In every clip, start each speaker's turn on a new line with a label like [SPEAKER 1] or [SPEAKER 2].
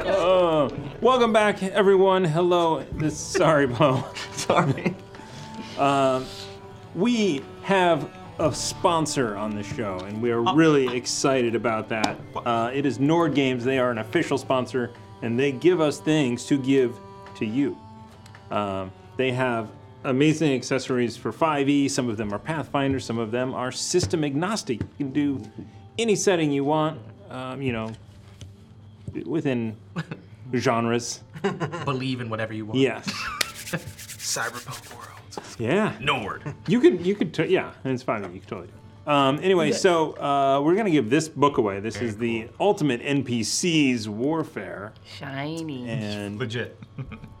[SPEAKER 1] Oh, welcome back, everyone. Hello. This sorry, Bo. Um,
[SPEAKER 2] Sorry.
[SPEAKER 1] We have a sponsor on the show, and we are really excited about that. Uh, it is Nord Games. They are an official sponsor, and they give us things to give to you. Um, they have amazing accessories for 5e. Some of them are Pathfinder, some of them are system agnostic. You can do any setting you want, um, you know, within genres.
[SPEAKER 3] Believe in whatever you want.
[SPEAKER 1] Yes.
[SPEAKER 4] cyberpunk world.
[SPEAKER 1] Yeah.
[SPEAKER 4] Nord.
[SPEAKER 1] You could, you could, t- yeah, and it's fine. You could totally do. it. Um, anyway, so uh, we're gonna give this book away. This is the ultimate NPCs warfare,
[SPEAKER 5] Shiny.
[SPEAKER 1] and,
[SPEAKER 4] Legit.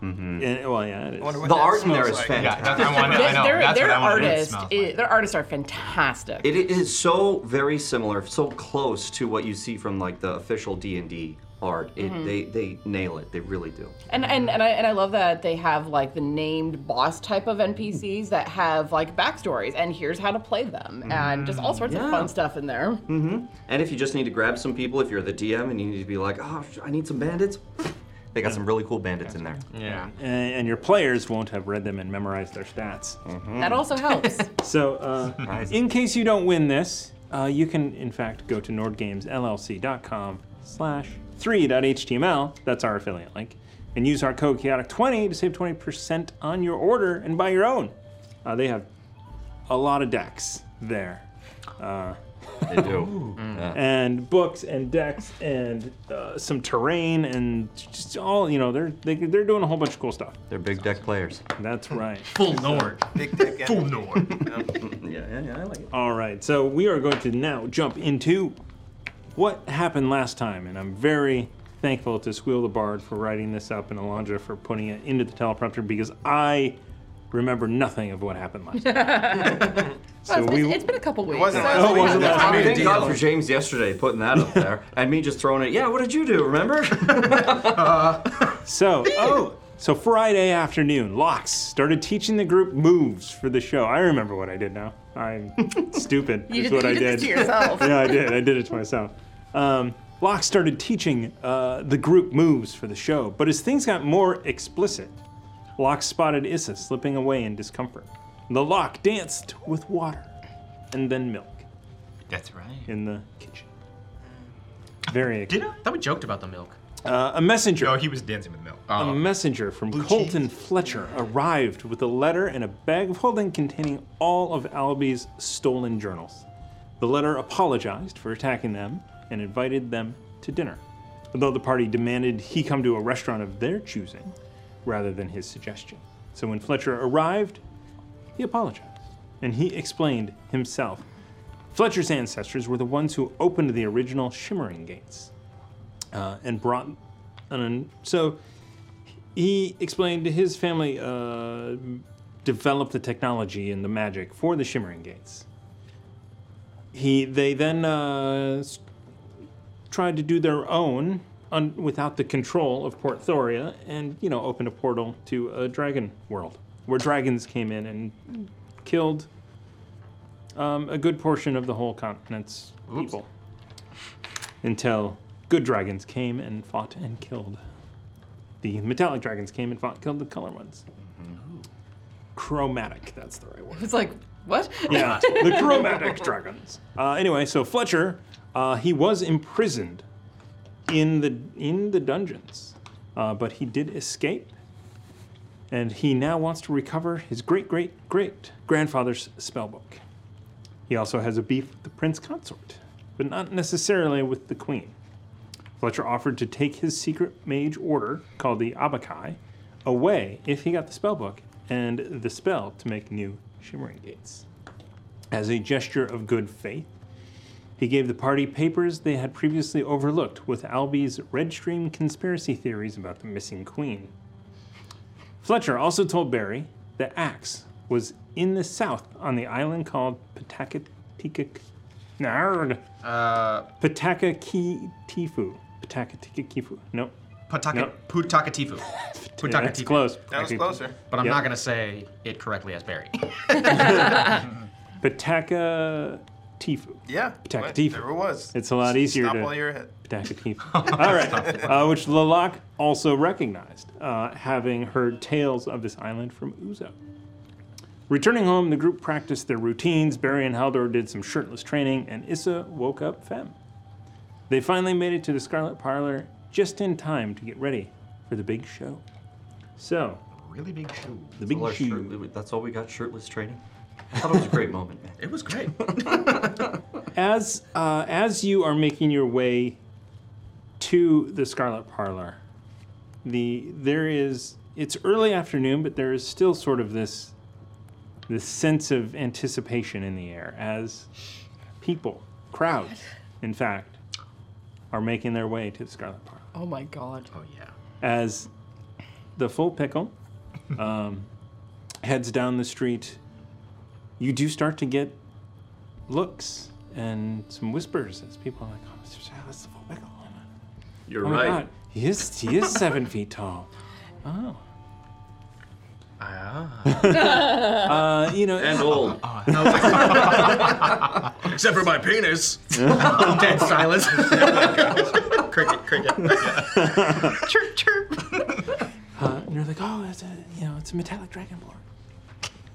[SPEAKER 1] and- well, yeah, it is.
[SPEAKER 6] The art in there is
[SPEAKER 4] Yeah,
[SPEAKER 6] fantastic.
[SPEAKER 4] that's, I, want, I know.
[SPEAKER 5] Their,
[SPEAKER 4] that's
[SPEAKER 5] their
[SPEAKER 4] what I want
[SPEAKER 5] artists,
[SPEAKER 4] to smell.
[SPEAKER 5] i- their artists are fantastic.
[SPEAKER 6] It is so very similar, so close to what you see from like the official D and D art. It, They they nail it. They really do.
[SPEAKER 5] and and and I, and I love that they have like the named boss type of NPCs that have like backstories and here's how to play them and just all sorts of
[SPEAKER 6] Yeah.
[SPEAKER 1] Mm,
[SPEAKER 5] fun stuff in there.
[SPEAKER 6] And if you just need to grab some people, if you're the DM and you need to be like, oh, sh- I need some bandits, they got some really cool bandits in there.
[SPEAKER 4] Yeah.
[SPEAKER 1] and, and your players won't have read them and memorized their stats.
[SPEAKER 5] That also helps.
[SPEAKER 1] So, uh, in case you don't win this, uh, you can in fact go to nordgamesllc.com/3.html. That's our affiliate link, and use our code chaotic20 to save 20% on your order and buy your own. Uh, they have a lot of decks there. Uh,
[SPEAKER 6] They do.
[SPEAKER 1] and books and decks and uh, some terrain and just all you know they're they, they're doing a whole bunch of cool stuff.
[SPEAKER 6] They're big deck players.
[SPEAKER 1] That's right.
[SPEAKER 4] Full Nord.
[SPEAKER 7] Big dick energy.
[SPEAKER 4] Full Nord.
[SPEAKER 6] Yeah, yeah, yeah. I like it.
[SPEAKER 1] All right, so we are going to now jump into what happened last time, and I'm very thankful to Squeal the Bard for writing this up and Alondra for putting it into the teleprompter because I remember nothing of what happened last time. so
[SPEAKER 5] It's-
[SPEAKER 1] we,
[SPEAKER 5] it's been a couple weeks.
[SPEAKER 7] wasn't
[SPEAKER 5] so-
[SPEAKER 7] last week.
[SPEAKER 1] wasn't last
[SPEAKER 7] I
[SPEAKER 1] week.
[SPEAKER 7] mean,
[SPEAKER 6] Oh, Thank God for James yesterday putting that up there, and me just throwing it. Yeah, what did you do? Remember?
[SPEAKER 1] So, oh, so Friday afternoon, Locks started teaching the group moves for the show. I remember what I did now. I'm stupid.
[SPEAKER 5] You
[SPEAKER 1] is
[SPEAKER 5] did,
[SPEAKER 1] what
[SPEAKER 5] you
[SPEAKER 1] I
[SPEAKER 5] did
[SPEAKER 1] did.
[SPEAKER 5] this to yourself.
[SPEAKER 1] yeah, I did. I did it to myself. Um, Locke started teaching uh, the group moves for the show, but as things got more explicit, Locke spotted Issa slipping away in discomfort. The Locke danced with water and then milk
[SPEAKER 4] That's right.
[SPEAKER 1] in the kitchen. Very
[SPEAKER 4] Did
[SPEAKER 1] exciting.
[SPEAKER 4] I?
[SPEAKER 3] Thought we joked about the milk.
[SPEAKER 1] Uh, a messenger.
[SPEAKER 5] Oh,
[SPEAKER 4] No, he was dancing with milk. Um,
[SPEAKER 1] A
[SPEAKER 8] Um,
[SPEAKER 1] messenger from Colton Fletcher arrived with a letter and a bag of holding containing all of Alby's stolen journals. The letter apologized for attacking them and invited them to dinner, although the party demanded he come to a restaurant of their choosing rather than his suggestion. So when Fletcher arrived, he apologized. And he explained himself. Fletcher's ancestors were the ones who opened the original Shimmering Gates uh, and brought. An, so he explained his family uh, developed the technology and the magic for the Shimmering Gates. He, they then uh, s- tried to do their own un- without the control of Port Thoria and, you know, opened a portal to a dragon world where dragons came in and killed um, a good portion of the whole continent's people until good dragons came and fought and killed. The metallic dragons came and fought, killed the color ones. Chromatic, that's the right word.
[SPEAKER 5] It's like, what?
[SPEAKER 1] Yeah, the chromatic dragons. Uh, anyway, so Fletcher, uh, he was imprisoned in the in the dungeons, uh, but he did escape, and he now wants to recover his great great great grandfather's spellbook. He also has a beef with the prince consort, but not necessarily with the queen. Fletcher offered to take his secret mage order, called the Abakai, away if he got the spellbook and the spell to make new shimmering gates. As a gesture of good faith, he gave the party papers they had previously overlooked with Albee's red stream conspiracy theories about the missing queen. Fletcher also told Barry that Axe was in the south on the island called Patakatikik. Nerd. Uh, Patakakitifu. Patakatikifu. Nope.
[SPEAKER 8] Pataka,
[SPEAKER 1] Nope.
[SPEAKER 8] Putakatifu.
[SPEAKER 1] Yeah, that's
[SPEAKER 8] Putakatifu.
[SPEAKER 1] close.
[SPEAKER 8] That was
[SPEAKER 1] Putakatifu.
[SPEAKER 8] closer. But I'm
[SPEAKER 1] Yep.
[SPEAKER 8] not going to say it correctly as Barry.
[SPEAKER 1] Pataka Tifu.
[SPEAKER 7] Yeah,
[SPEAKER 1] Pataka
[SPEAKER 7] what-
[SPEAKER 1] Tifu.
[SPEAKER 7] there it was.
[SPEAKER 1] It's a lot
[SPEAKER 7] S-
[SPEAKER 1] easier
[SPEAKER 7] stop
[SPEAKER 1] to.
[SPEAKER 7] while you're ahead.
[SPEAKER 1] Pataka Tifu. All right. Uh, which Lalak also recognized, uh, having heard tales of this island from Uzo. Returning home, the group practiced their routines. Barry and Haldor did some shirtless training, and Issa woke up Fem. They finally made it to the Scarlet Parlor just in time to get ready for the big show. So,
[SPEAKER 8] really big shoe.
[SPEAKER 1] the big
[SPEAKER 9] All our
[SPEAKER 1] show.
[SPEAKER 9] shirt- that's all we got shirtless training. I thought it was a great moment, man.
[SPEAKER 8] It was great.
[SPEAKER 1] as uh, as you are making your way to the Scarlet Parlor, the there is it's early afternoon, but there is still sort of this this sense of anticipation in the air as people, crowds, in fact, are making their way to the Scarlet Parlor
[SPEAKER 5] Oh my god.
[SPEAKER 8] Oh yeah.
[SPEAKER 1] as the full pickle um, heads down the street, you do start to get looks and some whispers as people are like, "Oh, Mr. Chow, that's the full pickle."
[SPEAKER 9] You're
[SPEAKER 1] oh my
[SPEAKER 9] right.
[SPEAKER 1] God, he is he is seven feet tall. Oh. uh, you know,
[SPEAKER 9] Ah. and old.
[SPEAKER 10] Except for my penis.
[SPEAKER 8] Dead silence.
[SPEAKER 10] cricket, cricket.
[SPEAKER 1] chirp, chirp. uh, and you're like, oh, it's a, you know, it's a metallic dragonborn.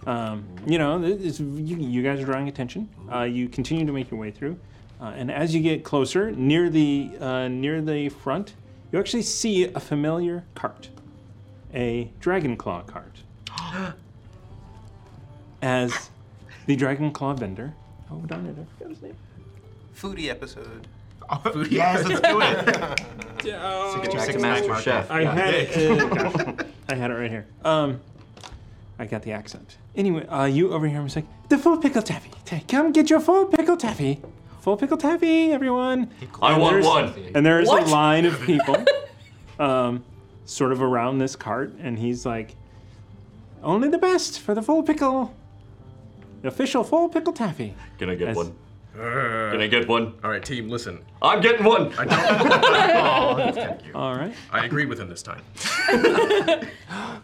[SPEAKER 1] Um, you know, th- it's, you, you guys are drawing attention. Uh, you continue to make your way through, uh, and as you get closer, near the uh, near the front, you actually see a familiar cart, a dragon claw cart. as the dragon claw vendor, oh darn it, I forgot his name.
[SPEAKER 7] Foodie episode.
[SPEAKER 8] Food, yes, let's do it.
[SPEAKER 7] Six-
[SPEAKER 9] back to
[SPEAKER 7] six-
[SPEAKER 9] Master
[SPEAKER 7] nine-
[SPEAKER 9] Chef.
[SPEAKER 1] I
[SPEAKER 9] Yeah.
[SPEAKER 1] had it. uh, I had it right here. Um, I got the accent. Anyway, uh, you over here was like the full pickle taffy. Ta- Come get your full pickle taffy. Full pickle taffy, everyone.
[SPEAKER 6] I
[SPEAKER 1] And
[SPEAKER 6] want
[SPEAKER 1] there's-
[SPEAKER 6] one.
[SPEAKER 1] And there is
[SPEAKER 6] What?
[SPEAKER 1] a line of people, um, sort of around this cart, and he's like, "Only the best for the full pickle, the official full pickle taffy."
[SPEAKER 6] Can I get
[SPEAKER 1] As-
[SPEAKER 6] one?
[SPEAKER 1] Uh,
[SPEAKER 6] Can I get one?
[SPEAKER 10] All right, team, listen.
[SPEAKER 6] I'm getting one.
[SPEAKER 10] I don't. Oh, thank you.
[SPEAKER 1] All right.
[SPEAKER 10] I agree with him this time.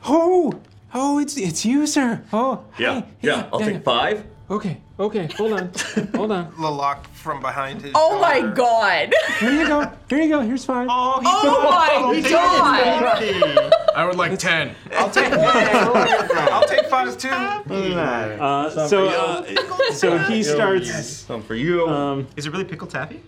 [SPEAKER 1] Oh, oh, it's it's you, sir. Oh,
[SPEAKER 6] Yeah, yeah. I'll
[SPEAKER 1] yeah,
[SPEAKER 6] take
[SPEAKER 1] yeah.
[SPEAKER 6] five.
[SPEAKER 1] okay, okay. Hold on, hold on.
[SPEAKER 7] Lalak from behind his.
[SPEAKER 5] Oh my god.
[SPEAKER 1] Here you go. Here you go. Here's five.
[SPEAKER 7] Oh,
[SPEAKER 5] he- Oh my God.
[SPEAKER 10] I would like ten.
[SPEAKER 7] I'll take five. I'll take five too.
[SPEAKER 1] Uh, so, uh, so he starts.
[SPEAKER 6] Some for you.
[SPEAKER 1] Um,
[SPEAKER 8] Is it really pickle taffy?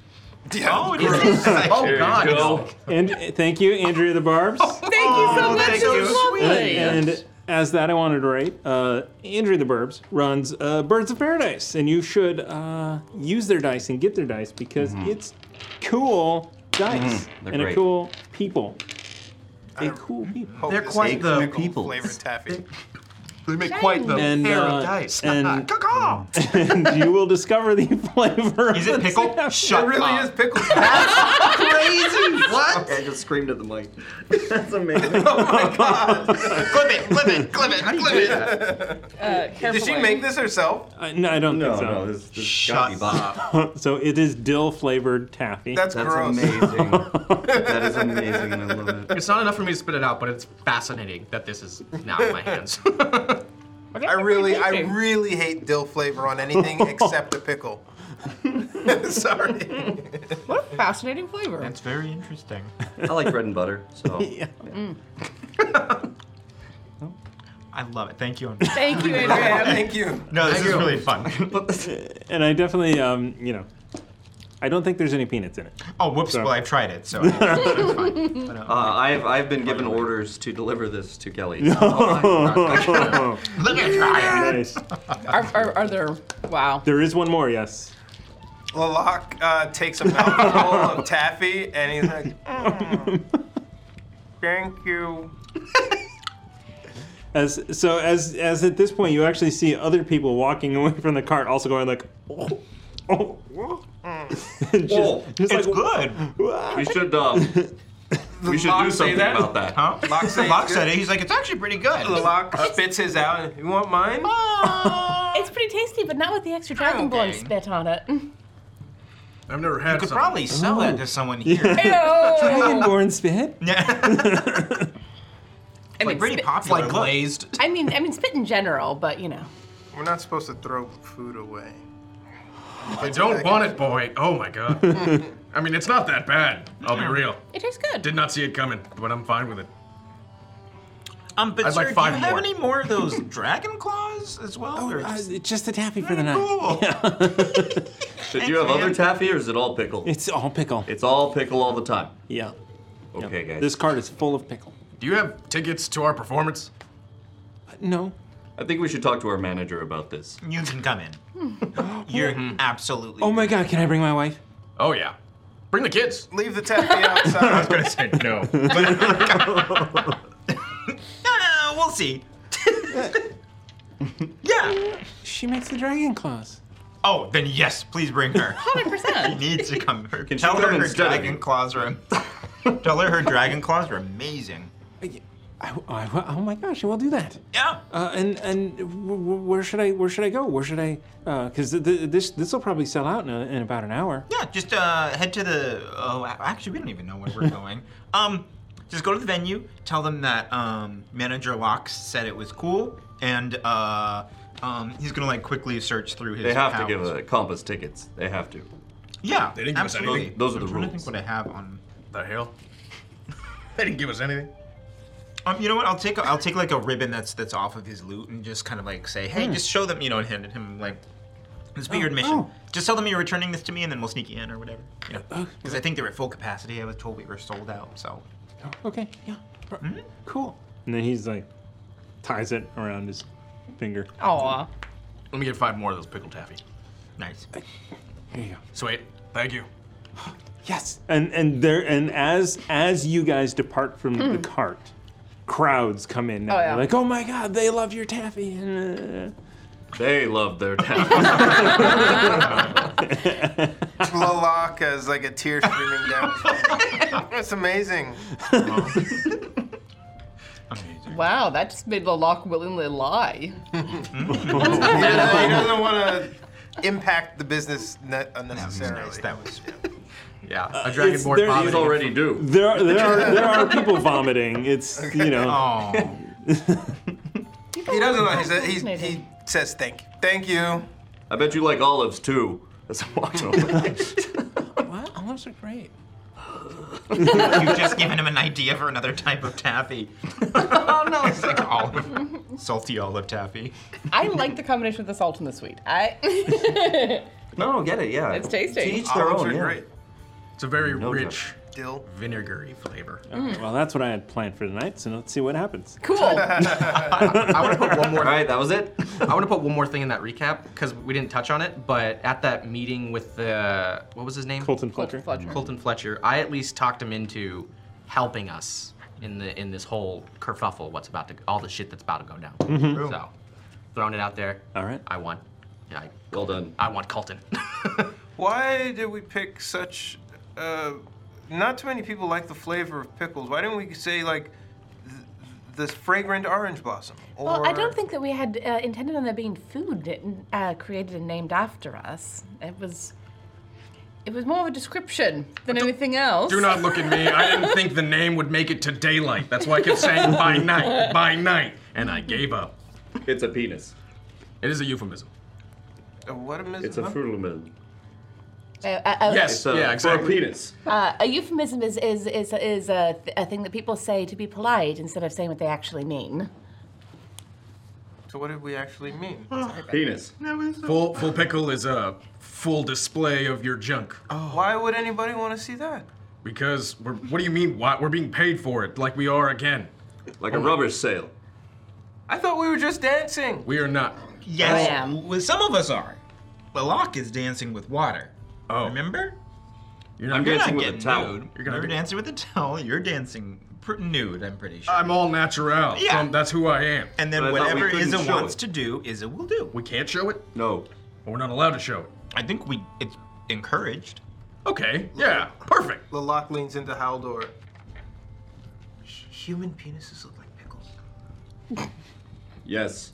[SPEAKER 7] Yeah,
[SPEAKER 8] Oh, it is. oh
[SPEAKER 6] there
[SPEAKER 8] God.
[SPEAKER 6] you go.
[SPEAKER 1] and thank you, Andrea the Barb's.
[SPEAKER 5] Thank you so much.
[SPEAKER 8] thank
[SPEAKER 5] it
[SPEAKER 8] you.
[SPEAKER 5] was lovely.
[SPEAKER 1] and, and as that, I wanted to write. Uh, Andrea the Burbs runs uh, Birds of Paradise, and you should uh, use their dice and get their dice because it's cool dice
[SPEAKER 9] They're
[SPEAKER 1] and a
[SPEAKER 9] great.
[SPEAKER 1] cool people. A cool people.
[SPEAKER 7] Hope
[SPEAKER 8] They're
[SPEAKER 7] this
[SPEAKER 8] quite
[SPEAKER 7] is
[SPEAKER 8] the
[SPEAKER 7] pickle
[SPEAKER 9] people.
[SPEAKER 7] Flavored taffy.
[SPEAKER 8] They make quite the
[SPEAKER 1] And,
[SPEAKER 8] pair
[SPEAKER 1] uh,
[SPEAKER 8] of dice.
[SPEAKER 1] and-
[SPEAKER 8] Caw-caw.
[SPEAKER 1] and you will discover the flavor.
[SPEAKER 8] Is it pickle?
[SPEAKER 11] Shut
[SPEAKER 8] it really
[SPEAKER 11] up.
[SPEAKER 8] is pickle.
[SPEAKER 11] Crazy! What? I just screamed at the mic. That's amazing.
[SPEAKER 7] Oh, clip it, clip it, clip it, clip it.
[SPEAKER 5] Uh,
[SPEAKER 7] Did she
[SPEAKER 11] carefully.
[SPEAKER 7] make this herself?
[SPEAKER 1] Uh, no, I don't
[SPEAKER 7] No,
[SPEAKER 1] think so.
[SPEAKER 7] no, this- this Shut gotta be
[SPEAKER 1] so it is dill flavored taffy.
[SPEAKER 7] That's That's gross.
[SPEAKER 11] amazing. that is amazing. I love it.
[SPEAKER 10] It's not enough for me to spit it out, but it's fascinating that this is now in my hands.
[SPEAKER 7] I really, I really hate dill flavor on anything except a pickle. Sorry.
[SPEAKER 5] What a fascinating flavor.
[SPEAKER 7] That's very interesting.
[SPEAKER 11] I like bread and butter, so.
[SPEAKER 5] Mm.
[SPEAKER 8] I love it. Thank you.
[SPEAKER 5] Thank you, Adrian. Thank
[SPEAKER 7] you.
[SPEAKER 8] No, this
[SPEAKER 1] Thank
[SPEAKER 8] is
[SPEAKER 1] you.
[SPEAKER 8] really fun.
[SPEAKER 1] and I definitely, um, you know, I don't think there's any peanuts in it.
[SPEAKER 8] Oh, whoops.
[SPEAKER 1] So-
[SPEAKER 8] Well, I've tried it, so.
[SPEAKER 11] Uh, I've, I've been given orders to deliver this to Kelly.
[SPEAKER 5] Let me
[SPEAKER 7] try it.
[SPEAKER 1] Nice.
[SPEAKER 5] Are, are, are there? Wow.
[SPEAKER 1] There is one more, yes.
[SPEAKER 7] Lalak uh, takes a mouthful of taffy and he's like, "Mm, "Thank you."
[SPEAKER 1] As so as as at this point you actually see other people walking away from the cart also going like oh, oh, oh. And just- just like,
[SPEAKER 6] oh, We should, um, we should do something about that.
[SPEAKER 8] Huh?
[SPEAKER 7] Locke, says
[SPEAKER 8] Locke
[SPEAKER 7] good.
[SPEAKER 8] said it. He's like, it's actually pretty good.
[SPEAKER 7] Lalak spits his out. and, You want mine?
[SPEAKER 5] It's pretty tasty, but not with the extra
[SPEAKER 7] Oh,
[SPEAKER 5] dragonborn spit on it.
[SPEAKER 8] I've never had. You could probably sell it to someone here.
[SPEAKER 1] Dragonborn spit.
[SPEAKER 5] I mean,
[SPEAKER 8] pretty
[SPEAKER 5] spit-
[SPEAKER 8] popular. Like glazed.
[SPEAKER 5] I mean, I mean, spit in general, but you know.
[SPEAKER 7] We're not supposed to throw food away.
[SPEAKER 12] If I don't want it, boy. Oh my god. I mean, it's not that bad. I'll be real.
[SPEAKER 5] It tastes good.
[SPEAKER 12] Did not see it coming, but I'm fine with it.
[SPEAKER 8] Um, but
[SPEAKER 12] I'd
[SPEAKER 8] sir,
[SPEAKER 12] like five
[SPEAKER 8] do you have
[SPEAKER 12] more.
[SPEAKER 8] any more of those dragon claws as well? or just-
[SPEAKER 1] Uh, It's just a taffy for the night.
[SPEAKER 6] Should
[SPEAKER 8] you
[SPEAKER 6] have other taffy or is it all pickle?
[SPEAKER 1] It's all pickle.
[SPEAKER 6] It's all pickle all the time.
[SPEAKER 1] Yeah.
[SPEAKER 6] Okay, guys.
[SPEAKER 1] This cart is full of pickle.
[SPEAKER 6] Do you have tickets to our performance?
[SPEAKER 1] No.
[SPEAKER 6] I think we should talk to our manager about this.
[SPEAKER 8] You can come in. You're absolutely.
[SPEAKER 1] Oh my god, can I bring my wife?
[SPEAKER 12] Oh yeah. Bring the kids.
[SPEAKER 7] Leave the taffy outside.
[SPEAKER 12] I was gonna say no.
[SPEAKER 8] Uh, we'll see. yeah.
[SPEAKER 1] She makes the dragon claws.
[SPEAKER 8] Oh, then yes, please bring her.
[SPEAKER 5] 100%.
[SPEAKER 8] She needs to come. Her,
[SPEAKER 6] Can she
[SPEAKER 8] tell her
[SPEAKER 6] come
[SPEAKER 8] her
[SPEAKER 6] instead of
[SPEAKER 8] dragon
[SPEAKER 6] you?
[SPEAKER 8] claws are. am- tell her her dragon claws are amazing.
[SPEAKER 1] Oh, I, will- oh my gosh, I will do that.
[SPEAKER 8] Yeah.
[SPEAKER 1] Uh, and and w- w- where should I where should I go? Where should I? Because th- th- this this will probably sell out in, a, in about an hour.
[SPEAKER 8] Yeah, just uh, head to the. Oh, a- actually, we don't even know where we're going. Um, just go to the venue. Tell them that um, manager Locke said it was cool, and uh, um, he's gonna like quickly search through his.
[SPEAKER 6] They have to
[SPEAKER 8] powers.
[SPEAKER 6] give a compass tickets. They have to.
[SPEAKER 8] Yeah,
[SPEAKER 6] They didn't give us
[SPEAKER 8] absolutely.
[SPEAKER 6] anything. Those are the
[SPEAKER 8] I'm trying to
[SPEAKER 6] rules.
[SPEAKER 8] think what I have on
[SPEAKER 12] the hill. They didn't give us anything.
[SPEAKER 8] Um, you know what? I'll take I'll take like a ribbon that's that's off of his loot and just kind of like say, hey,
[SPEAKER 1] Hmm.
[SPEAKER 8] just show them, you know, and hand it him like. This will be
[SPEAKER 1] Oh,
[SPEAKER 8] your admission.
[SPEAKER 1] oh.
[SPEAKER 8] Just tell them you're returning this to me, and then we'll sneak you in or whatever.
[SPEAKER 12] Uh,
[SPEAKER 8] Because I think they're at full capacity. I was told we were sold out. So Mm-hmm.
[SPEAKER 1] Okay, yeah. Cool. And then he's like, ties it around his finger.
[SPEAKER 12] Oh,
[SPEAKER 5] Aw.
[SPEAKER 12] Let me get five more of those pickle taffy.
[SPEAKER 8] Nice.
[SPEAKER 1] Here you go.
[SPEAKER 12] Sweet. Thank you.
[SPEAKER 1] Yes. And and there and as as you guys depart from the
[SPEAKER 12] Mm.
[SPEAKER 1] cart, crowds come in. Now.
[SPEAKER 12] Oh,
[SPEAKER 1] They're
[SPEAKER 12] yeah.
[SPEAKER 1] Like, oh my god, they love your taffy. And, uh,
[SPEAKER 6] They love their taffy.
[SPEAKER 7] Lalak has like a tear streaming down. That's amazing.
[SPEAKER 5] Wow, that just made Lalak willingly lie.
[SPEAKER 7] He doesn't, want to impact the business ne- unnecessarily.
[SPEAKER 8] That was nice. That was.
[SPEAKER 12] Yeah,
[SPEAKER 8] Uh,
[SPEAKER 7] a dragon board vomiting.
[SPEAKER 6] do.
[SPEAKER 1] There are, there are there are people vomiting. It's you know.
[SPEAKER 8] Oh.
[SPEAKER 7] He doesn't want. He's, he's, he says thank you. Thank you.
[SPEAKER 6] I bet you like olives too. As I'm walking over.
[SPEAKER 1] what? Olives are great.
[SPEAKER 8] You've just given him an idea for another type of taffy. oh no! It's like olive, salty olive taffy.
[SPEAKER 5] I like the combination of the salt and the sweet. I.
[SPEAKER 8] No, get it. Yeah.
[SPEAKER 5] It's tasty. To each
[SPEAKER 7] Oh,
[SPEAKER 12] Olives Oh, are great. It's a very
[SPEAKER 1] No
[SPEAKER 12] rich, dill, vinegary flavor.
[SPEAKER 1] Okay, well, that's what I had planned for tonight. So let's see what happens.
[SPEAKER 5] Cool.
[SPEAKER 10] I want to put one more. All
[SPEAKER 6] right, that was it.
[SPEAKER 10] I want to put one more thing in that recap because we didn't touch on it. But at that meeting with the what was his name?
[SPEAKER 1] Colton Fletcher.
[SPEAKER 10] Colton Fletcher. I at least talked him into helping us in the in this whole kerfuffle. What's about to all the shit that's about to go down.
[SPEAKER 1] Mhm.
[SPEAKER 10] So throwing it out there.
[SPEAKER 1] All right.
[SPEAKER 10] I won. Yeah, I, well done. I want Colton.
[SPEAKER 7] Why did we pick such? Uh, not too many people like the flavor of pickles. Why didn't we say like th- this fragrant orange blossom? Or
[SPEAKER 5] Well, I don't think that we had uh, intended on there being food uh, created and named after us. It was, it was more of a description than anything else.
[SPEAKER 10] Do not look at me. I didn't think the name would make it to daylight. That's why I kept saying by night, by night, and I gave up. It's a penis. It is a euphemism.
[SPEAKER 7] Uh, what a
[SPEAKER 6] It's a fruitleman.
[SPEAKER 5] Uh, uh, uh,
[SPEAKER 10] Uh-huh. Yes, yeah, exactly.
[SPEAKER 6] For a penis.
[SPEAKER 5] Uh, a euphemism is is is is a, th- a thing that people say to be polite instead of saying what they actually mean.
[SPEAKER 7] So what did we actually mean?
[SPEAKER 10] Penis. Full full pickle is a full display of your junk.
[SPEAKER 7] Why would anybody want to see that?
[SPEAKER 10] Because we're what do you mean? Why we're being paid for it like we are again? Like a rubber sale.
[SPEAKER 7] I thought we were just dancing.
[SPEAKER 10] We are not.
[SPEAKER 8] Yes. Well, some of us are. Balak is dancing with water. Oh. Remember?
[SPEAKER 10] You're
[SPEAKER 8] not
[SPEAKER 10] not
[SPEAKER 8] you're
[SPEAKER 10] dancing
[SPEAKER 8] not
[SPEAKER 10] with a
[SPEAKER 8] getting
[SPEAKER 10] towel.
[SPEAKER 8] Nude.
[SPEAKER 10] You're
[SPEAKER 8] You're,
[SPEAKER 10] gonna be-
[SPEAKER 8] dancing with a towel. You're dancing pr- nude, I'm pretty sure.
[SPEAKER 10] I'm all natural.
[SPEAKER 8] Yeah.
[SPEAKER 10] So that's who I am.
[SPEAKER 8] And then whatever Isa wants to do, Isa will do.
[SPEAKER 10] We can't show it?
[SPEAKER 8] No.
[SPEAKER 10] We're not allowed to show it.
[SPEAKER 8] I think we it's encouraged.
[SPEAKER 10] Okay, yeah, perfect.
[SPEAKER 7] Lalak leans into Haldor.
[SPEAKER 8] Human penises look like pickles.
[SPEAKER 6] Yes.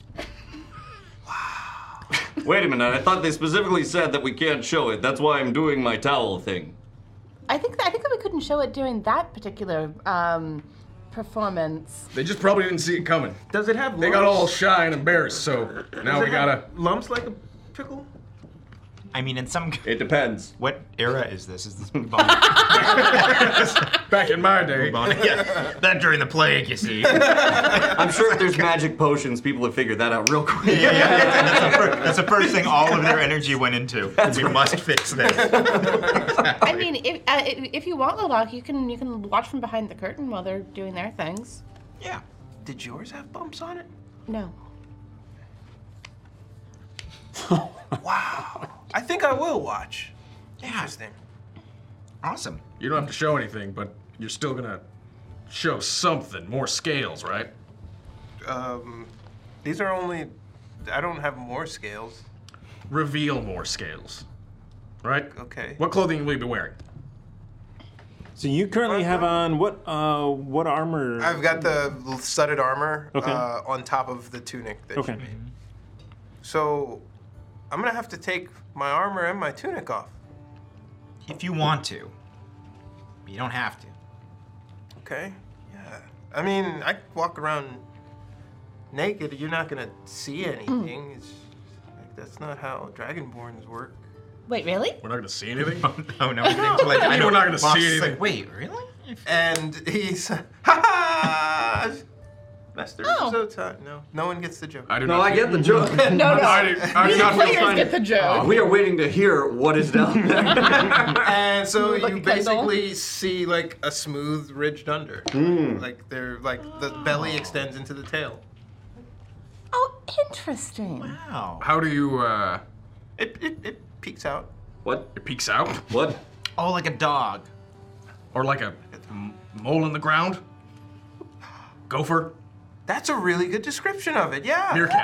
[SPEAKER 6] Wait a minute, I thought they specifically said that we can't show it. That's why I'm doing my towel thing.
[SPEAKER 5] I think that, I think that we couldn't show it during that particular um, performance.
[SPEAKER 10] They just probably didn't see it coming.
[SPEAKER 7] Does it have
[SPEAKER 10] They got
[SPEAKER 7] lumps?
[SPEAKER 10] all shy and embarrassed, so now
[SPEAKER 7] Does
[SPEAKER 10] we
[SPEAKER 7] it
[SPEAKER 10] gotta.
[SPEAKER 7] have lumps like a pickle.
[SPEAKER 8] I mean, in some.
[SPEAKER 6] It depends.
[SPEAKER 8] What era is this? Is this
[SPEAKER 10] back in my day?
[SPEAKER 8] yeah, that during the plague, you see.
[SPEAKER 6] I'm sure if there's magic potions, people have figured that out real quick.
[SPEAKER 8] That's the first thing all of their energy went into. we must fix this.
[SPEAKER 5] I mean, if uh, if if you want Lilac, you can you can watch from behind the curtain while they're doing their things.
[SPEAKER 7] Did yours have bumps on it?
[SPEAKER 5] No.
[SPEAKER 7] I think I will watch. Interesting.
[SPEAKER 8] Awesome.
[SPEAKER 10] You don't have to show anything, but you're still gonna show something. More scales, right?
[SPEAKER 7] Um, these are only. I don't have more scales.
[SPEAKER 10] Reveal more scales. Right?
[SPEAKER 7] Okay.
[SPEAKER 10] What clothing will you be wearing?
[SPEAKER 1] So you currently have on what? Uh, what armor?
[SPEAKER 7] I've got the l- studded armor
[SPEAKER 1] Okay.
[SPEAKER 7] uh, on top of the tunic that
[SPEAKER 1] Okay.
[SPEAKER 7] you made. So I'm gonna have to take my armor and my tunic off.
[SPEAKER 8] If you want to. You don't have to.
[SPEAKER 7] Okay. Yeah. I mean, I could walk around naked. You're not gonna see anything. It's like, that's not how Dragonborns work.
[SPEAKER 5] Wait, really?
[SPEAKER 10] We're not gonna see anything.
[SPEAKER 8] oh no,
[SPEAKER 7] we
[SPEAKER 8] didn't collect- I know.
[SPEAKER 7] we're not gonna
[SPEAKER 8] Boss
[SPEAKER 7] see
[SPEAKER 8] is like,
[SPEAKER 7] anything.
[SPEAKER 8] "Wait, really?
[SPEAKER 7] And he's ha ha. Master
[SPEAKER 5] Oh.
[SPEAKER 7] Zotan. No, no one gets the joke.
[SPEAKER 10] I do
[SPEAKER 6] No, not- I get the joke. No, no. I do- I do We not feel players funny. get the joke.
[SPEAKER 7] Oh.
[SPEAKER 6] Uh, we are waiting to hear what is down there.
[SPEAKER 7] and so
[SPEAKER 6] Like
[SPEAKER 7] you
[SPEAKER 6] a candle?
[SPEAKER 7] basically see like a smooth ridged under,
[SPEAKER 10] Hmm.
[SPEAKER 6] Mm.
[SPEAKER 7] like they're like the belly extends into the tail.
[SPEAKER 5] Oh, interesting.
[SPEAKER 8] Wow.
[SPEAKER 10] How do you, uh.
[SPEAKER 7] It, it, it peeks out.
[SPEAKER 6] What?
[SPEAKER 10] It peeks out?
[SPEAKER 6] What?
[SPEAKER 8] Oh, like a dog.
[SPEAKER 10] Or like a m- mole in the ground? Gopher?
[SPEAKER 7] That's a really good description of it, yeah.
[SPEAKER 10] Meerkat.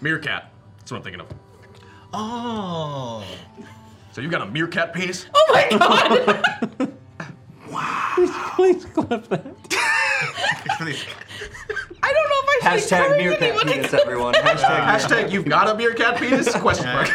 [SPEAKER 10] Meerkat. That's what I'm thinking of.
[SPEAKER 8] Oh.
[SPEAKER 10] So you got a meerkat penis?
[SPEAKER 5] Oh my god!
[SPEAKER 1] Please clip that.
[SPEAKER 5] I don't know if I should
[SPEAKER 6] Hashtag
[SPEAKER 5] encourage
[SPEAKER 6] meerkat
[SPEAKER 5] anyone to
[SPEAKER 6] penis,
[SPEAKER 5] clip
[SPEAKER 6] everyone.
[SPEAKER 5] that.
[SPEAKER 6] Hashtag,
[SPEAKER 10] Hashtag you've got a meerkat penis? Question mark.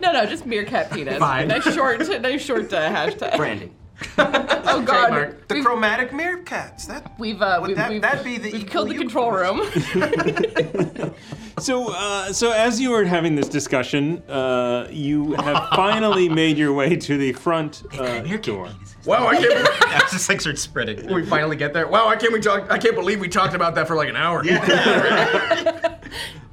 [SPEAKER 5] No, no, just meerkat penis.
[SPEAKER 10] Fine.
[SPEAKER 5] Nice short, nice short uh, hashtag.
[SPEAKER 6] Branding.
[SPEAKER 5] oh god.
[SPEAKER 7] The chromatic meerkats. That
[SPEAKER 5] We've uh,
[SPEAKER 7] Would
[SPEAKER 5] we've,
[SPEAKER 7] that-
[SPEAKER 5] we've,
[SPEAKER 7] that'd be the
[SPEAKER 5] we've killed the control room.
[SPEAKER 1] So, uh, so as you were having this discussion, uh, you have finally made your way to the front uh, door.
[SPEAKER 10] Wow, I can't believe
[SPEAKER 8] Just like starts spreading.
[SPEAKER 10] we finally get there. Wow, I can't we talk I can't believe we talked about that for like an hour.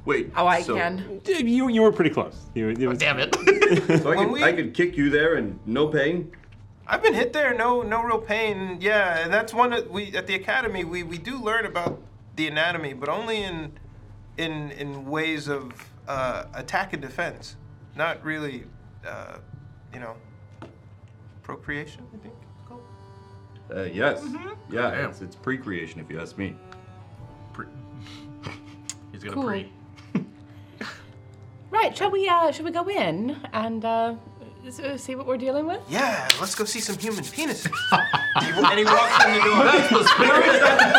[SPEAKER 6] Wait.
[SPEAKER 5] Oh, I
[SPEAKER 6] so-
[SPEAKER 5] can.
[SPEAKER 1] You, you were pretty close. You, it was,
[SPEAKER 10] damn it.
[SPEAKER 6] So I could, I could kick you there and no pain?
[SPEAKER 7] I've been hit there, no no real pain. Yeah, and that's one that we at the academy we, we do learn about the anatomy, but only in in in ways of uh, attack and defense. Not really uh, you know procreation, I think.
[SPEAKER 6] Uh, yes.
[SPEAKER 5] Mm-hmm.
[SPEAKER 6] Yeah, it's, it's pre creation if you ask me.
[SPEAKER 10] He's gonna
[SPEAKER 5] Cool.
[SPEAKER 10] pre.
[SPEAKER 5] Right, shall we? Uh, shall we go in and uh, s- uh, see what we're dealing with?
[SPEAKER 7] Yeah, let's go see some human penises. and he walks in the door. That's the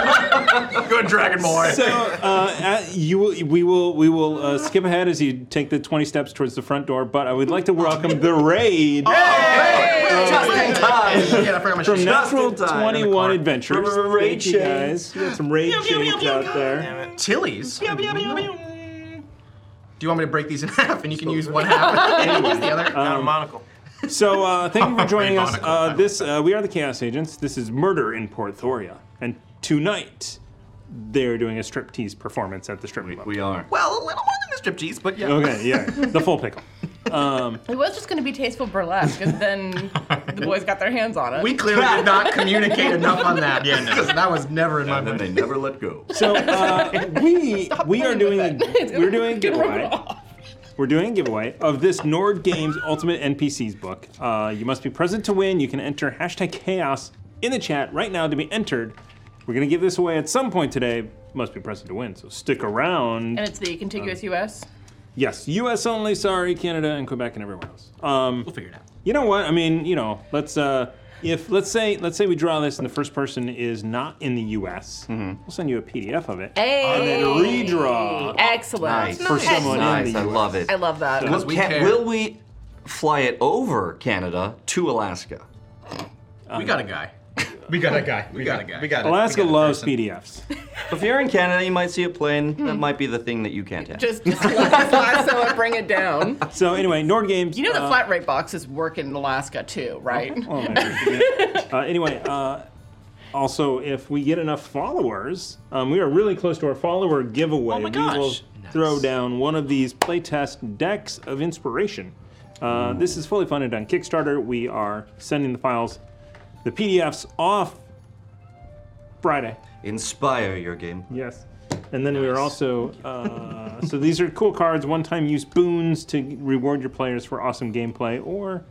[SPEAKER 10] Good dragon boy.
[SPEAKER 1] So, uh, at- you will, we will, we will uh, skip ahead as you take the 20 steps towards the front door, but I would like to welcome the raid.
[SPEAKER 7] Oh,
[SPEAKER 8] Just in time.
[SPEAKER 1] Yeah, From Natural 21 Adventures.
[SPEAKER 8] R- r- raid
[SPEAKER 1] Thank you
[SPEAKER 8] shade.
[SPEAKER 1] guys. We got some raid
[SPEAKER 8] Pew, pew, pew,
[SPEAKER 1] shades
[SPEAKER 8] pew,
[SPEAKER 1] out
[SPEAKER 8] pew.
[SPEAKER 1] there.
[SPEAKER 10] Tilly's. Do you want me to break these in half and you can use one half and use the other?
[SPEAKER 1] Um, So, uh, thank you for joining us. Uh, this uh, we are the Chaos Agents. This is Murder in Port Thoria, and tonight they're doing a striptease performance at the strip club. We
[SPEAKER 6] are.
[SPEAKER 10] Well, a little more than the striptease, but yeah.
[SPEAKER 1] Okay, yeah, the full pickle. Um,
[SPEAKER 5] It was just going to be tasteful burlesque, and then the boys got their hands on it.
[SPEAKER 10] We clearly did not communicate enough on that.
[SPEAKER 5] Yeah, no.
[SPEAKER 10] 'Cause that was never in my
[SPEAKER 6] mind. They never let go.
[SPEAKER 1] So uh, we we are doing a, we're doing a giveaway. We're doing a giveaway of this Nord Games Ultimate NPCs book. Uh, you must be present to win. You can enter hashtag chaos in the chat right now to be entered. We're gonna give this away at some point today. Must be present to win, so stick around.
[SPEAKER 5] And it's the
[SPEAKER 1] Uh,
[SPEAKER 5] contiguous U.S.
[SPEAKER 1] Yes, U.S. only. Sorry, Canada and Quebec and everywhere else. Um, we'll figure it out. You know what? I mean, you know, let's uh, if let's say let's say we draw this and the first person is not in the U.S., we'll send you a PDF of it and then
[SPEAKER 5] Hey!
[SPEAKER 1] redraw.
[SPEAKER 5] Excellent.
[SPEAKER 1] For someone
[SPEAKER 11] nice.
[SPEAKER 1] in the
[SPEAKER 11] I
[SPEAKER 1] US.
[SPEAKER 11] love it.
[SPEAKER 5] I love that.
[SPEAKER 11] Will, can- will we fly it over Canada to Alaska?
[SPEAKER 10] We got a guy. We got a guy. We got a guy. We got
[SPEAKER 1] Alaska loves PDFs.
[SPEAKER 11] if you're in Canada, you might see a plane. That might be the thing that you can't have.
[SPEAKER 5] Hmm. Just, just lasso and bring it down.
[SPEAKER 1] So anyway, Nord Games.
[SPEAKER 5] You know the
[SPEAKER 1] uh,
[SPEAKER 5] flat rate boxes work in Alaska too, right?
[SPEAKER 1] Oh, yeah. uh, anyway, uh, also, if we get enough followers, um, we are really close to our follower giveaway.
[SPEAKER 8] Oh my
[SPEAKER 1] We will
[SPEAKER 8] gosh.
[SPEAKER 1] throw down one of these playtest decks of inspiration. Uh, this is fully funded on Kickstarter. We are sending the files, the PDFs off Friday.
[SPEAKER 11] Inspire your game.
[SPEAKER 1] Yes. And then we are also, uh, so these are cool cards, one time use boons to reward your players for awesome gameplay, or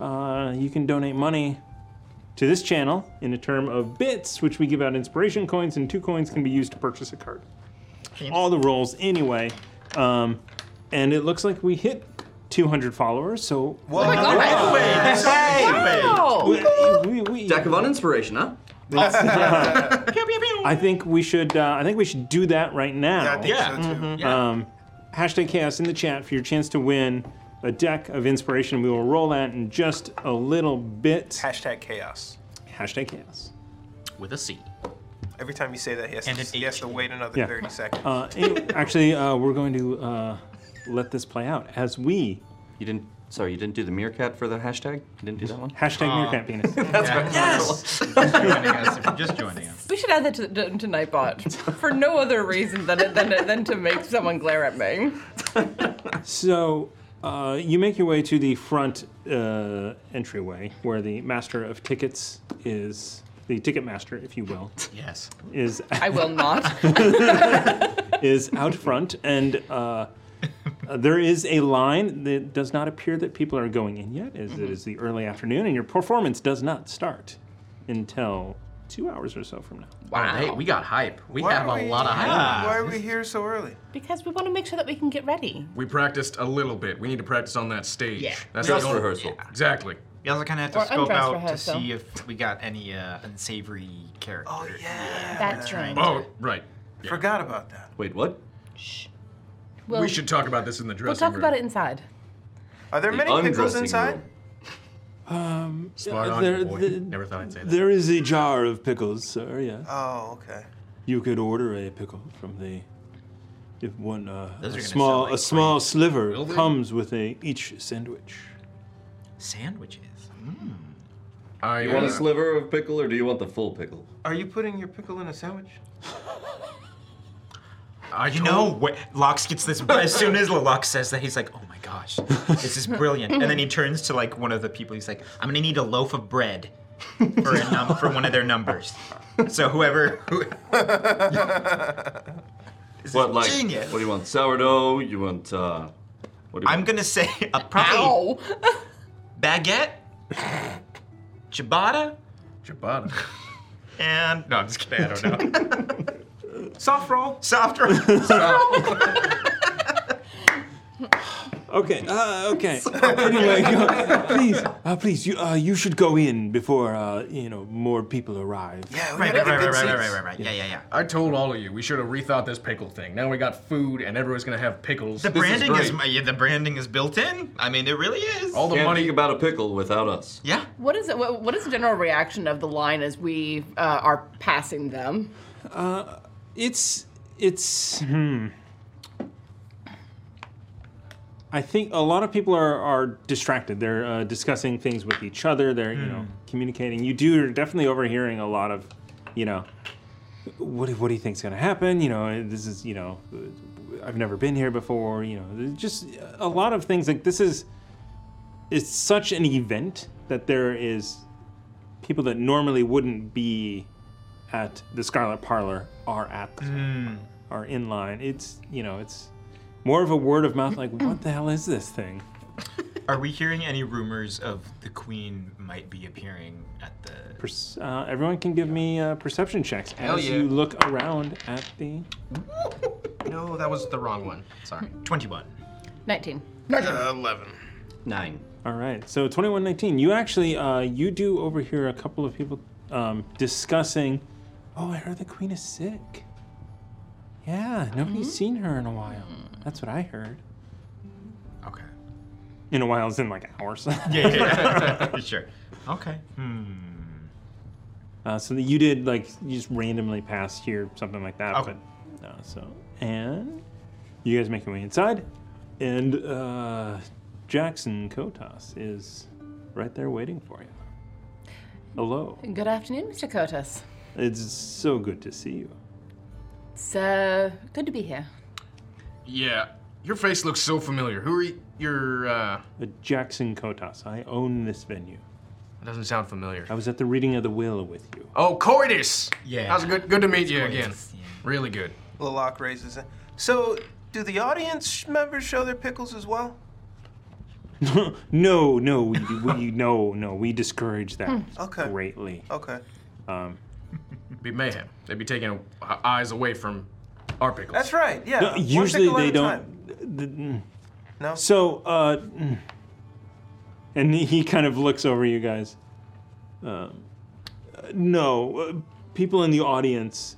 [SPEAKER 1] uh, you can donate money to this channel in a term of bits, which we give out inspiration coins, and two coins can be used to purchase a card. All the rolls, anyway. Um, and it looks like we hit 200 followers, so.
[SPEAKER 6] Oh
[SPEAKER 5] Oh,
[SPEAKER 1] We,
[SPEAKER 11] Deck of Uninspiration, huh?
[SPEAKER 1] I think we should. Uh, I think we should do that right now.
[SPEAKER 11] Yeah, I think Yeah. so, too. Mhm.
[SPEAKER 1] Um, hashtag chaos in the chat for your chance to win a deck of inspiration. We will roll that in just a little bit.
[SPEAKER 7] Hashtag chaos.
[SPEAKER 1] Hashtag chaos.
[SPEAKER 7] With a C. Every time you say that, he has, to, he has to wait another 30 seconds.
[SPEAKER 1] Uh, anyway, actually, uh, we're going to uh, let this play out as we.
[SPEAKER 11] You didn't. Sorry, you didn't do the meerkat for the hashtag. You didn't do that one.
[SPEAKER 1] Hashtag meerkat penis.
[SPEAKER 11] That's right.
[SPEAKER 5] Yes!
[SPEAKER 8] Just joining us.
[SPEAKER 5] We should add that to, to, to Nightbot for no other reason than, than than to make someone glare at me.
[SPEAKER 1] So uh, you make your way to the front uh, entryway where the master of tickets is, the ticket master, if you will.
[SPEAKER 8] Yes.
[SPEAKER 1] Is
[SPEAKER 5] I will not.
[SPEAKER 1] is out front, and uh, uh, there is a line that does not appear that people are going in yet, as it is the early afternoon, and your performance does not start until two hours or so from now.
[SPEAKER 10] Wow, hey, we got hype. We
[SPEAKER 7] Why
[SPEAKER 10] have
[SPEAKER 7] are
[SPEAKER 10] a lot of hype.
[SPEAKER 8] Ah.
[SPEAKER 7] Why are we here so early?
[SPEAKER 5] Because we want to make sure that we can get ready.
[SPEAKER 10] We practiced a little bit. We need to practice on that stage.
[SPEAKER 5] Yeah.
[SPEAKER 10] the
[SPEAKER 8] Dress
[SPEAKER 10] only-
[SPEAKER 8] rehearsal.
[SPEAKER 10] Yeah, Exactly.
[SPEAKER 8] You also kind of have to
[SPEAKER 5] Or
[SPEAKER 8] scope
[SPEAKER 5] undress
[SPEAKER 8] out
[SPEAKER 5] rehearsal.
[SPEAKER 8] to see if we got any uh, unsavory characters. Oh yeah,
[SPEAKER 5] That's right.
[SPEAKER 1] Uh,
[SPEAKER 10] Oh, right.
[SPEAKER 7] Forgot about that.
[SPEAKER 11] Wait, what?
[SPEAKER 5] We'll,
[SPEAKER 10] we should talk about this in the
[SPEAKER 5] we'll
[SPEAKER 10] dressing
[SPEAKER 5] talk
[SPEAKER 10] room.
[SPEAKER 5] about it inside.
[SPEAKER 7] Are there
[SPEAKER 10] The
[SPEAKER 7] many pickles
[SPEAKER 10] undressing
[SPEAKER 7] inside?
[SPEAKER 1] Um,
[SPEAKER 10] Spot
[SPEAKER 1] uh,
[SPEAKER 10] on,
[SPEAKER 1] there-
[SPEAKER 10] boy.
[SPEAKER 1] the-
[SPEAKER 10] Never thought I'd say that.
[SPEAKER 1] There is a jar of pickles, sir. Yeah.
[SPEAKER 7] Oh, okay.
[SPEAKER 1] You could order a pickle from the. If one uh,
[SPEAKER 8] Those are
[SPEAKER 1] a
[SPEAKER 8] gonna
[SPEAKER 1] small
[SPEAKER 8] sound
[SPEAKER 1] a small sliver
[SPEAKER 8] Will they?
[SPEAKER 1] comes with a each sandwich.
[SPEAKER 8] Sandwiches.
[SPEAKER 10] I uh,
[SPEAKER 11] you want a sliver of pickle or do you want the full pickle?
[SPEAKER 7] Are you putting your pickle in a sandwich?
[SPEAKER 8] I you know, what, Locks gets this. But as soon as Locke says that, he's like, "Oh my gosh, this is brilliant!" And then he turns to like one of the people. He's like, "I'm gonna need a loaf of bread for a num- for one of their numbers." So whoever, who,
[SPEAKER 11] what like?
[SPEAKER 8] genius.
[SPEAKER 11] What do you want? Sourdough? You want? uh... What do you
[SPEAKER 8] I'm
[SPEAKER 11] want?
[SPEAKER 8] gonna say a probably baguette, ciabatta,
[SPEAKER 10] ciabatta,
[SPEAKER 8] and no, I'm just kidding. I don't know.
[SPEAKER 7] Soft roll.
[SPEAKER 8] Soft roll.
[SPEAKER 1] Okay. Uh, okay. anyway, go, please, uh, please, you uh, you should go in before uh, you know more people arrive.
[SPEAKER 10] Yeah,
[SPEAKER 8] Right, right, right, right, right, right, right, right. Yeah, yeah, yeah.
[SPEAKER 10] I told all of you we should have rethought this pickle thing. Now we got food and everyone's gonna have pickles.
[SPEAKER 8] The
[SPEAKER 10] This
[SPEAKER 8] branding is,
[SPEAKER 10] great.
[SPEAKER 8] my yeah, the branding is built in. I mean, it really is.
[SPEAKER 10] All the Can't money- think
[SPEAKER 8] about a pickle without us. Yeah.
[SPEAKER 5] What is it? What, what is the general reaction of the line as we uh, are passing them?
[SPEAKER 1] Uh, it's it's. Hmm. I think a lot of people are, are distracted. They're uh, discussing things with each other. They're you know communicating. You do are definitely overhearing a lot of, you know, what do- what do you think's going to happen? You know, this is you know, I've never been here before. You know, there's just a lot of things like this is. It's such an event that there is people that normally wouldn't be at the Scarlet Parlor are at the
[SPEAKER 8] Hmm.
[SPEAKER 1] are in line. It's you know it's more of a word of mouth like what the hell is this thing?
[SPEAKER 8] Are we hearing any rumors of the queen might be appearing at the?
[SPEAKER 1] Perce- uh, everyone can give me uh, perception checks
[SPEAKER 8] Hell
[SPEAKER 1] as
[SPEAKER 8] yeah.
[SPEAKER 1] you look around at the.
[SPEAKER 8] No, that was the wrong one. Sorry. Twenty-one.
[SPEAKER 5] 19.
[SPEAKER 8] Eleven.
[SPEAKER 11] Nine.
[SPEAKER 1] All right, so twenty-one nineteen. You actually uh, you do overhear a couple of people um, discussing. Oh, I heard the queen is sick. Yeah, nobody's
[SPEAKER 8] Hmm.
[SPEAKER 1] seen her in a while. That's what I heard.
[SPEAKER 8] Okay.
[SPEAKER 1] In a while, it's in like hours.
[SPEAKER 8] Yeah, yeah, yeah. Sure. Okay.
[SPEAKER 1] Uh, so that you did like you just randomly pass here, something like that.
[SPEAKER 8] Okay.
[SPEAKER 1] But uh, so and you guys make your way inside, and uh, Jackson Kotas is right there waiting for you. Hello,
[SPEAKER 5] Good afternoon, Mr. Curtis.
[SPEAKER 1] it's so good to see you.
[SPEAKER 5] It's uh, good to be here.
[SPEAKER 10] Yeah, your face looks so familiar. Who are you? You're. Uh,
[SPEAKER 1] But Jackson Kotas, I own this venue.
[SPEAKER 10] That doesn't sound familiar.
[SPEAKER 1] I was at the reading of the will with you.
[SPEAKER 10] oh, Coitus.
[SPEAKER 7] Yeah.
[SPEAKER 10] How's good? Good to meet
[SPEAKER 7] It's
[SPEAKER 10] you again.
[SPEAKER 7] Coitus,
[SPEAKER 10] Really good.
[SPEAKER 7] Lalak raises it. So, do the audience members show their pickles as well?
[SPEAKER 1] no, no, we, we no, no, we discourage that
[SPEAKER 7] Hmm. Okay.
[SPEAKER 1] greatly.
[SPEAKER 7] Okay.
[SPEAKER 1] Um,
[SPEAKER 10] Be mayhem. They'd be taking uh, eyes away from our pickles.
[SPEAKER 7] That's right, yeah.
[SPEAKER 1] No,
[SPEAKER 7] One
[SPEAKER 1] Uh, usually
[SPEAKER 7] pickle at
[SPEAKER 1] they
[SPEAKER 7] a time.
[SPEAKER 1] don't. th- th-
[SPEAKER 7] No.
[SPEAKER 1] So, uh, mm. and he- he kind of looks over you guys. Um, uh, no, uh, people in the audience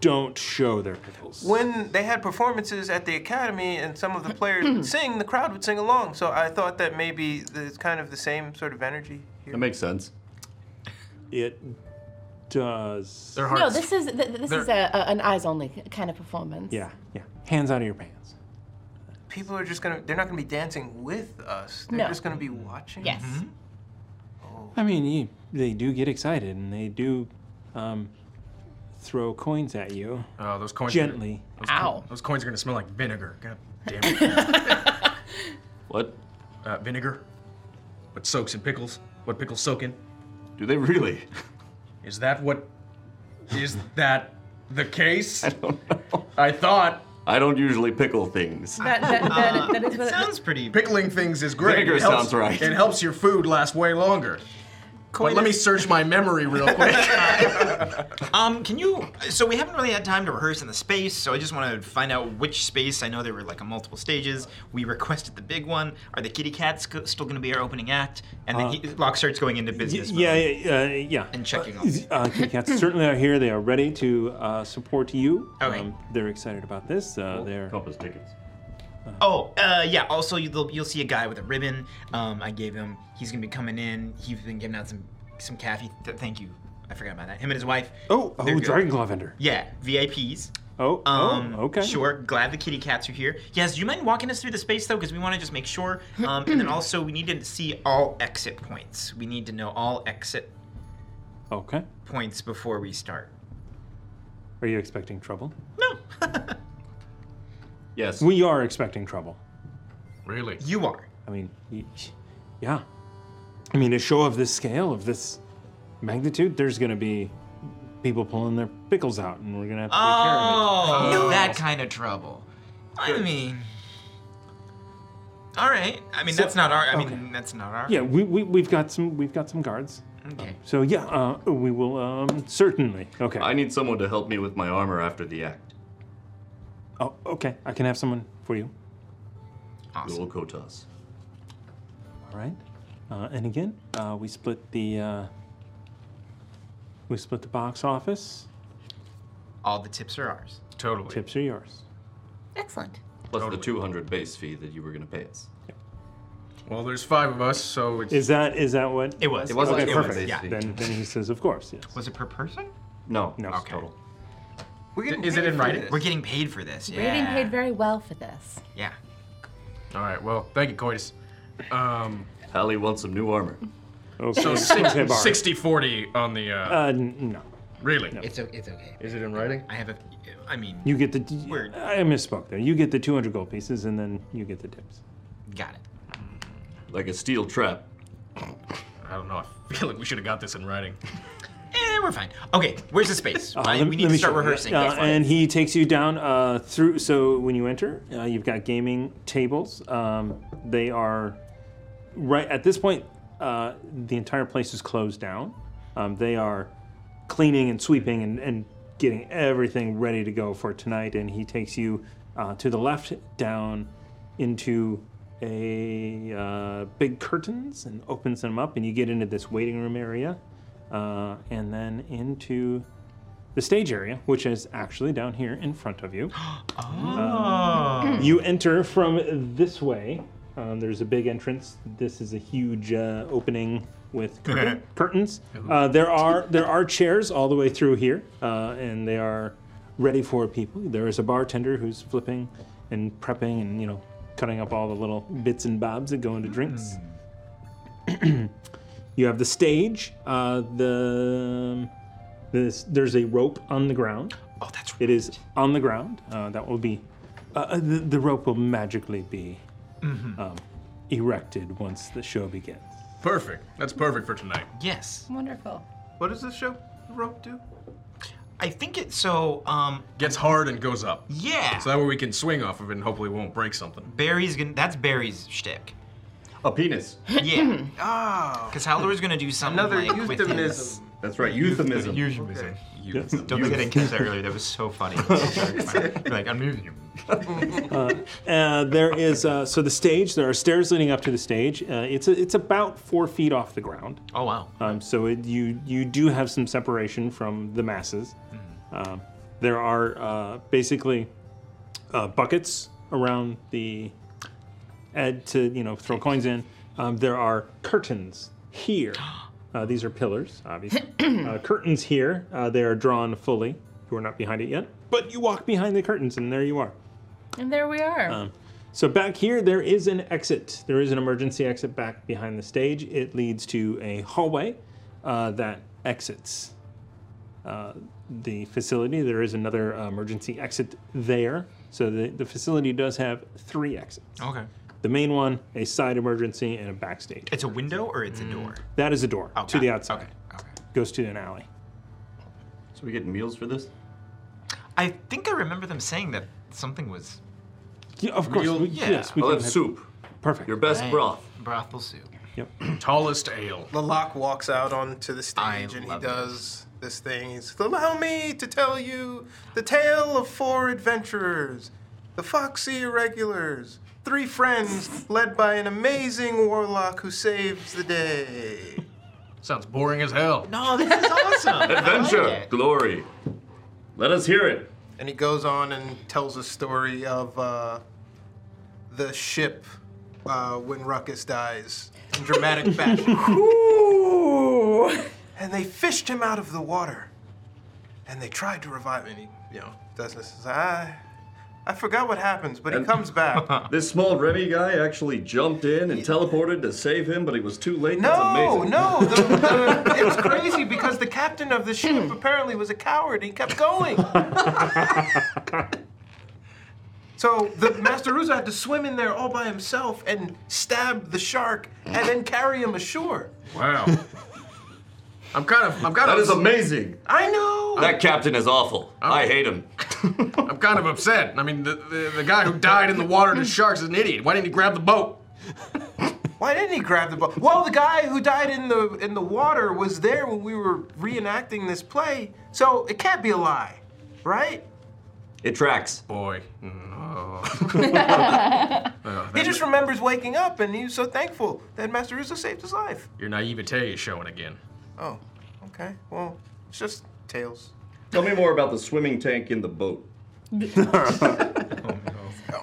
[SPEAKER 1] don't show their pickles.
[SPEAKER 7] When they had performances at the academy and some of the players would sing, the crowd would sing along. So I thought that maybe it's kind of the same sort of energy here.
[SPEAKER 11] That makes sense.
[SPEAKER 1] It does.
[SPEAKER 5] No, this is th- th- this is a, a, an eyes only kind of performance.
[SPEAKER 1] Yeah, yeah. Hands out of your pants.
[SPEAKER 7] People are just gonna—they're not gonna be dancing with us. They're
[SPEAKER 5] No.
[SPEAKER 7] just gonna be watching.
[SPEAKER 5] Yes.
[SPEAKER 1] Mm-hmm. I mean, you, they do get excited and they do um, throw coins at you.
[SPEAKER 10] Oh, those coins.
[SPEAKER 1] Gently.
[SPEAKER 10] Those co-
[SPEAKER 1] Ow.
[SPEAKER 10] those coins are gonna smell like vinegar. God damn it.
[SPEAKER 11] what?
[SPEAKER 10] Uh, vinegar. What soaks in pickles? What pickles soak in?
[SPEAKER 11] Do they really?
[SPEAKER 10] Is that what? Is that the case? I don't know. I thought.
[SPEAKER 11] I don't usually pickle things.
[SPEAKER 5] That, that, that, that is what it
[SPEAKER 8] Uh, sounds pretty.
[SPEAKER 10] Pickling things is great.
[SPEAKER 11] Vinegar
[SPEAKER 10] It helps-
[SPEAKER 11] sounds right.
[SPEAKER 10] It helps your food last way longer. But let me search my memory real quick.
[SPEAKER 8] Um, can you? So we haven't really had time to rehearse in the space, so I just want to find out which space. I know there were like a multiple stages. We requested the big one. Are the kitty cats go- still going to be our opening act? And then
[SPEAKER 1] Uh,
[SPEAKER 8] he, Locke starts going into business.
[SPEAKER 1] yeah, yeah, uh, yeah.
[SPEAKER 8] And checking
[SPEAKER 1] Uh,
[SPEAKER 8] off.
[SPEAKER 1] Uh, kitty cats certainly are here. They are ready to uh, support you. Um,
[SPEAKER 8] Okay.
[SPEAKER 1] they're excited about this. Uh, they're compass tickets.
[SPEAKER 8] Oh, uh, yeah. Also, you'll, you'll see a guy with a ribbon. Um, I gave him. He's gonna be coming in. He's been giving out some some caffeine. Th- thank you. I forgot about that. Him and his wife.
[SPEAKER 1] Oh,
[SPEAKER 8] They're
[SPEAKER 1] oh,
[SPEAKER 8] good.
[SPEAKER 1] dragon claw vendor.
[SPEAKER 8] Yeah, VIPs.
[SPEAKER 1] Oh, oh,
[SPEAKER 8] um,
[SPEAKER 1] okay.
[SPEAKER 8] Sure. Glad the kitty cats are here. Yes. Do you mind walking us through the space though, because we want to just make sure. Um, and then also we need to see all exit points. We need to know all exit
[SPEAKER 1] Okay.
[SPEAKER 8] points before we start.
[SPEAKER 1] Are you expecting trouble?
[SPEAKER 11] Yes.
[SPEAKER 1] We are expecting trouble.
[SPEAKER 10] Really?
[SPEAKER 8] You are.
[SPEAKER 1] I mean, y- yeah. I mean, a show of this scale, of this magnitude, there's going to be people pulling their pickles out, and we're going to have to
[SPEAKER 8] Oh,
[SPEAKER 1] take care of it.
[SPEAKER 8] that kind of trouble. I mean, all right. I mean,
[SPEAKER 1] So-
[SPEAKER 8] that's not our. I mean,
[SPEAKER 1] okay.
[SPEAKER 8] that's not our.
[SPEAKER 1] Yeah, we, we we've got some we've got some guards.
[SPEAKER 8] Okay.
[SPEAKER 1] So yeah, uh, we will um, certainly. Okay.
[SPEAKER 11] I need someone to help me with my armor after the act.
[SPEAKER 1] Oh, okay. I can have someone for you.
[SPEAKER 8] Awesome.
[SPEAKER 6] Little Kotas.
[SPEAKER 1] All right. Uh, and again, uh, we split the uh, we split the box office.
[SPEAKER 8] All the tips are ours.
[SPEAKER 6] Totally.
[SPEAKER 1] Tips are yours.
[SPEAKER 13] Excellent.
[SPEAKER 6] Plus the 200 base fee that you were going to pay us.
[SPEAKER 10] Well, there's five of us, so it's.
[SPEAKER 1] Is that is that what
[SPEAKER 10] It was. It was
[SPEAKER 1] okay,
[SPEAKER 10] like- it was,
[SPEAKER 1] perfect.
[SPEAKER 10] yeah.
[SPEAKER 1] Then then he says, of course, yes.
[SPEAKER 8] Was it per person?
[SPEAKER 11] No,
[SPEAKER 1] no,
[SPEAKER 8] okay.
[SPEAKER 1] total.
[SPEAKER 10] Is it in writing?
[SPEAKER 8] We're getting paid for this.
[SPEAKER 13] We're getting paid very well for this.
[SPEAKER 8] Yeah.
[SPEAKER 10] All right. Well, thank you, Coitus. Um,
[SPEAKER 6] Hallie wants some new armor.
[SPEAKER 10] so six, 60 40 on the. Uh,
[SPEAKER 1] no.
[SPEAKER 10] Really?
[SPEAKER 8] It's, o- it's okay.
[SPEAKER 10] Is it in writing?
[SPEAKER 8] I have a. I mean,
[SPEAKER 1] You get the. I misspoke there. You get the 200 gold pieces, and then you get the tips.
[SPEAKER 8] got it.
[SPEAKER 6] Like a steel trap.
[SPEAKER 10] I don't know. I feel like we should have got this in writing.
[SPEAKER 8] Eh, we're fine. Okay, where's the space?
[SPEAKER 1] Uh,
[SPEAKER 8] I-
[SPEAKER 1] lem-
[SPEAKER 8] we need
[SPEAKER 1] let
[SPEAKER 8] to
[SPEAKER 1] me
[SPEAKER 8] start
[SPEAKER 1] show you.
[SPEAKER 8] rehearsing.
[SPEAKER 1] Uh,
[SPEAKER 8] That's fine.
[SPEAKER 1] and he takes you down uh, through. So when you enter, uh, you've got gaming tables. Um, they are right at this point. Uh, the entire place is closed down. Um, they are cleaning and sweeping and, and getting everything ready to go for tonight. And he takes you uh, to the left down into a uh, big curtains and opens them up, and you get into this waiting room area, uh, and then into the stage area, which is actually down here in front of you. Uh, you enter from this way. Um, there's a big entrance. This is a huge uh, opening with curtain, curtains. Uh, there are there are chairs all the way through here, uh, and they are ready for people. There is a bartender who's flipping and prepping, and you know, cutting up all the little bits and bobs that go into drinks. you have the stage. Uh, the this, there's a rope on the ground. Oh, that's right. It is on the ground. Uh, that will be uh, the, the rope will magically be
[SPEAKER 10] Mhm.
[SPEAKER 1] um, erected once the show begins.
[SPEAKER 10] Perfect. That's perfect for tonight.
[SPEAKER 8] Yes.
[SPEAKER 5] Wonderful.
[SPEAKER 7] What does this show rope do?
[SPEAKER 8] I think it so. Um,
[SPEAKER 10] Gets hard and goes up.
[SPEAKER 8] Yeah.
[SPEAKER 10] So that way we can swing off of it and hopefully it won't break something.
[SPEAKER 8] Barry's gonna. That's Barry's shtick.
[SPEAKER 6] A penis.
[SPEAKER 8] Yeah.
[SPEAKER 7] Ah.
[SPEAKER 8] Because Haldor's gonna do something
[SPEAKER 7] Another
[SPEAKER 8] like with
[SPEAKER 7] euphemism.
[SPEAKER 8] his-
[SPEAKER 6] That's right, euphemism.
[SPEAKER 8] Euphemism.
[SPEAKER 6] Okay.
[SPEAKER 8] Euphemism. Don't think I didn't catch that earlier. That was so funny. You're like, I'm using you.
[SPEAKER 1] uh, uh, there is uh, so the stage. There are stairs leading up to the stage. Uh, it's a, it's about four feet off the ground.
[SPEAKER 8] Oh wow.
[SPEAKER 1] Um, so it, you you do have some separation from the masses. Um, there are uh, basically uh, buckets around the ed to you know throw coins in. Um, there are curtains here. Uh, these are pillars, obviously. uh, curtains here. Uh, they are drawn fully. You are not behind it yet, but you walk behind the curtains, and there you are.
[SPEAKER 5] And there we are.
[SPEAKER 1] Um, so back here, there is an exit. There is an emergency exit back behind the stage. It leads to a hallway uh, that exits uh, the facility. There is another uh, emergency exit there. So the, the facility does have three exits.
[SPEAKER 8] Okay.
[SPEAKER 1] The main one, a side emergency, and a backstage.
[SPEAKER 8] It's a window or it's a door.
[SPEAKER 1] That is a door to the outside. Goes to an alley.
[SPEAKER 6] So we get meals for this?
[SPEAKER 8] I think I remember them saying that something was.
[SPEAKER 1] Yeah, of course.
[SPEAKER 8] Real-
[SPEAKER 1] we-
[SPEAKER 8] yeah.
[SPEAKER 1] Yes, we
[SPEAKER 8] I'll
[SPEAKER 1] can
[SPEAKER 8] have
[SPEAKER 1] have
[SPEAKER 6] soup.
[SPEAKER 1] Perfect.
[SPEAKER 6] Your
[SPEAKER 8] Right. Brothel soup.
[SPEAKER 10] Tallest ale.
[SPEAKER 7] Laloc walks out onto the stage and he does this thing. He's, Allow me to tell you the tale of four adventurers, the foxy irregulars, three friends led by an amazing warlock who saves the day.
[SPEAKER 10] Sounds boring as hell.
[SPEAKER 8] No, this is awesome.
[SPEAKER 6] Adventure, glory. Let us hear it.
[SPEAKER 7] And he goes on and tells a story of uh, the ship uh, when Ruckus dies in dramatic fashion. and they fished him out of the water. And they tried to revive him. And he, you know, does this. Says, I, I forgot what happens, but he comes back.
[SPEAKER 6] This small Remy guy actually jumped in and teleported to save him, but he was too late. That's
[SPEAKER 7] No,
[SPEAKER 6] amazing.
[SPEAKER 7] no, the, the, it was crazy because the captain of the ship apparently was a coward. He kept going. so the Master Ruzo had to swim in there all by himself and stab the shark and then carry him ashore.
[SPEAKER 10] Wow. I'm kind of. I'm kind
[SPEAKER 6] That
[SPEAKER 10] of.
[SPEAKER 6] is amazing.
[SPEAKER 7] I know.
[SPEAKER 6] That captain is awful. I hate him.
[SPEAKER 10] I'm kind of upset. I mean, the, the, the guy who died in the water to sharks is an idiot. Why didn't he grab the boat?
[SPEAKER 7] Why didn't he grab the boat? Well, the guy who died in the in the water was there when we were reenacting this play, so it can't be a lie, right?
[SPEAKER 6] It tracks.
[SPEAKER 10] Boy. No.
[SPEAKER 7] It
[SPEAKER 10] Oh, that
[SPEAKER 7] He just remembers waking up and he's so thankful that Master Rizzo saved his life.
[SPEAKER 10] Your naivete is showing again.
[SPEAKER 7] Oh, okay. Well, it's just tales.
[SPEAKER 6] Tell me more about the swimming tank in the boat.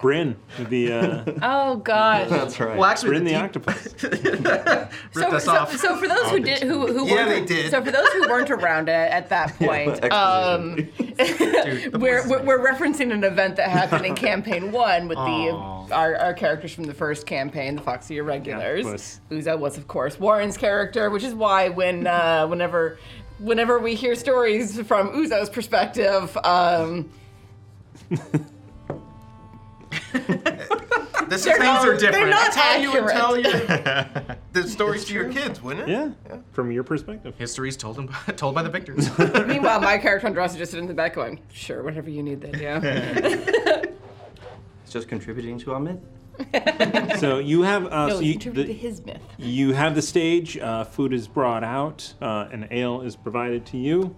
[SPEAKER 1] Bryn, the uh,
[SPEAKER 5] Oh gosh.
[SPEAKER 6] right.
[SPEAKER 8] Well, actually,
[SPEAKER 1] Bryn
[SPEAKER 8] the
[SPEAKER 1] the
[SPEAKER 8] deep-
[SPEAKER 1] octopus.
[SPEAKER 5] So,
[SPEAKER 8] us
[SPEAKER 5] so,
[SPEAKER 8] off.
[SPEAKER 5] so for those who did who who
[SPEAKER 8] Yeah,
[SPEAKER 5] weren't,
[SPEAKER 8] they did.
[SPEAKER 5] so for those who weren't around at, at that point,
[SPEAKER 8] exposition.
[SPEAKER 5] um, we're, we're we're referencing an event that happened in campaign one with the
[SPEAKER 14] Aw.
[SPEAKER 5] our, our characters from the first campaign, the Foxy Irregulars.
[SPEAKER 14] course.
[SPEAKER 5] Uzo was of course Warren's character, which is why when uh, whenever whenever we hear stories from Uzo's perspective, um,
[SPEAKER 7] This
[SPEAKER 5] They're not- they're not
[SPEAKER 7] That's how you would
[SPEAKER 5] accurate.
[SPEAKER 7] tell your, the stories to your kids, wouldn't it?
[SPEAKER 1] Yeah. From your perspective.
[SPEAKER 10] History's told him, told by the victors.
[SPEAKER 5] meanwhile my character Andrasa just sitting in the back going, sure, whatever you need, then yeah.
[SPEAKER 11] It's just contributing to our myth.
[SPEAKER 1] so you have uh,
[SPEAKER 5] no,
[SPEAKER 1] so
[SPEAKER 5] it's
[SPEAKER 1] you,
[SPEAKER 5] contributed
[SPEAKER 1] the-
[SPEAKER 5] to his myth.
[SPEAKER 1] You have the stage. Uh, food is brought out. Uh, an ale is provided to you.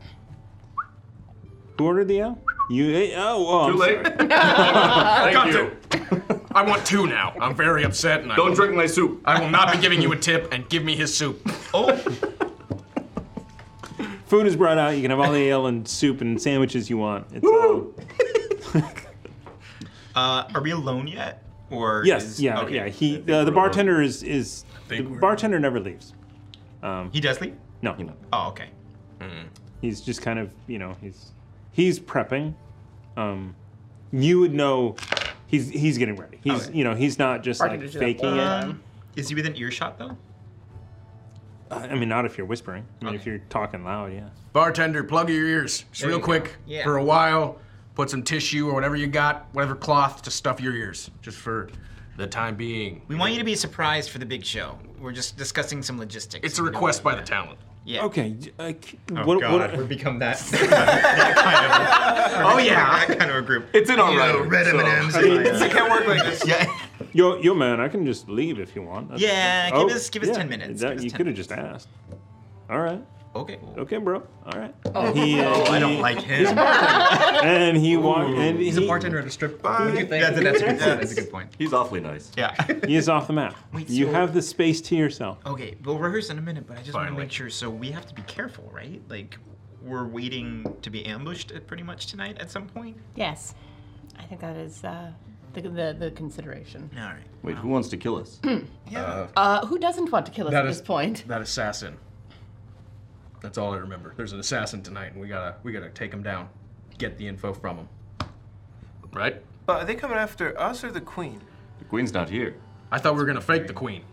[SPEAKER 1] Who ordered the ale? You. eh, Oh, well, I'm
[SPEAKER 10] Too late.
[SPEAKER 1] sorry.
[SPEAKER 10] I got two. I want two now. I'm very upset. And I
[SPEAKER 6] Don't drink my soup.
[SPEAKER 10] I will not be giving you a tip. And give me his soup. Oh,
[SPEAKER 1] Food is brought out. You can have all the ale and soup and sandwiches you want. It's all.
[SPEAKER 8] Uh, are we alone yet? Or
[SPEAKER 1] yes,
[SPEAKER 8] is-
[SPEAKER 1] yeah,
[SPEAKER 8] okay.
[SPEAKER 1] yeah. He, uh, the bartender is is the bartender never leaves. Um,
[SPEAKER 8] he does leave.
[SPEAKER 1] No.
[SPEAKER 8] Oh, okay.
[SPEAKER 1] He's just kind of, you know, he's he's prepping. Um, you would know he's he's getting ready. He's you know he's not just like
[SPEAKER 8] Bartender's
[SPEAKER 1] faking it.
[SPEAKER 8] up. Um, Is he within earshot though?
[SPEAKER 1] I mean, not if you're whispering. I mean, if you're talking loud, yeah.
[SPEAKER 10] bartender, plug your ears just
[SPEAKER 1] There
[SPEAKER 10] real
[SPEAKER 1] you go.
[SPEAKER 10] quick
[SPEAKER 1] Yeah.
[SPEAKER 10] for a while. Put some tissue or whatever you got, whatever cloth, to stuff your ears, just for the time being.
[SPEAKER 8] We want you to be surprised for the big show. We're just discussing some logistics.
[SPEAKER 10] It's a request by the talent.
[SPEAKER 8] Yeah.
[SPEAKER 1] Okay. Uh, c-
[SPEAKER 8] Oh
[SPEAKER 1] what,
[SPEAKER 8] God,
[SPEAKER 1] what,
[SPEAKER 8] we've become that.
[SPEAKER 1] Oh, yeah.
[SPEAKER 8] that kind of a group.
[SPEAKER 1] It's in our
[SPEAKER 8] You know,
[SPEAKER 1] writer,
[SPEAKER 8] Red
[SPEAKER 1] so-
[SPEAKER 8] M&Ms.
[SPEAKER 1] I mean-
[SPEAKER 8] Yeah.
[SPEAKER 1] It can't work like
[SPEAKER 7] this.
[SPEAKER 8] Yeah.
[SPEAKER 1] yo, yo, man, I can just leave if you want. oh,
[SPEAKER 8] Yeah, give us- give us 10 minutes,
[SPEAKER 1] that-
[SPEAKER 8] give us
[SPEAKER 1] you
[SPEAKER 8] 10
[SPEAKER 1] could have just asked. All right.
[SPEAKER 8] Okay.
[SPEAKER 1] Okay, bro. All right.
[SPEAKER 8] Oh. Oh, I don't like him.
[SPEAKER 1] He's a bartender. and he walked. And
[SPEAKER 8] He's
[SPEAKER 1] he,
[SPEAKER 8] a bartender at a strip
[SPEAKER 1] Bye.
[SPEAKER 8] club. That's,
[SPEAKER 1] That's- that's a good- that's a
[SPEAKER 8] good point.
[SPEAKER 11] He's awfully nice.
[SPEAKER 8] Yeah.
[SPEAKER 1] He is off the map.
[SPEAKER 8] Wait,
[SPEAKER 1] you
[SPEAKER 8] so- Oh.
[SPEAKER 1] have the space to yourself.
[SPEAKER 8] Okay, we'll rehearse in a minute, but I just want to
[SPEAKER 1] Finally.
[SPEAKER 8] make sure. So we have to be careful, right? Like, we're waiting to be ambushed at pretty much tonight at some point.
[SPEAKER 5] Yes, I think that is uh, the, the the consideration.
[SPEAKER 8] All right.
[SPEAKER 6] Wait, who wants to kill us?
[SPEAKER 5] yeah. Uh, who doesn't want to kill us
[SPEAKER 10] That
[SPEAKER 5] at
[SPEAKER 10] is-
[SPEAKER 5] this point?
[SPEAKER 10] That assassin. That's all I remember. There's an assassin tonight, and we gotta we gotta take him down, get the info from him. Right?
[SPEAKER 7] But are they coming after us or the queen?
[SPEAKER 6] The queen's not here.
[SPEAKER 10] I thought we were gonna fake the queen.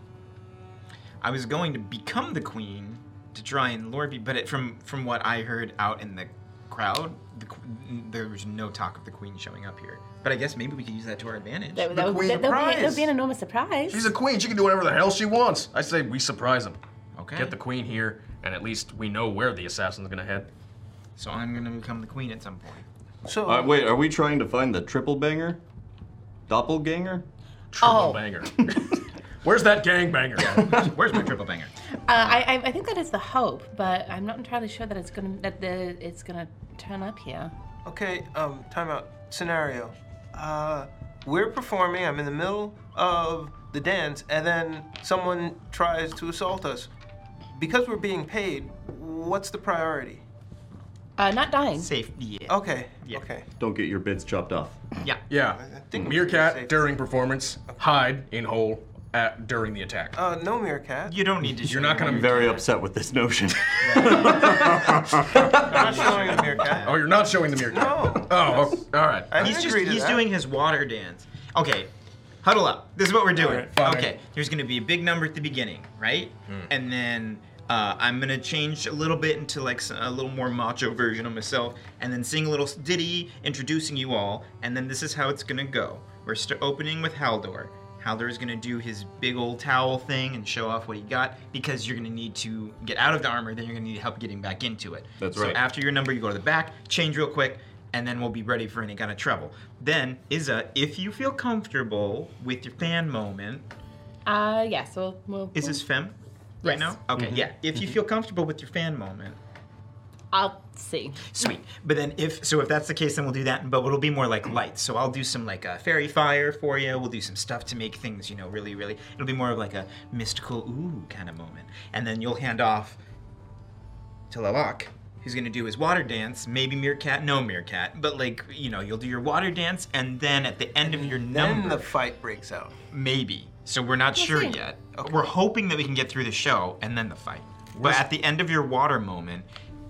[SPEAKER 8] I was going to become the queen to try and lure people, but it, from from what I heard out in the crowd, the, qu- there was no talk of the queen showing up here. But I guess maybe we could use that to our advantage.
[SPEAKER 5] That, that, would, that, that, would be, that would be an enormous surprise.
[SPEAKER 10] She's a queen. She can do whatever the hell she wants. I say we surprise him. Okay. Get the queen here, and at least we know where the assassin's gonna head.
[SPEAKER 8] So I'm gonna become the queen at some point.
[SPEAKER 7] So
[SPEAKER 8] Oh.
[SPEAKER 6] Uh, wait, are we trying to find the triple banger? Doppelganger?
[SPEAKER 5] Oh, uh,
[SPEAKER 10] Banger. Where's that gangbanger?
[SPEAKER 8] Where's my triple banger?
[SPEAKER 5] Uh, I, I- I think that is the hope, but I'm not entirely sure that it's gonna that the it's gonna turn up here.
[SPEAKER 7] Okay, um, time out. Scenario. Uh, we're performing, I'm in the middle of the dance, and then someone tries to assault us. Because we're being paid, what's the priority?
[SPEAKER 5] Uh, not dying.
[SPEAKER 8] Safe. Yeah.
[SPEAKER 5] Oh.
[SPEAKER 7] Okay. Okay.
[SPEAKER 6] Don't get your bits chopped off.
[SPEAKER 8] Yeah.
[SPEAKER 10] Yeah. Meerkat during performance. Hide in hole at, during the attack.
[SPEAKER 7] Uh, no meerkat.
[SPEAKER 8] You don't need to.
[SPEAKER 10] You're not
[SPEAKER 6] I'm
[SPEAKER 10] gonna.
[SPEAKER 6] very upset with this notion.
[SPEAKER 7] I'm not showing a meerkat.
[SPEAKER 10] Oh, you're not showing the meerkat.
[SPEAKER 7] No.
[SPEAKER 10] Oh, okay. all right.
[SPEAKER 7] I
[SPEAKER 8] he's
[SPEAKER 7] didn't
[SPEAKER 8] just
[SPEAKER 7] agree to
[SPEAKER 8] he's
[SPEAKER 7] that.
[SPEAKER 8] doing his water dance. Okay, huddle up. This is what we're doing.
[SPEAKER 10] Alright, fine.
[SPEAKER 8] okay, there's gonna be a big number at the beginning, right?
[SPEAKER 6] Hmm.
[SPEAKER 8] And then uh, I'm gonna change a little bit into like s- a little more macho version of myself, and then sing a little ditty introducing you all. And then this is how it's gonna go. We're st- opening with Haldor. Haldor is gonna do his big old towel thing and show off what he got because you're gonna need to get out of the armor. Then you're gonna need help getting back into it.
[SPEAKER 6] That's
[SPEAKER 8] so
[SPEAKER 6] right.
[SPEAKER 8] After your number, you go to the back, change real quick, and then we'll be ready for any kind of trouble. Then, Izza, if you feel comfortable with your fan moment,
[SPEAKER 5] Uh, yeah. So we'll.
[SPEAKER 8] is this fem right now? Okay, yeah. If you feel comfortable with your fan moment,
[SPEAKER 14] I'll see.
[SPEAKER 8] Sweet. But then if so, if that's the case, then we'll do that. But it'll be more like light. So I'll do some like uh, fairy fire for you. We'll do some stuff to make things, you know, really, really. It'll be more of like a mystical ooh kind of moment. And then you'll hand off to Lalak, who's gonna do his water dance. Maybe meerkat, no meerkat, but like you know, you'll do your water dance, and then at the end of your number,
[SPEAKER 7] the fight breaks out.
[SPEAKER 8] Maybe. So we're not
[SPEAKER 7] We'll
[SPEAKER 8] sure
[SPEAKER 7] see.
[SPEAKER 8] yet. We're hoping that we can get through the show and then the fight. But at the end of your water moment,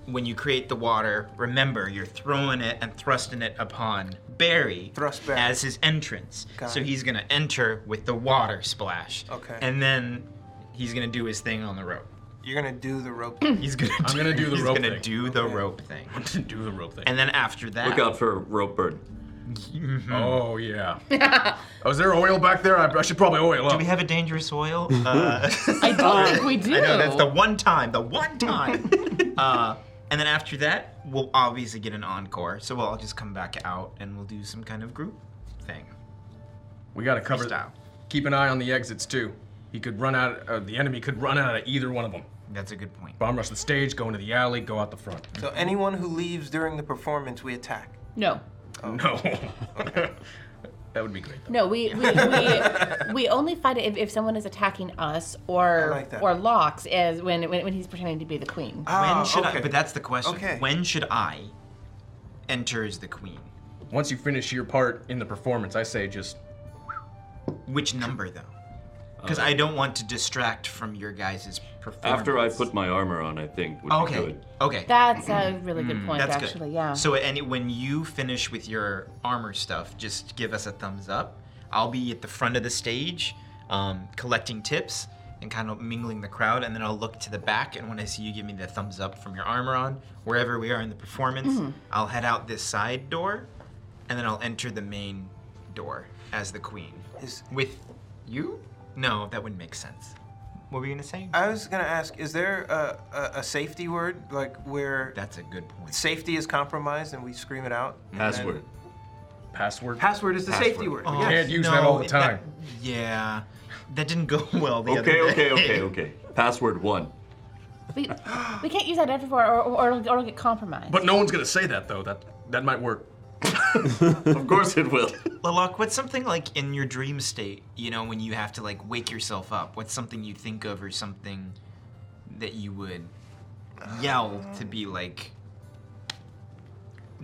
[SPEAKER 8] when you create the water, remember you're throwing it and thrusting it upon Barry, as his entrance.
[SPEAKER 7] Got
[SPEAKER 8] so
[SPEAKER 7] it.
[SPEAKER 8] he's gonna enter with the water splash.
[SPEAKER 7] Okay.
[SPEAKER 8] And then he's gonna do his thing on the rope.
[SPEAKER 7] You're gonna do the rope.
[SPEAKER 8] He's gonna.
[SPEAKER 7] I'm gonna do the
[SPEAKER 8] he's
[SPEAKER 7] rope
[SPEAKER 8] gonna
[SPEAKER 7] thing.
[SPEAKER 8] do the rope thing.
[SPEAKER 10] do the rope thing.
[SPEAKER 8] And then after that,
[SPEAKER 6] Look out for rope burn.
[SPEAKER 10] Oh yeah. oh, is there oil back there? I, I should probably oil up. Do we
[SPEAKER 8] have a dangerous oil?
[SPEAKER 10] I
[SPEAKER 8] Uh, I know,
[SPEAKER 10] do.
[SPEAKER 8] that's the one time, the one time. uh, and then after that, we'll obviously get an encore. So we'll all just come back out and we'll do some kind of group thing.
[SPEAKER 10] We gotta cover. Keep an eye on the exits too. He could run out. Uh, the enemy could run out of either one of them.
[SPEAKER 8] That's a good point.
[SPEAKER 10] Bomb rush the stage. Go into the alley. Go out the front.
[SPEAKER 7] So anyone who leaves during the performance, we attack.
[SPEAKER 14] No.
[SPEAKER 6] Oh.
[SPEAKER 10] No. that would be great.
[SPEAKER 14] No, we we, we, we only fight it if, if someone is attacking us or or locks is when, when when he's pretending to be the queen.
[SPEAKER 6] Ah,
[SPEAKER 8] when should I? But that's the question. When should I enter as the queen?
[SPEAKER 10] Once you finish your part in the performance, I say just.
[SPEAKER 8] Which number though?
[SPEAKER 7] Uh,
[SPEAKER 8] Because I don't want to distract from your guys' performance.
[SPEAKER 6] After I put my armor on, I think would
[SPEAKER 8] okay.
[SPEAKER 6] be good.
[SPEAKER 8] Okay.
[SPEAKER 14] That's a really good point,
[SPEAKER 8] Mm, That's good.
[SPEAKER 14] actually. Yeah.
[SPEAKER 8] So at any when you finish with your armor stuff, just give us a thumbs up. I'll be at the front of the stage, um, collecting tips and kind of mingling the crowd, and then I'll look to the back. And when I see you give me the thumbs up from your armor on, wherever we are in the performance,
[SPEAKER 14] Mhm.
[SPEAKER 8] I'll head out this side door, and then I'll enter the main door as the queen. With you? No, that wouldn't make sense. What were you gonna say?
[SPEAKER 7] I was gonna ask: Is there a, a, a safety word like where?
[SPEAKER 8] That's a good point.
[SPEAKER 7] Safety is compromised, and we scream it out. and
[SPEAKER 8] Mm.
[SPEAKER 7] then-
[SPEAKER 6] Password.
[SPEAKER 10] Password.
[SPEAKER 7] Password is the safety word.
[SPEAKER 8] Oh,
[SPEAKER 7] yes.
[SPEAKER 8] no, that- yeah, that didn't go well. The
[SPEAKER 6] Okay,
[SPEAKER 8] other
[SPEAKER 6] okay,
[SPEAKER 8] day.
[SPEAKER 6] okay, okay. Password one.
[SPEAKER 14] we, we can't use that everywhere or, or, it'll, or it'll get compromised.
[SPEAKER 10] But no one's gonna say that though. That that might work.
[SPEAKER 6] of course it will.
[SPEAKER 8] Lalak, what's something like in your dream state? You know, when you have to like wake yourself up. What's something you think of or something that you would yell to be like?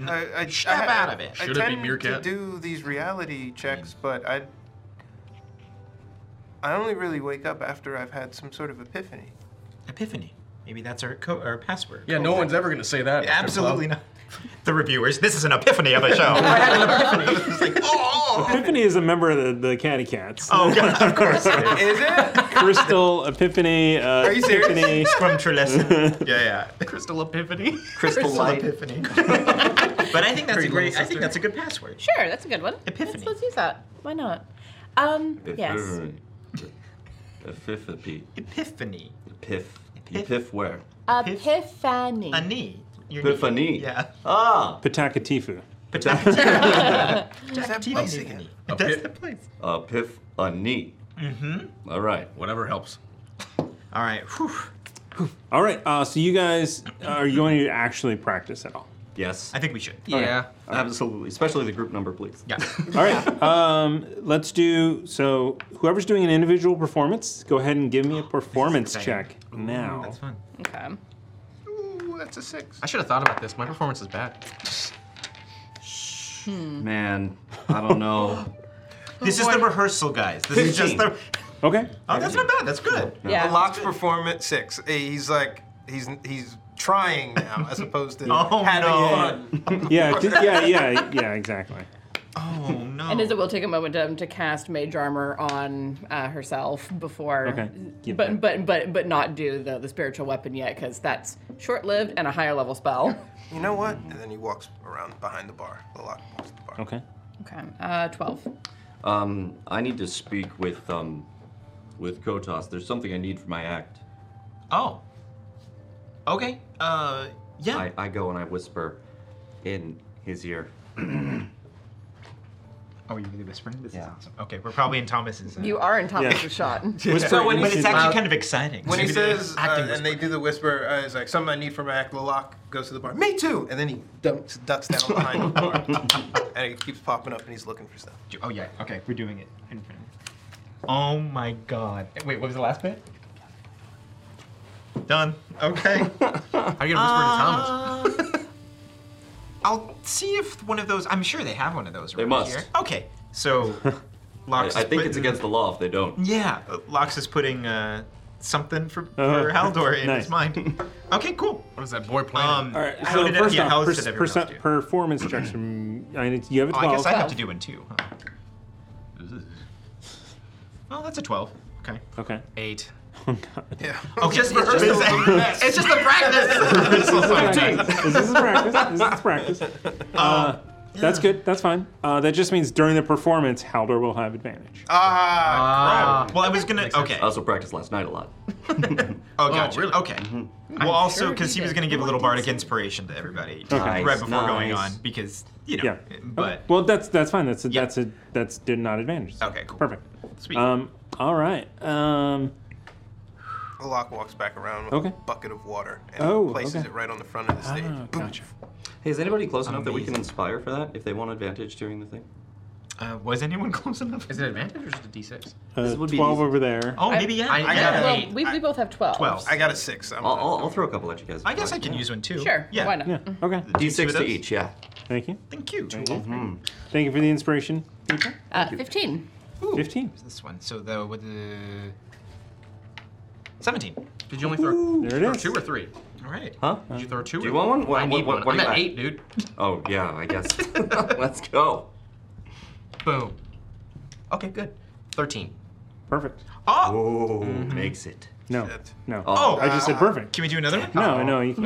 [SPEAKER 7] I, I,
[SPEAKER 8] Snap
[SPEAKER 7] I-
[SPEAKER 8] out of it.
[SPEAKER 7] I
[SPEAKER 8] Should it be
[SPEAKER 7] tend
[SPEAKER 8] meerkat? Mm.
[SPEAKER 7] to do these reality checks, but I I only really wake up after I've had some sort of epiphany.
[SPEAKER 8] Epiphany. Maybe that's our co- our password.
[SPEAKER 10] Yeah, no one's ever gonna say that.
[SPEAKER 8] Absolutely not. The reviewers, this is an epiphany of a show. I had an epiphany. It's like, oh,
[SPEAKER 1] Epiphany is a member of the, the Catty Cats. Uh,
[SPEAKER 8] Oh, God, of course.
[SPEAKER 7] is it?
[SPEAKER 1] Crystal, Epiphany, uh,
[SPEAKER 8] Are you serious?
[SPEAKER 1] Epiphany.
[SPEAKER 8] Scrumtrelessin. yeah, yeah. Crystal epiphany. Crystal,
[SPEAKER 1] light.
[SPEAKER 8] epiphany. but I think that's a great. I think that's a good password.
[SPEAKER 14] Sure, that's a good one. Epiphany. Let's, let's use that. Why not? Um, yes.
[SPEAKER 6] Epiphany.
[SPEAKER 8] Epiphany.
[SPEAKER 6] Epiph. Epiph where?
[SPEAKER 14] Uh, Epiphany.
[SPEAKER 8] A knee. Your
[SPEAKER 6] Epiphany.
[SPEAKER 8] Yeah.
[SPEAKER 6] Ah.
[SPEAKER 1] Patakatifu.
[SPEAKER 8] Does that place again?
[SPEAKER 6] A
[SPEAKER 8] That's
[SPEAKER 6] pip-
[SPEAKER 8] the place.
[SPEAKER 6] A piff a knee.
[SPEAKER 8] Mm-hmm.
[SPEAKER 6] Uh, All right.
[SPEAKER 10] Whatever helps.
[SPEAKER 8] All right.
[SPEAKER 1] All right. Uh, so you guys are you going to actually practice at all?
[SPEAKER 6] Yes.
[SPEAKER 8] I think we should.
[SPEAKER 1] Okay. Yeah.
[SPEAKER 6] Absolutely. Especially the group number, please.
[SPEAKER 8] Yeah.
[SPEAKER 1] All right. Um, let's do. So whoever's doing an individual performance, go ahead and give me a performance check now.
[SPEAKER 3] That's fun.
[SPEAKER 14] Okay.
[SPEAKER 7] Ooh, that's a six.
[SPEAKER 3] I should have thought about this. My performance is bad.
[SPEAKER 14] Hmm.
[SPEAKER 6] Man, I don't know.
[SPEAKER 8] This
[SPEAKER 7] Oh,
[SPEAKER 8] is the rehearsal, guys. This is just the.
[SPEAKER 1] Okay.
[SPEAKER 8] Oh, that's not bad. That's good.
[SPEAKER 7] Yeah. Locke's performance six. He's like he's he's trying now as opposed to
[SPEAKER 8] Oh,
[SPEAKER 7] having
[SPEAKER 8] no.
[SPEAKER 7] fun.
[SPEAKER 1] Yeah. d- Yeah. Yeah. Yeah. Exactly.
[SPEAKER 8] Oh no.
[SPEAKER 14] And Izzy will take a moment
[SPEAKER 5] um,
[SPEAKER 14] to, to cast Mage Armor on uh, herself before,
[SPEAKER 1] Okay, get
[SPEAKER 14] but but but but not do the, the spiritual weapon yet because that's short lived and a higher level spell.
[SPEAKER 7] You know what? And then he walks around behind the bar. The lock walks to the bar.
[SPEAKER 1] Okay.
[SPEAKER 14] Okay, uh, twelve.
[SPEAKER 6] Um, I need to speak with um, with Kotos. There's something I need for my act.
[SPEAKER 8] Oh. Okay. Uh. Yeah.
[SPEAKER 6] I, I go and I whisper in his ear.
[SPEAKER 8] Oh, you do whispering? This is awesome. Okay, we're probably in Thomas's. uh,
[SPEAKER 5] You are in Thomas's shot.
[SPEAKER 8] Yeah. So when he But it's says- actually kind of exciting.
[SPEAKER 7] When he
[SPEAKER 8] Maybe they're
[SPEAKER 7] says,
[SPEAKER 8] acting
[SPEAKER 7] uh, and they do the whisper, uh, it's like, something I need from Mac. Laloc goes to the bar, me too! And then he dumps, ducks down behind the bar. and he keeps popping up and he's looking for stuff.
[SPEAKER 8] Oh, yeah, okay, we're doing it. In front of me. Oh my god. Wait, what was the last bit? Done. Okay. How are you gonna whisper
[SPEAKER 3] to
[SPEAKER 8] to Thomas?
[SPEAKER 5] Uh.
[SPEAKER 8] I'll see if one of those. I'm sure they have one of those.
[SPEAKER 11] They
[SPEAKER 8] around
[SPEAKER 11] must.
[SPEAKER 8] Here. Okay. So, Lox.
[SPEAKER 11] I- I
[SPEAKER 8] is
[SPEAKER 11] think it's
[SPEAKER 8] putting-
[SPEAKER 11] against the law if they don't.
[SPEAKER 8] Yeah, uh, Lox is putting uh, something for,
[SPEAKER 11] Uh-huh.
[SPEAKER 8] for Haldor in
[SPEAKER 11] Nice.
[SPEAKER 8] his mind. Okay, cool. What was that boy playing? Um,
[SPEAKER 1] All right.
[SPEAKER 8] how
[SPEAKER 1] So
[SPEAKER 8] did it-
[SPEAKER 1] first
[SPEAKER 8] yeah, how
[SPEAKER 1] off,
[SPEAKER 8] did
[SPEAKER 1] pers-
[SPEAKER 8] everyone else
[SPEAKER 1] percent- performance checks from I mean, you have a
[SPEAKER 8] Oh,
[SPEAKER 1] twelve.
[SPEAKER 8] I guess I have to do one too. Huh? Well, that's a 12. Okay.
[SPEAKER 1] Okay.
[SPEAKER 8] Eight.
[SPEAKER 1] Oh, God.
[SPEAKER 8] Yeah. Okay.
[SPEAKER 1] Just
[SPEAKER 8] it's, just
[SPEAKER 1] rehearsal.
[SPEAKER 8] the, it's just the
[SPEAKER 1] This is
[SPEAKER 8] practice.
[SPEAKER 1] practice. This is practice. This is practice. Uh, that's good. That's fine. Uh, that just means during the performance, Haldor will have advantage.
[SPEAKER 8] Uh, Ah, crap. Well, I was gonna. Okay.
[SPEAKER 6] Oh,
[SPEAKER 11] I also practiced last night a lot.
[SPEAKER 8] Oh, gotcha. Okay.
[SPEAKER 11] I'm
[SPEAKER 8] Well, also
[SPEAKER 11] sure
[SPEAKER 8] because
[SPEAKER 11] he
[SPEAKER 8] he, was
[SPEAKER 11] did.
[SPEAKER 8] going to give a little bardic inspiration to everybody
[SPEAKER 1] Okay. Nice,
[SPEAKER 8] right before going
[SPEAKER 1] nice.
[SPEAKER 8] on because you know.
[SPEAKER 1] yeah.
[SPEAKER 8] But
[SPEAKER 1] Okay. well, that's that's fine. That's a, that's a that's did not advantage.
[SPEAKER 8] Okay, cool.
[SPEAKER 1] Perfect.
[SPEAKER 8] Sweet.
[SPEAKER 1] Um, all right. Um,
[SPEAKER 7] Laloc walks back around with
[SPEAKER 1] Okay.
[SPEAKER 7] a bucket of water and
[SPEAKER 1] Oh,
[SPEAKER 7] places
[SPEAKER 1] okay.
[SPEAKER 7] it right on the front of the stage.
[SPEAKER 1] Ah, gotcha.
[SPEAKER 11] Hey, is anybody close enough that we can inspire for that if they want advantage during the thing?
[SPEAKER 8] uh, was anyone close enough?
[SPEAKER 3] Is it advantage or just a d6?
[SPEAKER 1] uh,
[SPEAKER 11] This would be
[SPEAKER 1] twelve
[SPEAKER 11] easy.
[SPEAKER 1] over there.
[SPEAKER 8] Oh, maybe yeah.
[SPEAKER 3] I- I
[SPEAKER 8] yeah.
[SPEAKER 3] got
[SPEAKER 5] Well, we, we both have 12.
[SPEAKER 7] I got a six. I'm
[SPEAKER 11] I'll, I'll, I'll throw a couple at you guys.
[SPEAKER 8] I guess I can use one too.
[SPEAKER 5] Sure,
[SPEAKER 8] Yeah.
[SPEAKER 5] why not?
[SPEAKER 1] Yeah. Okay.
[SPEAKER 11] D6
[SPEAKER 8] Two of
[SPEAKER 11] to
[SPEAKER 8] those?
[SPEAKER 11] each, yeah.
[SPEAKER 1] Thank you.
[SPEAKER 8] Thank you. Mm-hmm.
[SPEAKER 1] Thank you. Thank you for the inspiration.
[SPEAKER 5] Uh, 15.
[SPEAKER 1] Fifteen.
[SPEAKER 8] What's this one? So the with the seventeen.
[SPEAKER 3] Did you only throw,
[SPEAKER 1] Ooh, there it
[SPEAKER 3] throw
[SPEAKER 1] is.
[SPEAKER 3] two or three?
[SPEAKER 8] All right.
[SPEAKER 11] Huh?
[SPEAKER 3] Did you throw two?
[SPEAKER 11] Do
[SPEAKER 3] or
[SPEAKER 11] you want one? What-
[SPEAKER 3] I need
[SPEAKER 11] what- what-
[SPEAKER 3] one.
[SPEAKER 11] what do
[SPEAKER 3] I'm at
[SPEAKER 11] you
[SPEAKER 3] eight, dude.
[SPEAKER 11] Oh, yeah, I guess. Let's go.
[SPEAKER 3] Boom. Okay, good. Thirteen.
[SPEAKER 1] Perfect.
[SPEAKER 11] Oh, makes it.
[SPEAKER 1] No. No.
[SPEAKER 8] Oh,
[SPEAKER 1] I just said perfect.
[SPEAKER 8] Can we do another one? Oh
[SPEAKER 1] No, no, you can't.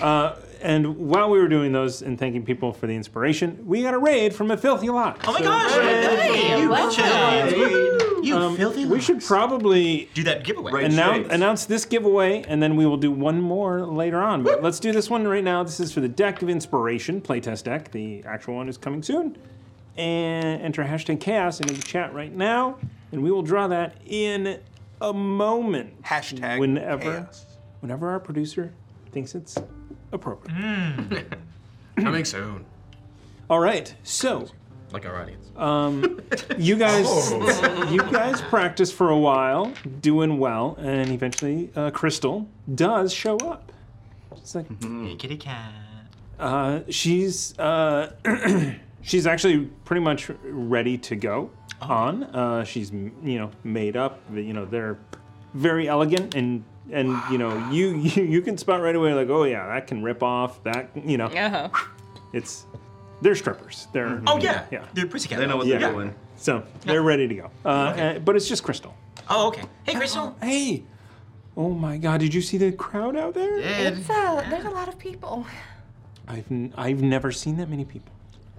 [SPEAKER 8] No.
[SPEAKER 1] Uh, and while we were doing those and thanking people for the inspiration, we got a raid from a filthy lot.
[SPEAKER 8] Oh my gosh! Hey, you bitches. You
[SPEAKER 1] Um,
[SPEAKER 8] filthy.
[SPEAKER 1] We should probably
[SPEAKER 8] Do that giveaway.
[SPEAKER 1] announce, announce this giveaway, and then we will do one more later on. But let's do this one right now. This is for the deck of inspiration playtest deck. The actual one is coming soon. And enter hashtag chaos into the chat right now, and we will draw that in a moment. Hashtag whenever, whenever our producer thinks it's appropriate.
[SPEAKER 3] Coming soon.
[SPEAKER 1] All right, so
[SPEAKER 3] Like our audience.
[SPEAKER 1] um, you guys,
[SPEAKER 3] Oh.
[SPEAKER 1] you guys practice for a while, doing well, and eventually uh, Crystal does show up. It's like
[SPEAKER 8] kitty cat.
[SPEAKER 1] uh, she's uh, she's actually pretty much ready to go on. Uh, she's m- you know made up. You know they're very elegant and and you know you, you you can spot right away like oh yeah that can rip off that you know
[SPEAKER 5] Uh-huh.
[SPEAKER 1] it's they're strippers. They're
[SPEAKER 8] Oh yeah.
[SPEAKER 1] yeah.
[SPEAKER 8] They're pussy cat.
[SPEAKER 1] They know what they're doing. So they're ready to go. Uh, uh, but it's just Crystal.
[SPEAKER 8] Oh okay. Hey Crystal.
[SPEAKER 1] Hey. Oh my God! Did you see the crowd out there?
[SPEAKER 14] It's, uh, there's a lot of people.
[SPEAKER 1] I've n- I've never seen that many people.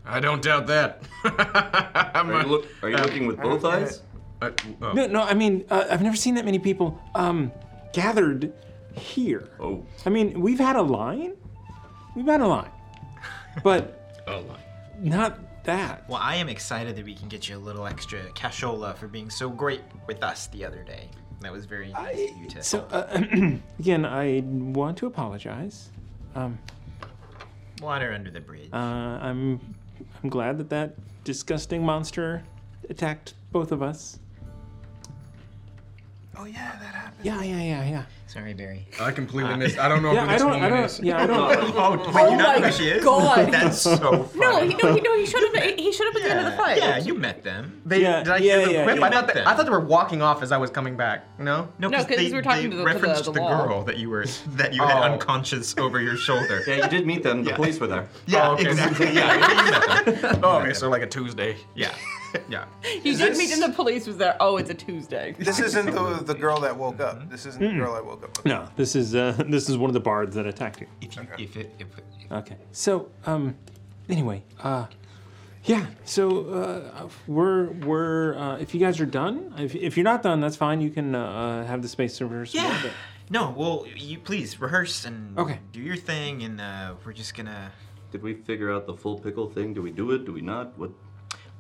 [SPEAKER 3] I don't doubt that. I'm
[SPEAKER 11] Are you,
[SPEAKER 3] a-
[SPEAKER 11] look, are you
[SPEAKER 3] uh,
[SPEAKER 11] looking with both eyes?
[SPEAKER 3] Uh, oh.
[SPEAKER 1] No, no. I mean, uh, I've never seen that many people um, gathered here.
[SPEAKER 11] Oh.
[SPEAKER 1] I mean, we've had a line. We've had a line, but not that.
[SPEAKER 8] Well, I am excited that we can get you a little extra cashola for being so great with us the other day. That was very nice of you to.
[SPEAKER 1] So uh, again, I want to apologize. Um,
[SPEAKER 8] Water under the bridge.
[SPEAKER 1] Uh, I'm I'm glad that that disgusting monster attacked both of us.
[SPEAKER 7] Oh, yeah, that happened.
[SPEAKER 1] Yeah, yeah, yeah, yeah.
[SPEAKER 8] Sorry, Barry.
[SPEAKER 3] I completely missed. I don't know
[SPEAKER 1] yeah,
[SPEAKER 3] who
[SPEAKER 1] I
[SPEAKER 3] this
[SPEAKER 1] don't,
[SPEAKER 3] woman
[SPEAKER 1] I don't,
[SPEAKER 3] is.
[SPEAKER 1] yeah, I don't.
[SPEAKER 8] Oh, wait, you know who she is?
[SPEAKER 1] God.
[SPEAKER 8] That's so funny.
[SPEAKER 5] No, he, no, he, no, he showed up, at- he showed up at the end of the fight.
[SPEAKER 8] Yeah, you met them.
[SPEAKER 3] They,
[SPEAKER 1] Yeah,
[SPEAKER 3] did I
[SPEAKER 1] yeah,
[SPEAKER 3] hear them
[SPEAKER 1] yeah,
[SPEAKER 3] quip?
[SPEAKER 1] yeah.
[SPEAKER 3] I, thought they, I thought they were walking off as I was coming back. No?
[SPEAKER 5] No, 'cause
[SPEAKER 8] they,
[SPEAKER 5] we're talking
[SPEAKER 8] they
[SPEAKER 5] to the- to the-
[SPEAKER 8] referenced
[SPEAKER 5] the
[SPEAKER 8] the
[SPEAKER 5] wall.
[SPEAKER 8] girl that you were that you had
[SPEAKER 11] Oh.
[SPEAKER 8] unconscious over your shoulder.
[SPEAKER 11] Yeah, you did meet them. The police were there.
[SPEAKER 8] Yeah,
[SPEAKER 3] Oh, okay.
[SPEAKER 8] exactly. Yeah, you met them.
[SPEAKER 3] Oh, okay, so like a Tuesday.
[SPEAKER 8] Yeah. Yeah.
[SPEAKER 5] You did meet him, the police was there. Oh, it's a Tuesday.
[SPEAKER 7] This isn't the, the girl that woke up. This isn't
[SPEAKER 8] Mm-hmm.
[SPEAKER 7] the girl that woke up.
[SPEAKER 1] No, this is uh, this is one of the bards that attacked you.
[SPEAKER 8] If, you, if it if it-
[SPEAKER 1] Okay. So, um, anyway, uh, yeah. So uh, we're we're uh, if you guys are done, if, if you're not done, that's fine. You can uh, uh, have the space servers.
[SPEAKER 8] Yeah. No, well, you please rehearse and
[SPEAKER 1] Okay.
[SPEAKER 8] do your thing, and uh, we're just gonna.
[SPEAKER 11] Did we figure out the full pickle thing? Do we do it? Do we not? What?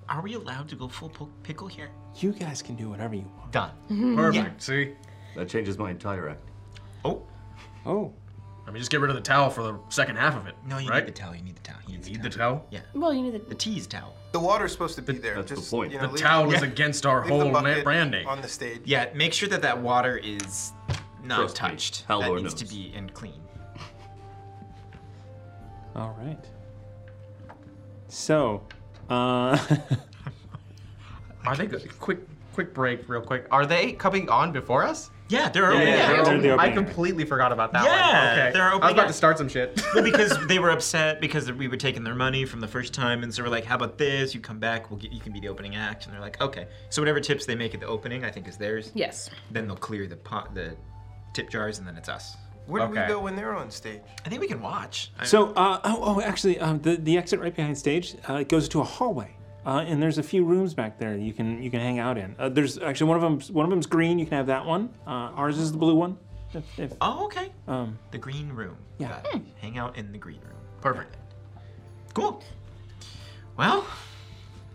[SPEAKER 8] Are we allowed to go full po- pickle here?
[SPEAKER 1] You guys can do whatever you want.
[SPEAKER 8] Done.
[SPEAKER 5] Mm-hmm.
[SPEAKER 10] Perfect. See?
[SPEAKER 11] That changes my entire act.
[SPEAKER 8] Oh.
[SPEAKER 1] Oh.
[SPEAKER 10] I mean, just get rid of the towel for the second half of it.
[SPEAKER 8] No, you
[SPEAKER 10] right?
[SPEAKER 8] need the towel. You need the towel. You need,
[SPEAKER 10] Need the towel?
[SPEAKER 8] Yeah.
[SPEAKER 14] Well, you need the,
[SPEAKER 8] the tea's towel.
[SPEAKER 7] The water's supposed to be there.
[SPEAKER 8] that's the
[SPEAKER 7] just,
[SPEAKER 8] point.
[SPEAKER 7] You know,
[SPEAKER 8] The
[SPEAKER 7] leave-
[SPEAKER 8] towel is
[SPEAKER 7] yeah.
[SPEAKER 8] against our
[SPEAKER 7] Leave
[SPEAKER 8] whole
[SPEAKER 7] the bucket
[SPEAKER 8] na- branding.
[SPEAKER 7] on the stage.
[SPEAKER 8] Yeah, make sure that that water is not
[SPEAKER 11] Trust me,
[SPEAKER 8] touched. that
[SPEAKER 11] Haldor knows.
[SPEAKER 8] needs to be and clean.
[SPEAKER 1] All right. So, uh,
[SPEAKER 3] Are they good? Quick, quick break, real quick. Are they coming on before us?
[SPEAKER 8] Yeah, they're opening
[SPEAKER 3] yeah,
[SPEAKER 8] act.
[SPEAKER 3] they're
[SPEAKER 8] They're
[SPEAKER 3] opening.
[SPEAKER 8] the
[SPEAKER 3] I
[SPEAKER 8] opening act.
[SPEAKER 3] completely forgot about that
[SPEAKER 8] Yeah,
[SPEAKER 3] one. Okay.
[SPEAKER 8] they're
[SPEAKER 3] I was
[SPEAKER 8] opening
[SPEAKER 3] about
[SPEAKER 8] act.
[SPEAKER 3] to start some shit.
[SPEAKER 8] well, because they were upset because we were taking their money from the first time, and so we're like, "How about this? You come back, we'll get you can be the opening act." And they're like, "Okay." So whatever tips they make at the opening, I think is theirs.
[SPEAKER 5] Yes.
[SPEAKER 8] Then they'll clear the pot, the tip jars, and then it's us.
[SPEAKER 7] Where do we go when they're on stage?
[SPEAKER 8] I think we can watch.
[SPEAKER 1] so uh, oh, oh, actually, um, the the exit right behind stage uh, it goes to a hallway, uh, and there's a few rooms back there you can you can hang out in. Uh, there's actually one of them one of them's green. You can have that one. Uh, ours is the blue one. If, if,
[SPEAKER 8] oh, okay.
[SPEAKER 1] Um,
[SPEAKER 8] The green room.
[SPEAKER 1] Yeah.
[SPEAKER 8] Got it. Hang out in the green room. Perfect. Cool. Well,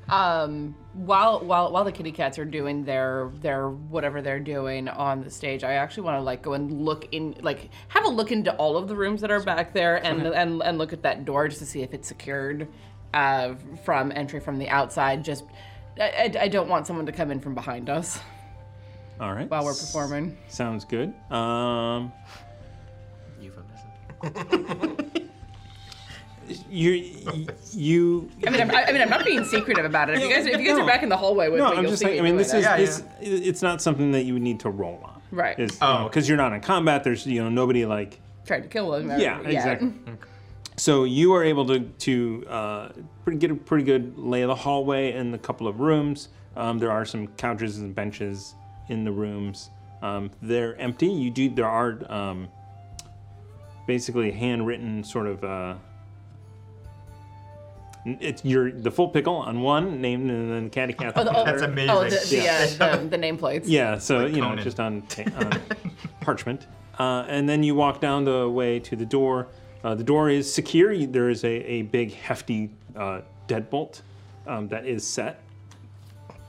[SPEAKER 5] Um, while while while the kitty cats are doing their their whatever they're doing on the stage, I actually want to like go and look in, like have a look into all of the rooms that are back there, and and and look at that door just to see if it's secured uh, from entry from the outside. Just I, I, I don't want someone to come in from behind us
[SPEAKER 1] all right.
[SPEAKER 5] while we're performing.
[SPEAKER 1] Sounds good. Um, you you
[SPEAKER 5] I mean, I'm, I mean, I'm not being secretive about it. If you guys if you guys are back in the hallway with
[SPEAKER 1] no,
[SPEAKER 5] me,
[SPEAKER 1] I'm
[SPEAKER 5] you'll
[SPEAKER 1] just
[SPEAKER 5] see
[SPEAKER 1] like,
[SPEAKER 5] me
[SPEAKER 1] I mean,
[SPEAKER 5] doing
[SPEAKER 1] this
[SPEAKER 5] it.
[SPEAKER 1] is this. It's not something that you would need to roll on.
[SPEAKER 5] Right.
[SPEAKER 1] Is, oh, because you're not in combat. There's you know nobody like.
[SPEAKER 5] Tried to kill them.
[SPEAKER 1] Yeah, exactly.
[SPEAKER 5] Mm.
[SPEAKER 1] So you are able to to uh, pretty get a pretty good lay of the hallway and the couple of rooms. Um, there are some couches and benches in the rooms. Um, they're empty. You do there are um, basically handwritten sort of. Uh, it's your the full pickle on one named and then catty cat.
[SPEAKER 5] Oh, the, oh, Oh, the, the,
[SPEAKER 1] Yeah.
[SPEAKER 5] uh, the, the nameplates.
[SPEAKER 1] Yeah, so you know, just on, ta- on parchment, uh, and then you walk down the way to the door. Uh, the door is secure. You- There is a, a big hefty uh, deadbolt um, that is set.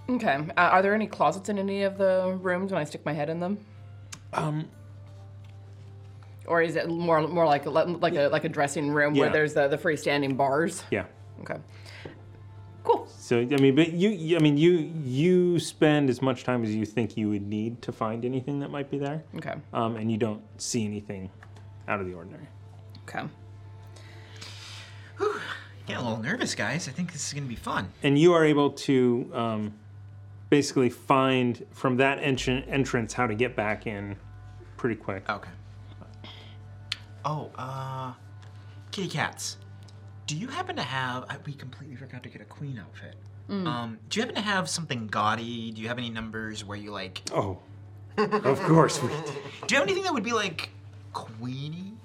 [SPEAKER 5] Okay. Uh, are there any closets in any of the rooms when I stick my head in them?
[SPEAKER 1] Um,
[SPEAKER 5] Or is it more more like a, like a like a dressing room where
[SPEAKER 1] Yeah.
[SPEAKER 5] there's the, the freestanding bars?
[SPEAKER 1] yeah.
[SPEAKER 5] Okay.
[SPEAKER 1] So I mean, but you, you, I mean, you you spend as much time as you think you would need to find anything that might be there.
[SPEAKER 5] Okay.
[SPEAKER 1] Um, and you don't see anything out of the ordinary.
[SPEAKER 5] Okay.
[SPEAKER 8] getting a little nervous, guys. I think this is gonna be fun.
[SPEAKER 1] and you are able to um, basically find from that entran entrance how to get back in pretty quick.
[SPEAKER 8] Okay. Oh, uh, kitty cats. Do you happen to have? I, we completely forgot to get a queen outfit.
[SPEAKER 15] Mm.
[SPEAKER 8] Um, do you happen to have something gaudy? Do you have any numbers where you like?
[SPEAKER 1] Oh, of course we do.
[SPEAKER 8] you have anything that would be like queenie?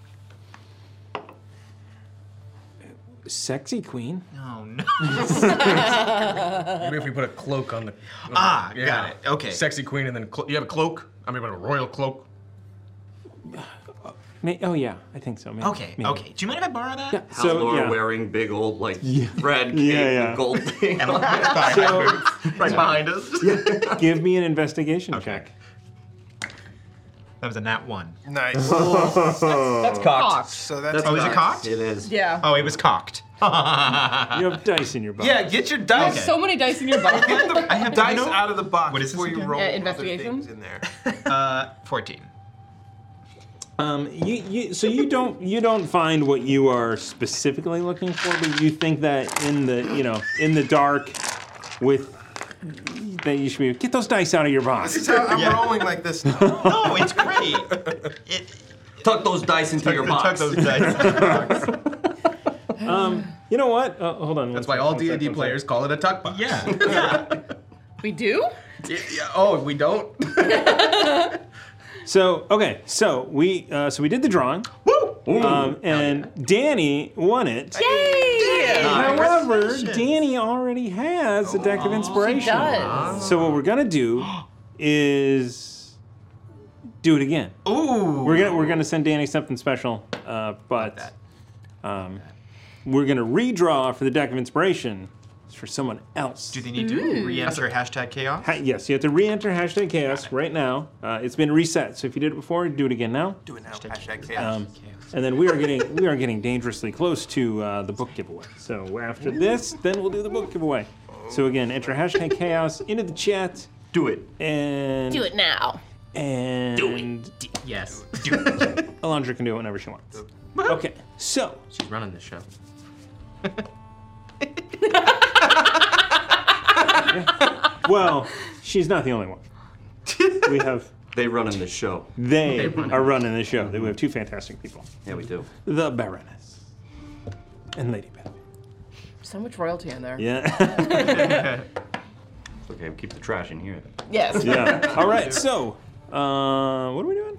[SPEAKER 1] Sexy queen.
[SPEAKER 8] Oh no.
[SPEAKER 3] Maybe if we put a cloak on the.
[SPEAKER 8] Ah, got it. Okay.
[SPEAKER 3] Sexy queen, and then clo- you have a cloak. I mean, but a royal cloak.
[SPEAKER 1] May- oh yeah, I think so. Maybe,
[SPEAKER 8] Okay,
[SPEAKER 1] maybe.
[SPEAKER 8] okay. Do you mind if I borrow that?
[SPEAKER 1] Yeah,
[SPEAKER 11] So,
[SPEAKER 1] so yeah.
[SPEAKER 11] wearing big old like thread cape
[SPEAKER 1] Yeah, yeah.
[SPEAKER 11] and gold thing.
[SPEAKER 8] And, like, right behind us.
[SPEAKER 1] Give me an investigation check.
[SPEAKER 8] That was a nat one.
[SPEAKER 7] Nice.
[SPEAKER 1] That's-
[SPEAKER 7] that's
[SPEAKER 8] cocked.
[SPEAKER 7] cocked. So that's
[SPEAKER 8] oh, is it
[SPEAKER 7] cocked.
[SPEAKER 8] cocked?
[SPEAKER 11] It is.
[SPEAKER 5] Yeah.
[SPEAKER 8] Oh, it was cocked. you have
[SPEAKER 1] dice in your
[SPEAKER 8] box.
[SPEAKER 7] Yeah, get your
[SPEAKER 5] I
[SPEAKER 7] dice.
[SPEAKER 5] have so many dice in your box.
[SPEAKER 7] I have dice out of the box
[SPEAKER 8] What is this
[SPEAKER 7] before you
[SPEAKER 8] again?
[SPEAKER 7] roll
[SPEAKER 5] Uh,
[SPEAKER 7] other
[SPEAKER 5] investigation?
[SPEAKER 7] things in there.
[SPEAKER 8] Uh, fourteen.
[SPEAKER 1] Um, you, you, so you don't you don't find what you are specifically looking for, but you think that in the you know in the dark with that you should be get those dice out of your
[SPEAKER 7] This is
[SPEAKER 1] box.
[SPEAKER 7] how I'm rolling like this. Now.
[SPEAKER 8] no, it's great.
[SPEAKER 11] Tuck those dice into your box.
[SPEAKER 8] Tuck those dice.
[SPEAKER 1] Um, you know what? Uh, hold on.
[SPEAKER 3] That's why all D and D players call it a tuck box. Yeah.
[SPEAKER 5] we do?
[SPEAKER 3] Oh, we don't.
[SPEAKER 1] So okay, so we uh, so we did the drawing. Woo! Um, and Danny won it.
[SPEAKER 5] Yay!
[SPEAKER 1] However, Danny already has a deck of inspiration.
[SPEAKER 5] does.
[SPEAKER 1] So what we're gonna do is do it again.
[SPEAKER 8] Ooh.
[SPEAKER 1] We're gonna we're gonna send Danny something special, uh, but um, we're gonna redraw for the deck of inspiration for someone else.
[SPEAKER 8] Do they need
[SPEAKER 1] Mm.
[SPEAKER 8] to re-enter hashtag chaos?
[SPEAKER 1] Ha- yes, you have to re-enter hashtag chaos right now. Uh, it's been reset, so if you did it before, do it again now.
[SPEAKER 7] Do it now. Hashtag chaos.
[SPEAKER 1] Um, and then we are getting we are getting dangerously close to uh, the book giveaway. So after this, then we'll do the book giveaway. So again, enter hashtag chaos into the chat.
[SPEAKER 11] Do it
[SPEAKER 1] and
[SPEAKER 14] Do it now.
[SPEAKER 1] and do it.
[SPEAKER 3] Yes.
[SPEAKER 1] Alondra can do it whenever she wants. Okay, so
[SPEAKER 3] she's running the show.
[SPEAKER 1] Well, she's not the only one. We have
[SPEAKER 11] They run in the show.
[SPEAKER 1] they are running the show. We have two fantastic people.
[SPEAKER 11] Yeah, we do.
[SPEAKER 1] The Baroness and Lady Beth.
[SPEAKER 5] So much royalty in there.
[SPEAKER 1] Yeah.
[SPEAKER 11] okay, keep the trash in here.
[SPEAKER 5] Yes.
[SPEAKER 1] Yeah. All right. So, uh, what are we doing?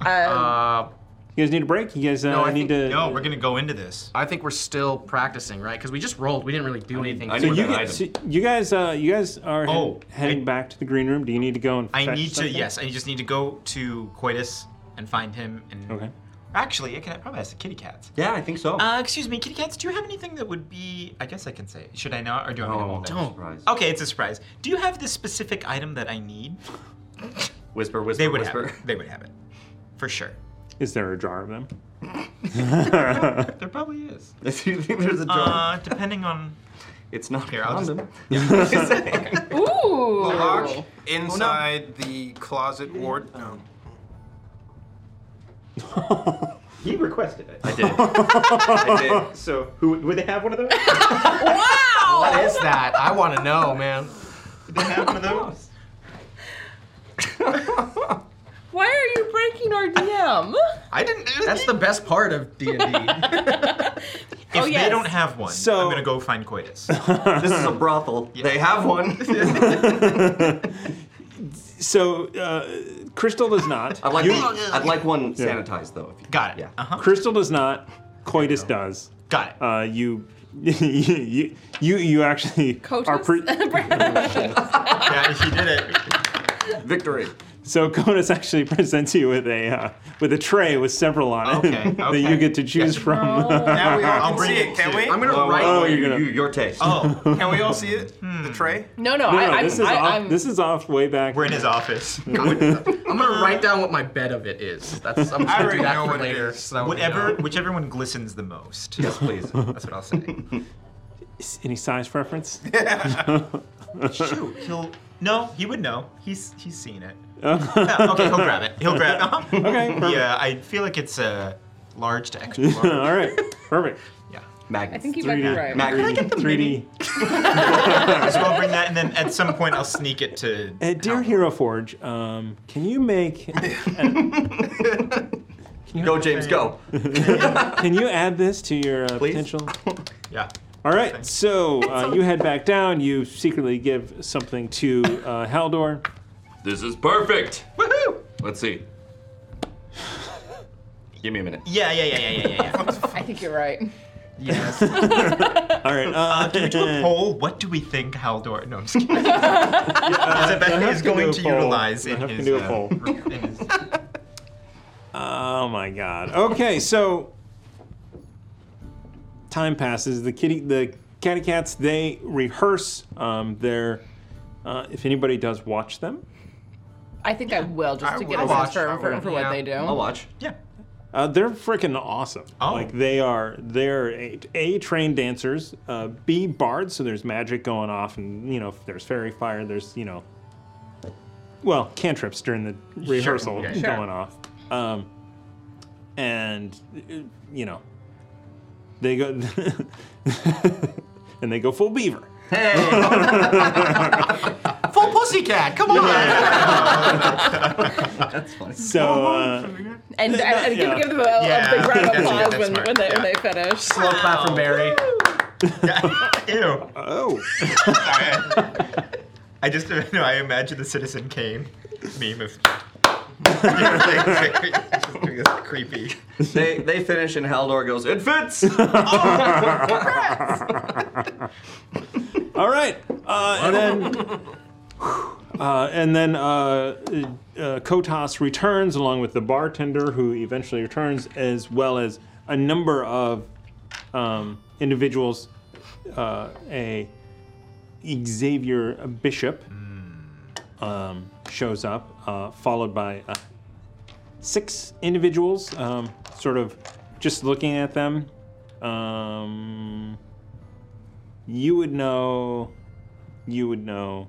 [SPEAKER 5] Um,
[SPEAKER 3] Uh,
[SPEAKER 1] you guys need a break. You guys uh,
[SPEAKER 3] no, I
[SPEAKER 1] need
[SPEAKER 3] think-
[SPEAKER 1] to.
[SPEAKER 3] no, we're
[SPEAKER 8] We're gonna go into this.
[SPEAKER 3] I think we're still practicing, right? Because we just rolled. We didn't really do anything.
[SPEAKER 1] so you, guys, so you guys, uh, you guys are head- heading back to the green room. Do you need to go and?
[SPEAKER 8] I
[SPEAKER 1] fetch
[SPEAKER 8] need to.
[SPEAKER 1] something?
[SPEAKER 8] Yes, I just need to go to Coitus and find him. And okay. Actually, I can I probably ask the kitty cats.
[SPEAKER 11] Yeah, I think so.
[SPEAKER 8] Uh, excuse me, kitty cats. Do you have anything that would be? I guess I can say. Should I not, or do I
[SPEAKER 11] No,
[SPEAKER 8] want
[SPEAKER 11] that's
[SPEAKER 8] to
[SPEAKER 11] a
[SPEAKER 8] hold
[SPEAKER 11] surprise.
[SPEAKER 8] Okay, it's a surprise. Do you have the specific item that I need?
[SPEAKER 11] Whisper, whisper,
[SPEAKER 8] They would
[SPEAKER 11] whisper.
[SPEAKER 8] have it. They would have it, for sure.
[SPEAKER 1] Is there a jar of them?
[SPEAKER 8] There probably is.
[SPEAKER 11] Do you think there's a
[SPEAKER 8] Uh,
[SPEAKER 11] jar?
[SPEAKER 8] depending on.
[SPEAKER 11] it's not
[SPEAKER 8] Here,
[SPEAKER 11] here,
[SPEAKER 8] I'll just-
[SPEAKER 11] condom.
[SPEAKER 8] Oh.
[SPEAKER 5] Ooh.
[SPEAKER 7] Balak inside the closet ward. No.
[SPEAKER 8] He requested it.
[SPEAKER 11] I did.
[SPEAKER 8] I did. So, who would they have one of those?
[SPEAKER 3] What is that? I want to know, man.
[SPEAKER 8] They have one of those.
[SPEAKER 5] Why are you breaking our DM?
[SPEAKER 8] I didn't do
[SPEAKER 3] That's the best part of D and D.
[SPEAKER 8] If
[SPEAKER 5] Oh, yes.
[SPEAKER 8] they don't have one, I'm gonna go find Coitus.
[SPEAKER 11] this is a brothel. They have one.
[SPEAKER 1] So, uh, Crystal does not.
[SPEAKER 11] I'd like,
[SPEAKER 1] You-
[SPEAKER 11] one, I'd like one
[SPEAKER 1] Yeah.
[SPEAKER 11] sanitized though. If you,
[SPEAKER 8] Got it. Uh-huh.
[SPEAKER 11] Yeah.
[SPEAKER 1] Crystal does not. Coitus does.
[SPEAKER 8] Got
[SPEAKER 1] it. Uh, you, you, you, you actually are pre-
[SPEAKER 8] yeah, he did it.
[SPEAKER 11] Victory.
[SPEAKER 1] So Conus actually presents you with a uh, with a tray with several on it that you get to choose from.
[SPEAKER 7] Now we all
[SPEAKER 1] I'll
[SPEAKER 7] can
[SPEAKER 1] bring
[SPEAKER 7] see
[SPEAKER 1] it
[SPEAKER 7] it, can
[SPEAKER 1] to-
[SPEAKER 7] we?
[SPEAKER 1] I'm gonna Oh, write- oh, you're gonna-
[SPEAKER 11] your taste.
[SPEAKER 8] Oh,
[SPEAKER 7] can we all see it?
[SPEAKER 8] Hmm.
[SPEAKER 7] The tray?
[SPEAKER 5] No,
[SPEAKER 1] no, this is off. This is off way back. We're
[SPEAKER 8] in his office.
[SPEAKER 3] I'm gonna write down what my bed of it is. That's I'm just gonna do that for later. so that way we
[SPEAKER 8] Whatever,
[SPEAKER 3] know.
[SPEAKER 8] whichever one glistens the most. Yes, please. That's what I'll say.
[SPEAKER 1] Any size preference?
[SPEAKER 8] Shoot, he'll. No, he would know. He's he's seen it.
[SPEAKER 1] Oh.
[SPEAKER 8] Yeah, okay, he'll grab it. He'll grab. it.
[SPEAKER 1] Okay, perfect.
[SPEAKER 8] Yeah, I feel like it's uh, large to extra large.
[SPEAKER 1] All right, perfect.
[SPEAKER 8] Yeah,
[SPEAKER 11] Magnets.
[SPEAKER 5] I think you might be right.
[SPEAKER 8] Can I get the
[SPEAKER 1] 3D.
[SPEAKER 8] so I'll bring that, and then at some point I'll sneak it to.
[SPEAKER 1] Uh, dear Hero Forge, um, can you make?
[SPEAKER 11] go, James. Go.
[SPEAKER 1] can you add this to your uh, potential?
[SPEAKER 8] Yeah.
[SPEAKER 1] All right, so uh, you head back down. You secretly give something to uh, Haldor.
[SPEAKER 6] This is perfect. Woohoo! Let's see.
[SPEAKER 11] Give me a minute.
[SPEAKER 8] Yeah, yeah, yeah, yeah, yeah, yeah.
[SPEAKER 5] I think you're right.
[SPEAKER 8] Yes.
[SPEAKER 1] All right.
[SPEAKER 8] Uh, can we do a poll? What do we think Haldor? No, I'm just kidding.
[SPEAKER 1] Uh,
[SPEAKER 8] Zebek
[SPEAKER 1] I have
[SPEAKER 8] is
[SPEAKER 1] do
[SPEAKER 8] going
[SPEAKER 1] a
[SPEAKER 8] to
[SPEAKER 1] poll.
[SPEAKER 8] utilize
[SPEAKER 1] I
[SPEAKER 8] in
[SPEAKER 1] have to
[SPEAKER 8] his,
[SPEAKER 1] do a
[SPEAKER 8] uh,
[SPEAKER 1] poll. Oh my god. Okay, so time passes. The kitty, the catty cats, they rehearse. Um, their uh, if anybody does watch them,
[SPEAKER 5] I think I will just
[SPEAKER 8] I
[SPEAKER 5] to get
[SPEAKER 8] will.
[SPEAKER 5] a
[SPEAKER 8] I'll
[SPEAKER 5] sense for,
[SPEAKER 8] watch.
[SPEAKER 5] for, for what
[SPEAKER 8] Yeah.
[SPEAKER 5] they do.
[SPEAKER 8] I'll watch.
[SPEAKER 1] Uh, they're freaking awesome.
[SPEAKER 8] Oh.
[SPEAKER 1] Like they are, they're a, a trained dancers, uh, B bards. So there's magic going off, and you know if there's fairy fire. There's you know, well cantrips during the rehearsal
[SPEAKER 8] yeah, sure.
[SPEAKER 1] going off, um, and uh, you know they go and they go full beaver.
[SPEAKER 8] Full pussycat, come on!
[SPEAKER 11] That's funny.
[SPEAKER 1] So uh,
[SPEAKER 5] And, and, and
[SPEAKER 1] Yeah.
[SPEAKER 5] give, give them a, a
[SPEAKER 1] Yeah.
[SPEAKER 5] big round of
[SPEAKER 1] That's- yeah,
[SPEAKER 5] applause
[SPEAKER 1] that's
[SPEAKER 5] when,
[SPEAKER 1] smart.
[SPEAKER 5] when, they, when
[SPEAKER 1] Yeah.
[SPEAKER 5] they finish.
[SPEAKER 3] Slow clap from Barry.
[SPEAKER 8] Ew.
[SPEAKER 1] Oh.
[SPEAKER 8] I just no. I imagine the Citizen Kane meme of. creepy.
[SPEAKER 11] They they finish and Haldor goes, it fits.
[SPEAKER 1] All right, uh, and then uh, and then uh, uh, Kotas returns along with the bartender, who eventually returns, as well as a number of um, individuals, uh, a Xavier Bishop um, shows up, uh, followed by uh, six individuals, um, sort of just looking at them. Um, you would know. You would know.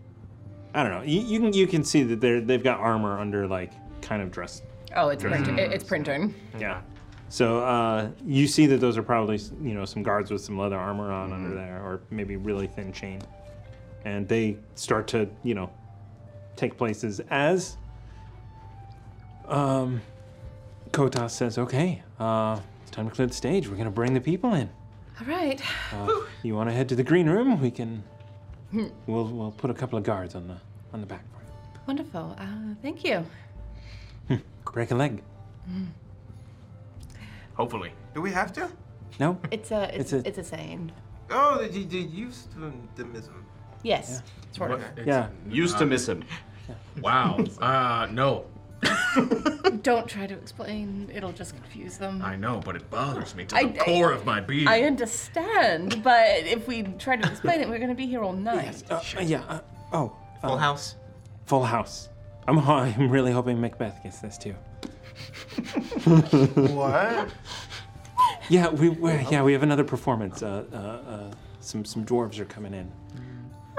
[SPEAKER 1] I don't know. You, you can you can see that they're they've got armor under like kind of dress.
[SPEAKER 16] Oh, it's
[SPEAKER 1] dress
[SPEAKER 16] print- it- it's printing.
[SPEAKER 1] yeah. So uh, you see that those are probably you know some guards with some leather armor on under there, or maybe really thin chain, and they start to you know take places as um, Kotas says, "Okay, uh, it's time to clear the stage. We're gonna bring the people in.
[SPEAKER 5] All right.
[SPEAKER 1] Uh, you want to head to the green room? We can. We'll we'll put a couple of guards on the on the back.
[SPEAKER 5] Wonderful. Uh, thank you.
[SPEAKER 1] Break a leg.
[SPEAKER 10] Hopefully.
[SPEAKER 17] Do we have to?
[SPEAKER 1] No.
[SPEAKER 5] It's a it's,
[SPEAKER 1] It's a-
[SPEAKER 5] it's a saying.
[SPEAKER 17] Oh, the, the, the euphemism.
[SPEAKER 5] Yes. Sort of.
[SPEAKER 1] yeah.
[SPEAKER 18] Used to miss him.
[SPEAKER 10] Wow. Uh, no.
[SPEAKER 5] Don't try to explain. It'll just confuse them.
[SPEAKER 10] I know, but it bothers me to
[SPEAKER 5] I-
[SPEAKER 10] the core of my being.
[SPEAKER 5] I understand, but if we try to explain it, we're going to be here all night.
[SPEAKER 1] Uh, yeah. Uh, oh.
[SPEAKER 8] Full House.
[SPEAKER 1] Full House. I'm ho- I'm really hoping Macbeth gets this too.
[SPEAKER 17] What?
[SPEAKER 1] Yeah, we we yeah we have another performance. Uh, uh, uh, some some dwarves are coming in.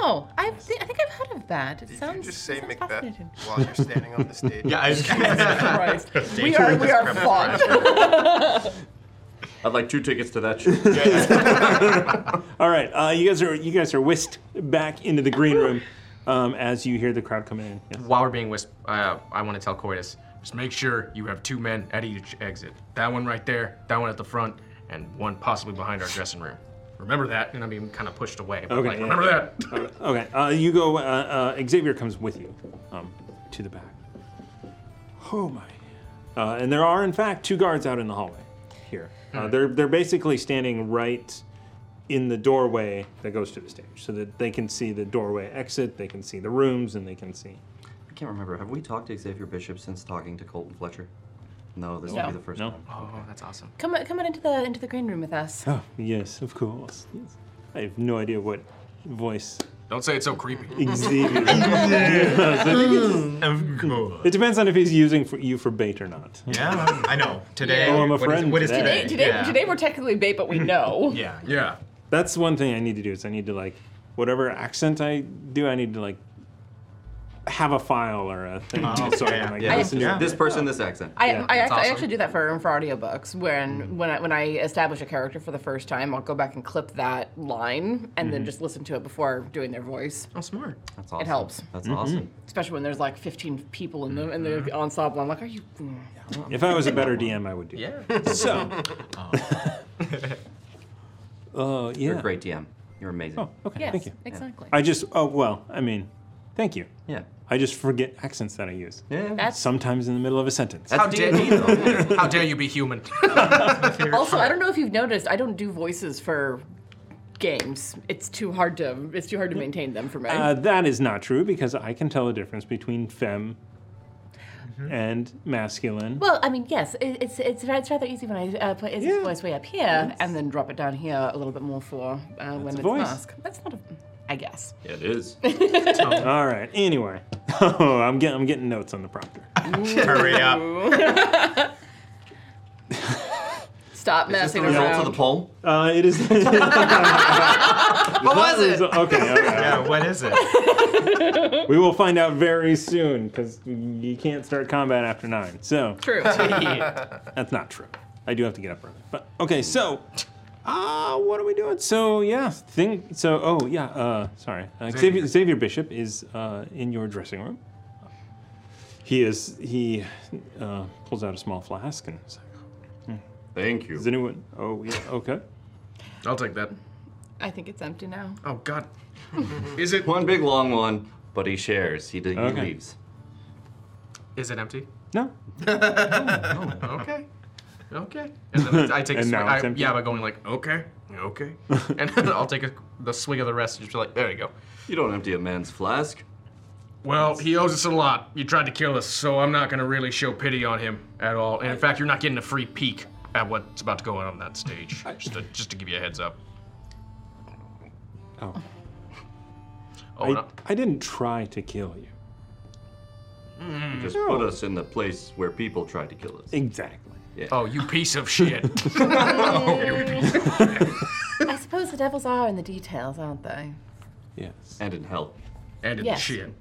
[SPEAKER 5] Oh, I, th- I think I've heard of that. It sounds.
[SPEAKER 17] Just say
[SPEAKER 5] sounds
[SPEAKER 17] Macbeth
[SPEAKER 5] fascinating.
[SPEAKER 17] while you're standing on the stage.
[SPEAKER 8] Yeah, I was-
[SPEAKER 5] Christ. We are we are fond.
[SPEAKER 18] I'd like two tickets to that show.
[SPEAKER 1] All right, uh, you guys are you guys are whisked back into the green room um, as you hear the crowd coming in. Yes.
[SPEAKER 10] While we're being whisked, uh, I want to tell Coitus, just make sure you have two men at each exit. That one right there, that one at the front, and one possibly behind our dressing room. Remember that, and I'm being kind of pushed away. But
[SPEAKER 1] Okay,
[SPEAKER 10] like,
[SPEAKER 1] yeah.
[SPEAKER 10] remember that.
[SPEAKER 1] Okay, uh, you go. Uh, uh, Xavier comes with you um, to the back. Oh my! Uh, and there are in fact two guards out in the hallway here. Uh, they're they're basically standing right in the doorway that goes to the stage, so that they can see the doorway exit, they can see the rooms, and they can see.
[SPEAKER 6] I can't remember. Have we talked to Xavier Bishop since talking to Colton Fletcher? No, this
[SPEAKER 5] No.
[SPEAKER 6] will be the first
[SPEAKER 1] No.
[SPEAKER 6] time.
[SPEAKER 10] Oh, that's awesome.
[SPEAKER 5] Come on- come on into the into the green room with us.
[SPEAKER 1] Oh yes, of course. Yes. I have no idea what voice
[SPEAKER 10] Don't say it's so creepy.
[SPEAKER 1] Xavier. Yes, I think it's- It depends on if he's using for you for bait or not.
[SPEAKER 8] Yeah, I know. Today-
[SPEAKER 1] Oh, I'm a
[SPEAKER 8] what is-
[SPEAKER 1] friend.
[SPEAKER 8] what is
[SPEAKER 16] Today, today, today we're technically bait, but we know.
[SPEAKER 8] yeah.
[SPEAKER 10] Yeah.
[SPEAKER 1] That's one thing I need to do is I need to like whatever accent I do, I need to like have a file or a thing.
[SPEAKER 6] Oh,
[SPEAKER 1] so I
[SPEAKER 6] yeah,
[SPEAKER 1] can, like,
[SPEAKER 6] yeah.
[SPEAKER 1] listen to
[SPEAKER 6] Yeah.
[SPEAKER 1] it.
[SPEAKER 6] This person, this accent.
[SPEAKER 16] I,
[SPEAKER 1] Yeah. Mm-hmm.
[SPEAKER 16] I, actually, I actually do that for for audiobooks. When when I, when I establish a character for the first time, I'll go back and clip that line and then
[SPEAKER 1] Mm-hmm.
[SPEAKER 6] Mhm.
[SPEAKER 16] just listen to it before doing their voice.
[SPEAKER 10] Oh, smart!
[SPEAKER 6] That's
[SPEAKER 16] It
[SPEAKER 6] awesome.
[SPEAKER 16] helps.
[SPEAKER 6] That's awesome.
[SPEAKER 16] Especially when there's like 15 people in the in the
[SPEAKER 1] Mm-hmm.
[SPEAKER 16] ensemble. I'm like, are you?
[SPEAKER 1] If I was a better DM, I would do. Yeah. So. Oh yeah.
[SPEAKER 6] You're a great DM. You're amazing.
[SPEAKER 1] Oh, okay.
[SPEAKER 16] Yes,
[SPEAKER 1] thank you.
[SPEAKER 16] exactly.
[SPEAKER 1] I just oh well, I mean, thank you.
[SPEAKER 6] Yeah.
[SPEAKER 1] I just forget accents that I use.
[SPEAKER 6] Yeah.
[SPEAKER 16] That's-
[SPEAKER 1] Sometimes in the middle of a sentence. Uh,
[SPEAKER 10] How dare you? How dare you be human?
[SPEAKER 16] also, I don't know if you've noticed, I don't do voices for games. It's too hard to it's too hard to maintain them for me.
[SPEAKER 1] Uh, that is not true because I can tell the difference between femme
[SPEAKER 6] Mm-hmm.
[SPEAKER 1] and masculine.
[SPEAKER 5] Well, I mean, yes, it, it's, it's ra- it's rather easy when I uh, put Izzy's voice way up here and then drop it down here a little bit more for uh, when
[SPEAKER 1] a
[SPEAKER 5] it's
[SPEAKER 1] voice.
[SPEAKER 5] mask. That's not a, I guess.
[SPEAKER 18] Yeah, it is.
[SPEAKER 1] All right. Anyway, oh, I'm getting I'm getting notes on the prompter.
[SPEAKER 8] Hurry up.
[SPEAKER 16] Stop messing around.
[SPEAKER 6] poem?
[SPEAKER 1] Uh, it is.
[SPEAKER 6] Uh,
[SPEAKER 16] What was it?
[SPEAKER 1] Okay. all right.
[SPEAKER 8] Yeah, what is it?
[SPEAKER 1] We will find out very soon because you can't start combat after nine. So
[SPEAKER 16] True.
[SPEAKER 1] That's not true. I do have to get up early. But okay, so uh, what are we doing? So yeah, thing. So oh yeah, uh, sorry. Uh, Xavier, Xavier Bishop is uh, in your dressing room. He is. He uh, pulls out a small flask and. Is like,
[SPEAKER 18] Thank you.
[SPEAKER 1] Is anyone? Oh yeah. Okay.
[SPEAKER 10] I'll take that.
[SPEAKER 5] I think it's empty now.
[SPEAKER 10] Oh God. Is it
[SPEAKER 18] one big long one? But he shares. He, he
[SPEAKER 1] Okay.
[SPEAKER 18] leaves.
[SPEAKER 10] Is it empty?
[SPEAKER 1] No.
[SPEAKER 10] okay. Okay. And then I take a
[SPEAKER 1] And
[SPEAKER 10] swig.
[SPEAKER 1] now
[SPEAKER 10] I-
[SPEAKER 1] it's empty.
[SPEAKER 10] yeah, by going like, okay, okay. And then I'll take a, the swig of the rest and just be like, there you go.
[SPEAKER 18] You don't empty a man's flask.
[SPEAKER 10] Well, he owes us a lot. You tried to kill us, so I'm not going to really show pity on him at all. And in fact, you're not getting a free peek at what's about to go on on that stage. Just to, just to give you a heads up.
[SPEAKER 1] Oh.
[SPEAKER 10] Oh,
[SPEAKER 1] I,
[SPEAKER 10] no.
[SPEAKER 1] I didn't try to kill you.
[SPEAKER 6] You just
[SPEAKER 1] No.
[SPEAKER 6] put us in the place where people tried to kill us.
[SPEAKER 1] Exactly.
[SPEAKER 10] Oh, you piece of shit. Oh,
[SPEAKER 5] I suppose the devils are in the details, aren't they?
[SPEAKER 1] Yes.
[SPEAKER 6] And in hell.
[SPEAKER 10] And
[SPEAKER 5] in Yes. shit,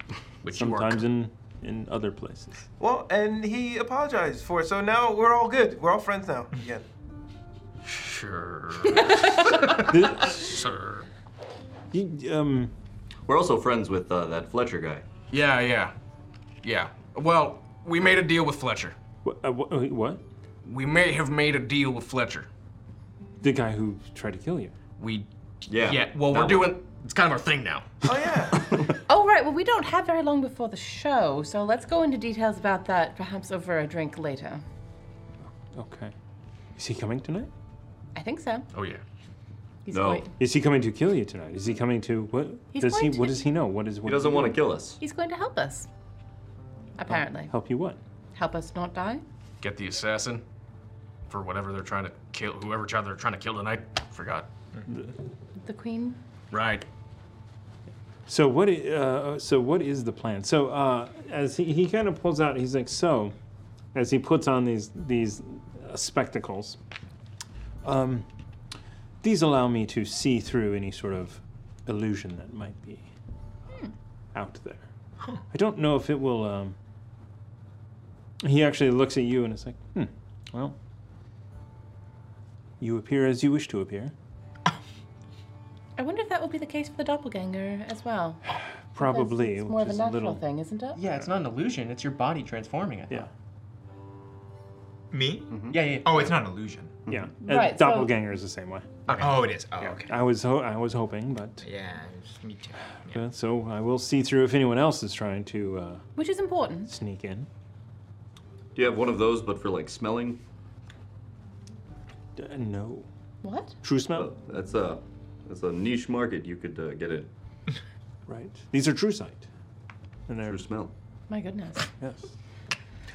[SPEAKER 1] Sometimes in, in other places.
[SPEAKER 7] Well, and he apologized for it, so now we're all good. We're all friends now
[SPEAKER 8] Mm-hmm.
[SPEAKER 7] again.
[SPEAKER 10] Sure.
[SPEAKER 6] Sir.
[SPEAKER 1] um...
[SPEAKER 6] We're also friends with uh, that Fletcher guy.
[SPEAKER 10] yeah, yeah. Yeah. Well, we made a deal with Fletcher.
[SPEAKER 1] What? Uh, wh- uh, what?
[SPEAKER 10] We may have made a deal with Fletcher.
[SPEAKER 1] The guy who tried to kill you.
[SPEAKER 10] We.
[SPEAKER 1] Yeah,
[SPEAKER 10] Yeah. Well,
[SPEAKER 1] that
[SPEAKER 10] we're
[SPEAKER 1] one.
[SPEAKER 10] doing. It's kind of our thing now.
[SPEAKER 5] Oh, right. Well, we don't have very long before the show, so let's go into details about that perhaps over a drink later.
[SPEAKER 1] Okay. Is he coming tonight?
[SPEAKER 5] I think so.
[SPEAKER 10] Oh yeah.
[SPEAKER 5] He's Going,
[SPEAKER 1] Is he coming to kill you tonight? Is he coming to what?
[SPEAKER 5] He's
[SPEAKER 1] does he?
[SPEAKER 5] going
[SPEAKER 1] What
[SPEAKER 5] to-
[SPEAKER 1] does he know? What is? What
[SPEAKER 6] He doesn't
[SPEAKER 1] want
[SPEAKER 6] to kill us.
[SPEAKER 5] he's going to help us. Apparently.
[SPEAKER 1] Help you what?
[SPEAKER 5] Help us not die?
[SPEAKER 10] Get the assassin for whatever they're trying to kill, whoever child they're trying to kill tonight. Forgot.
[SPEAKER 5] The queen?
[SPEAKER 10] Right.
[SPEAKER 1] So what? i- Uh, so what is the plan? So uh, as he, he kind of pulls out, he's like, so, as he puts on these these uh, spectacles, um, these allow me to see through any sort of illusion that might be
[SPEAKER 5] Hmm.
[SPEAKER 1] uh, out there. I don't know if it will. Um, he actually looks at you and it's like, hmm, well, you appear as you wish to appear.
[SPEAKER 5] I wonder if that will be the case for the doppelganger as well.
[SPEAKER 1] Probably,
[SPEAKER 5] It's
[SPEAKER 1] which
[SPEAKER 5] more of a
[SPEAKER 1] is
[SPEAKER 5] natural
[SPEAKER 1] little.
[SPEAKER 5] thing, isn't it?
[SPEAKER 3] Yeah, it's not an illusion. It's your body transforming it.
[SPEAKER 1] Yeah.
[SPEAKER 8] Me?
[SPEAKER 3] Yeah, yeah.
[SPEAKER 8] Oh, it's not an illusion.
[SPEAKER 1] Yeah,
[SPEAKER 8] Mhm.
[SPEAKER 1] and
[SPEAKER 8] Right, so-
[SPEAKER 1] doppelganger is the same way.
[SPEAKER 8] Oh, it is. Oh, okay.
[SPEAKER 1] I was ho- I was hoping, but
[SPEAKER 8] Yeah, it's me too.
[SPEAKER 1] but so I will see through if anyone else is trying to uh,
[SPEAKER 5] Which is important.
[SPEAKER 1] sneak in.
[SPEAKER 6] Do you have one of those, but for like smelling?
[SPEAKER 1] D- no.
[SPEAKER 5] What?
[SPEAKER 1] True smell.
[SPEAKER 6] That's a that's a niche market. You could uh, get it.
[SPEAKER 1] Right. These are true sight. And they're true
[SPEAKER 6] smell.
[SPEAKER 5] My goodness.
[SPEAKER 1] Yes.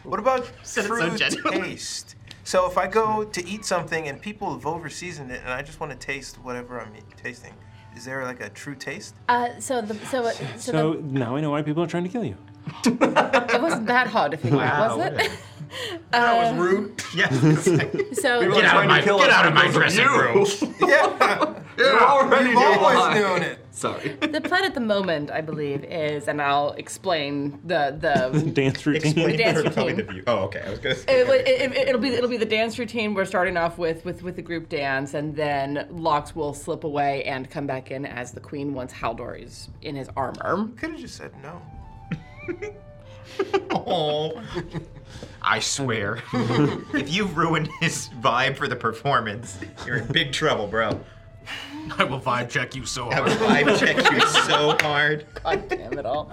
[SPEAKER 7] What about
[SPEAKER 8] Said it so
[SPEAKER 7] fruit
[SPEAKER 8] gently.
[SPEAKER 7] taste? So if I go to eat something and people have overseasoned it, and I just want to taste whatever I'm eat- tasting, is there like a true taste?
[SPEAKER 5] Uh, so the so uh, so,
[SPEAKER 1] So now I know why people are trying to kill you.
[SPEAKER 5] the, it wasn't that hard to figure out, was it? that was
[SPEAKER 8] rude. Yeah.
[SPEAKER 5] So
[SPEAKER 8] People are Get out of trying to my- kill get us out of because my of dressing you. room.
[SPEAKER 7] You're
[SPEAKER 8] already
[SPEAKER 7] You've always
[SPEAKER 8] why.
[SPEAKER 7] known it.
[SPEAKER 6] Sorry.
[SPEAKER 5] the plan at the moment, I believe, is, and I'll explain the the.
[SPEAKER 1] Dance routine.
[SPEAKER 5] Explain Dance from routine.
[SPEAKER 8] view. Oh, okay. I was gonna say.
[SPEAKER 5] It, it, it, it'll be it'll be the dance routine. We're starting off with with with the group dance, and then Locks will slip away and come back in as the queen once Haldor is in his armor.
[SPEAKER 7] Could have just said no.
[SPEAKER 8] Oh. I swear. if you've ruined his vibe for the performance, you're in big trouble, bro.
[SPEAKER 10] I will vibe check you so
[SPEAKER 8] I
[SPEAKER 10] hard.
[SPEAKER 8] will vibe check you so hard.
[SPEAKER 5] God damn it all.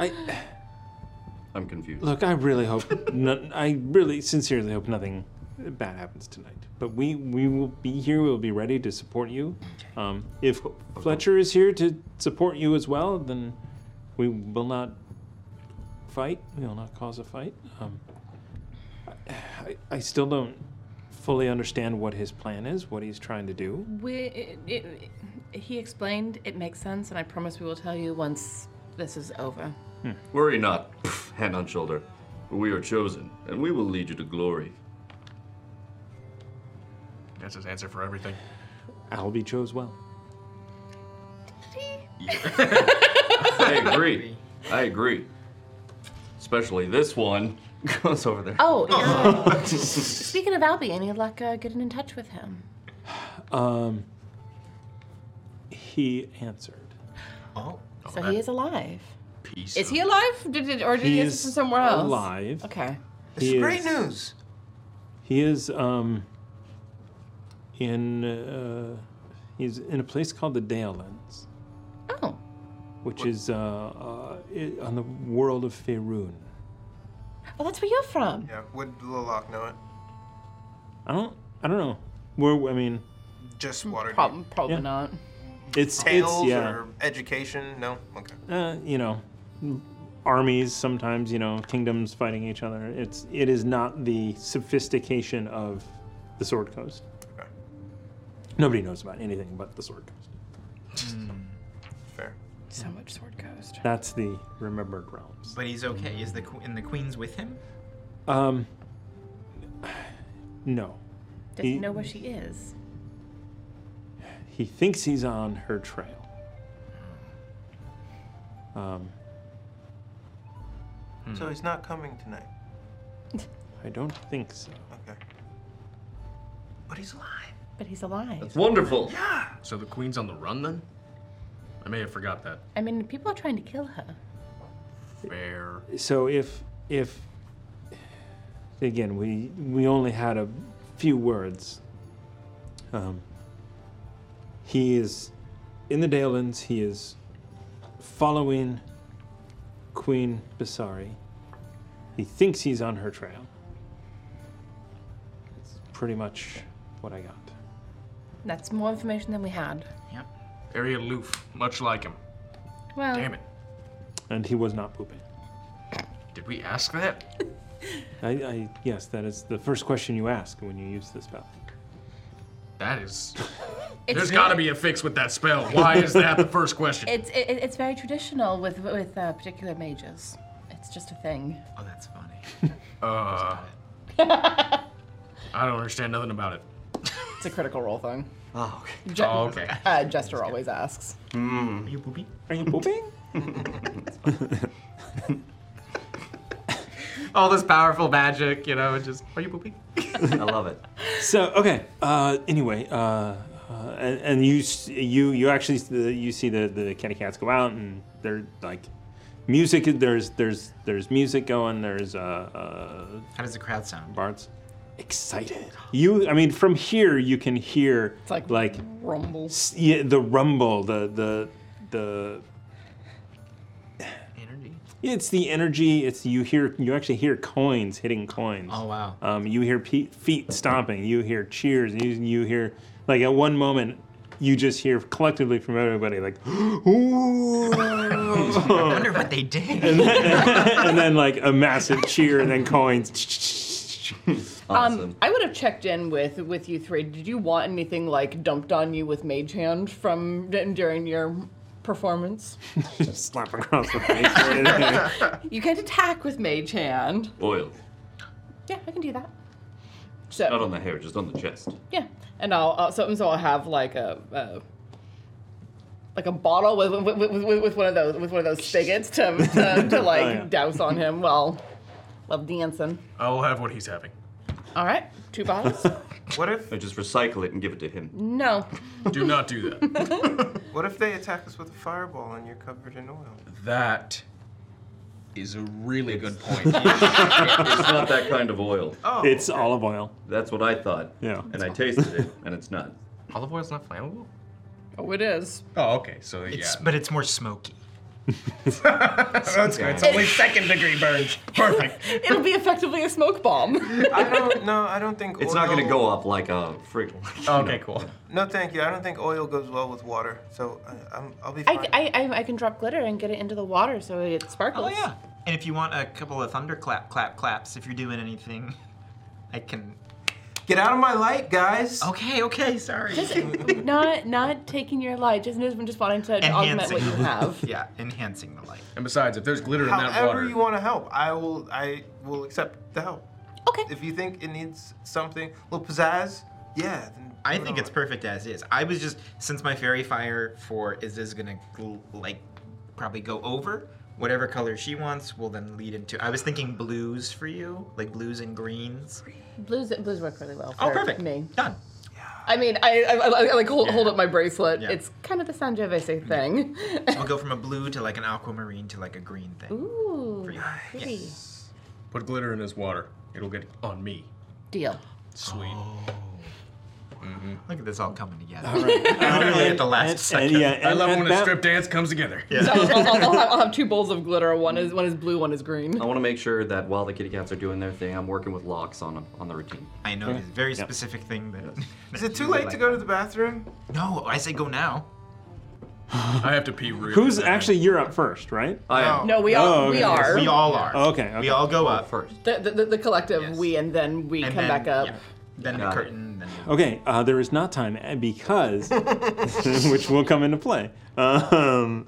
[SPEAKER 6] I'm confused.
[SPEAKER 1] Look, I really hope. no, I really sincerely hope nothing bad happens tonight. But we we will be here. We'll be ready to support you. Um, if Fletcher is here to support you as well, then we will not fight. We will not cause a fight. Um, I, I still don't fully understand what his plan is, what he's trying to do.
[SPEAKER 5] We, it, it, he explained it makes sense, and I promise we will tell you once this is over.
[SPEAKER 6] Worry not. Pff, hand on shoulder. We are chosen, and we will lead you to glory.
[SPEAKER 10] That's his answer for everything.
[SPEAKER 1] Albie chose well.
[SPEAKER 6] I agree. I agree. Especially this one goes over there.
[SPEAKER 5] Oh, yeah. speaking of Albie, any luck uh, getting in touch with him?
[SPEAKER 1] Um, he answered.
[SPEAKER 8] Oh.
[SPEAKER 5] so he is alive.
[SPEAKER 10] Peace.
[SPEAKER 5] Is he alive? Did, did, or did he,
[SPEAKER 1] He
[SPEAKER 5] answer
[SPEAKER 1] is
[SPEAKER 5] from somewhere else?
[SPEAKER 1] alive.
[SPEAKER 5] Okay.
[SPEAKER 1] This is great news. He is um in uh, he's in a place called the Daelands.
[SPEAKER 5] Oh.
[SPEAKER 1] Which is uh, uh, i- on the world of Faerun.
[SPEAKER 5] Oh, that's where you're from.
[SPEAKER 7] Yeah, would Lilac know it?
[SPEAKER 1] I don't I don't know. Where I mean
[SPEAKER 7] Just water.
[SPEAKER 5] Hmm, Probably, probably not.
[SPEAKER 1] it's
[SPEAKER 7] Tales
[SPEAKER 1] it's yeah.
[SPEAKER 7] or education? No. Okay.
[SPEAKER 1] uh, you know, armies sometimes, you know, kingdoms fighting each other. It's it is not the sophistication of the Sword Coast. Nobody knows about anything but the Sword Coast.
[SPEAKER 7] Fair.
[SPEAKER 5] So much Sword Coast.
[SPEAKER 1] That's the remembered realms.
[SPEAKER 8] But he's okay. Is the que- and the queen's with him?
[SPEAKER 1] Um, no.
[SPEAKER 5] Doesn't
[SPEAKER 1] He-
[SPEAKER 5] know where she is.
[SPEAKER 1] He thinks he's on her trail. Um,
[SPEAKER 8] Mm-hmm.
[SPEAKER 7] So he's not coming tonight.
[SPEAKER 1] I don't think so.
[SPEAKER 7] Okay.
[SPEAKER 5] But he's alive. But he's alive.
[SPEAKER 3] Yeah. So the queen's on the run then? I may have forgot that.
[SPEAKER 5] I mean, people are trying to kill her.
[SPEAKER 3] Fair.
[SPEAKER 1] So if if again we we only had a few words. Um, he is in the Dalen's. He is following Queen Basari. He thinks he's on her trail. That's pretty much what I got.
[SPEAKER 5] That's more information than we had.
[SPEAKER 3] Very aloof, much like him.
[SPEAKER 5] Well,
[SPEAKER 3] Damn it.
[SPEAKER 1] And he was not pooping.
[SPEAKER 3] Did we ask that?
[SPEAKER 1] I, I yes, that is the first question you ask when you use this spell.
[SPEAKER 3] That is.
[SPEAKER 5] It's
[SPEAKER 3] There's
[SPEAKER 5] very-
[SPEAKER 3] got to be a fix with that spell. Why is that the first question?
[SPEAKER 5] it's it, it's very traditional with with uh, particular mages. It's just a thing.
[SPEAKER 8] Oh, that's funny. Uh.
[SPEAKER 3] Uh, I don't understand nothing about it.
[SPEAKER 5] It's a critical role thing.
[SPEAKER 3] Oh, okay.
[SPEAKER 5] Je-
[SPEAKER 3] oh, okay.
[SPEAKER 5] Uh, Jester always asks.
[SPEAKER 8] Are you poopy?
[SPEAKER 1] Are you pooping?
[SPEAKER 19] All this powerful magic, you know, and just are you pooping?
[SPEAKER 11] I love it.
[SPEAKER 1] So okay. Uh, anyway, uh, uh, and, and you s- you you actually s- the- you see the the kitty cats go out and they're like music. There's there's there's music going. There's uh, uh,
[SPEAKER 8] how does the crowd sound?
[SPEAKER 1] Bards excited. You I mean from here you can hear
[SPEAKER 5] It's like
[SPEAKER 1] like
[SPEAKER 5] rumble.
[SPEAKER 1] s- yeah, the rumble the the the
[SPEAKER 8] Energy.
[SPEAKER 1] It's the energy. It's you hear. You actually hear coins hitting coins.
[SPEAKER 8] Oh, wow.
[SPEAKER 1] Um, you hear pe- feet stomping. You hear cheers. You, you hear like at one moment, you just hear collectively from everybody like,
[SPEAKER 8] I wonder what they did.
[SPEAKER 1] and then, and then, like a massive cheer and then coins.
[SPEAKER 5] Um, I would have checked in with with you three. Did you want anything like dumped on you with Mage Hand from during your performance?
[SPEAKER 1] just slap across the face.
[SPEAKER 5] you can't attack with Mage Hand.
[SPEAKER 6] Oil.
[SPEAKER 5] Yeah, I can do that. So
[SPEAKER 6] Not on the hair, just on the chest.
[SPEAKER 5] Yeah, and I'll uh, so so I'll have like a. Uh, like a bottle with, with, with, with, with one of those with one of those spigots to, to, to like
[SPEAKER 3] Oh, yeah.
[SPEAKER 5] douse on him while while dancing.
[SPEAKER 3] I will have what he's having.
[SPEAKER 5] All right, two bottles.
[SPEAKER 8] What if
[SPEAKER 6] I just recycle it and give it to him?
[SPEAKER 5] no.
[SPEAKER 3] Do not do that.
[SPEAKER 7] What if they attack us with a fireball and you're covered in oil?
[SPEAKER 3] That is a really good point.
[SPEAKER 6] it's not that kind of oil.
[SPEAKER 7] Oh.
[SPEAKER 1] It's olive oil.
[SPEAKER 6] That's what I thought.
[SPEAKER 1] Yeah.
[SPEAKER 6] And I tasted it, and it's not.
[SPEAKER 19] Olive oil's not flammable.
[SPEAKER 5] Oh, it is.
[SPEAKER 3] Oh, okay. So
[SPEAKER 8] It's, but it's more smoky.
[SPEAKER 10] That's
[SPEAKER 8] good.
[SPEAKER 10] It's only second degree burns. Perfect.
[SPEAKER 5] It'll be effectively a smoke bomb.
[SPEAKER 7] I don't. No, I don't think.
[SPEAKER 6] It's
[SPEAKER 7] oil,
[SPEAKER 6] not gonna go up like a freak.
[SPEAKER 8] Oh,
[SPEAKER 19] Okay, cool.
[SPEAKER 7] No, thank you. I don't think oil goes well with water, so I, I'm, I'll be
[SPEAKER 5] I,
[SPEAKER 7] fine.
[SPEAKER 5] I, I, I can drop glitter and get it into the water so it sparkles.
[SPEAKER 8] Oh yeah. And if you want a couple of thunderclap clap claps, if you're doing anything, I can.
[SPEAKER 7] Get out of my light, guys.
[SPEAKER 8] Okay. Okay. Sorry.
[SPEAKER 5] Just not not taking your light, just just wanting to augment what you have.
[SPEAKER 8] yeah, enhancing the light.
[SPEAKER 3] And besides, if there's glitter in that
[SPEAKER 7] However
[SPEAKER 3] water,
[SPEAKER 7] you want to help, I will. I will accept the help. Okay. If you think it needs something, a little pizzazz, yeah. Then
[SPEAKER 8] I
[SPEAKER 7] put
[SPEAKER 8] think
[SPEAKER 7] on
[SPEAKER 8] it's perfect as is. I was just since my fairy fire for is is gonna gl- like probably go over whatever color she wants will then lead into. I was thinking blues for you, like blues and greens.
[SPEAKER 5] Blues blues work really well.
[SPEAKER 8] Oh,
[SPEAKER 5] for
[SPEAKER 8] perfect.
[SPEAKER 5] Me.
[SPEAKER 8] Done.
[SPEAKER 5] I mean, I I, I- I, like hold, hold up my bracelet.
[SPEAKER 8] Yeah.
[SPEAKER 5] It's kind of the Sangiovese thing.
[SPEAKER 8] So we'll go from a blue to like an aquamarine to like a green thing.
[SPEAKER 5] Ooh, pretty.
[SPEAKER 3] put glitter in his water. It'll get on me.
[SPEAKER 5] Deal.
[SPEAKER 3] Sweet.
[SPEAKER 8] Look at this all coming together.
[SPEAKER 3] All right.
[SPEAKER 8] Literally at the last
[SPEAKER 1] and-
[SPEAKER 8] second.
[SPEAKER 1] and- yeah,
[SPEAKER 3] I
[SPEAKER 1] and-
[SPEAKER 3] love
[SPEAKER 1] and
[SPEAKER 3] when a
[SPEAKER 1] that-
[SPEAKER 3] strip dance comes together.
[SPEAKER 5] So I'll, I'll- I'll have, I'll have two bowls of glitter. One is one is blue, one is green.
[SPEAKER 6] I want to make sure that while the kitty cats are doing their thing, I'm working with locks on them on the routine.
[SPEAKER 8] I know this very specific thing that.
[SPEAKER 7] Is it too late to go to the bathroom?
[SPEAKER 8] No, I say go now.
[SPEAKER 3] I have to pee really.
[SPEAKER 1] Who's actually you're up first, right?
[SPEAKER 6] I
[SPEAKER 8] am.
[SPEAKER 5] No, we all- we are. We all
[SPEAKER 8] are.
[SPEAKER 1] Oh, okay, okay.
[SPEAKER 8] We all go up first.
[SPEAKER 5] The the, the, the collective we, and then we come back up.
[SPEAKER 8] Then the curtain. then
[SPEAKER 1] Okay, uh, there is not time eh, because, which will come into play. Um,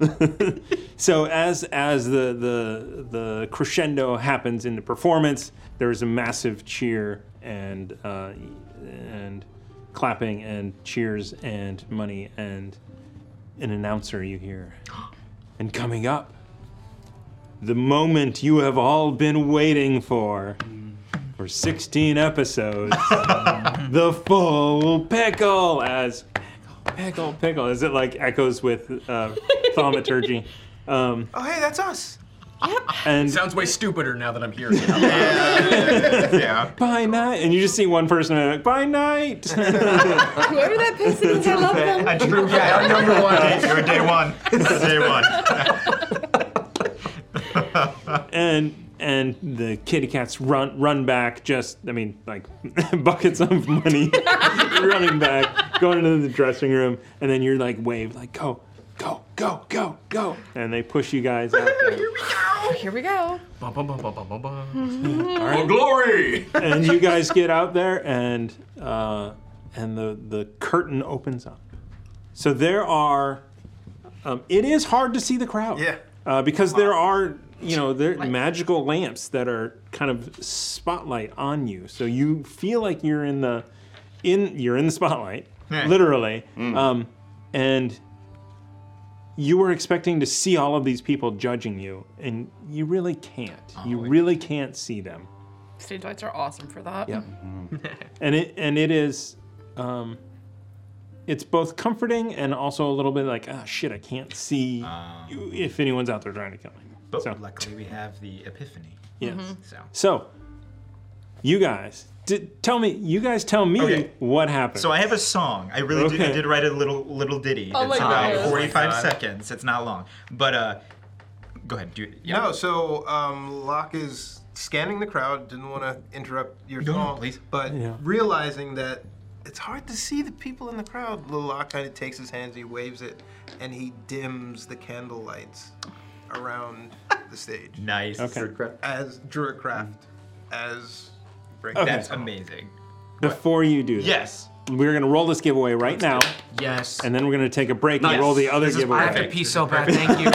[SPEAKER 1] so as as the, the the crescendo happens in the performance, there is a massive cheer and uh, and clapping and cheers and money and an announcer you hear, and coming up, the moment you have all been waiting for for 16 episodes. the full pickle as pickle, pickle, pickle. Is it like echoes with uh, thaumaturgy? Um,
[SPEAKER 7] Oh, hey, that's us.
[SPEAKER 1] and
[SPEAKER 3] Sounds way stupider now that I'm here. yeah.
[SPEAKER 1] yeah. by night, and you just see one person and they're like by night.
[SPEAKER 5] Whoever that person is, I love them.
[SPEAKER 8] I drew yeah, number one. You're day one. Day one.
[SPEAKER 1] and and the kitty cats run run back. Just I mean, like buckets of money running back, going into the dressing room, and then you're like waved like go, go, go, go, go, and they push you guys out. There.
[SPEAKER 5] Here we go.
[SPEAKER 3] Bum, bum, bum, bum, bum, bum, bum.
[SPEAKER 1] All right.
[SPEAKER 3] glory!
[SPEAKER 1] and you guys get out there, and uh, and the the curtain opens up. So there are. Um, it is hard to see the crowd. Yeah. Uh, because there are you know there magical lamps that are kind of spotlight on you, so you feel like you're in the in you're in the spotlight,
[SPEAKER 12] Yeah.
[SPEAKER 1] literally. Um, and you were expecting to see all of these people judging you, and you really can't. you really can't see them.
[SPEAKER 5] Stage lights are awesome for that.
[SPEAKER 1] Yeah. and it and it is um it's both comforting and also a little bit like ah shit i can't see
[SPEAKER 8] Ah.
[SPEAKER 1] you- if anyone's out there trying to kill me
[SPEAKER 8] But luckily, we have the epiphany.
[SPEAKER 1] yes
[SPEAKER 5] mm-hmm.
[SPEAKER 8] So.
[SPEAKER 1] so you guys d- tell me you guys tell me
[SPEAKER 8] Okay.
[SPEAKER 1] what happened
[SPEAKER 8] So I have a song. I really did. I
[SPEAKER 1] Okay.
[SPEAKER 8] did write a little little ditty.
[SPEAKER 1] Oh
[SPEAKER 8] it's
[SPEAKER 1] my
[SPEAKER 8] about
[SPEAKER 1] goodness.
[SPEAKER 8] 45
[SPEAKER 1] Oh my God.
[SPEAKER 8] seconds. It's not long. But uh, go ahead. Do it. Yeah.
[SPEAKER 7] No, so um, Locke is scanning the crowd. Didn't want to interrupt your
[SPEAKER 8] No, no,
[SPEAKER 7] song,
[SPEAKER 8] please.
[SPEAKER 7] But
[SPEAKER 8] Yeah.
[SPEAKER 7] realizing that it's hard to see the people in the crowd, Locke kind of takes his hands, he waves it, and he dims the candle lights around the stage.
[SPEAKER 8] Nice. Okay. Druidcraft.
[SPEAKER 7] As Druidcraft, as break
[SPEAKER 1] Okay.
[SPEAKER 8] That's amazing.
[SPEAKER 1] before you do that,
[SPEAKER 8] Yes.
[SPEAKER 1] we're gonna roll this giveaway right now
[SPEAKER 19] Yes.
[SPEAKER 1] and then we're gonna take a break
[SPEAKER 19] Yes.
[SPEAKER 1] and roll the other
[SPEAKER 19] This is-
[SPEAKER 1] giveaway
[SPEAKER 19] I have to pee so bad. Thank you.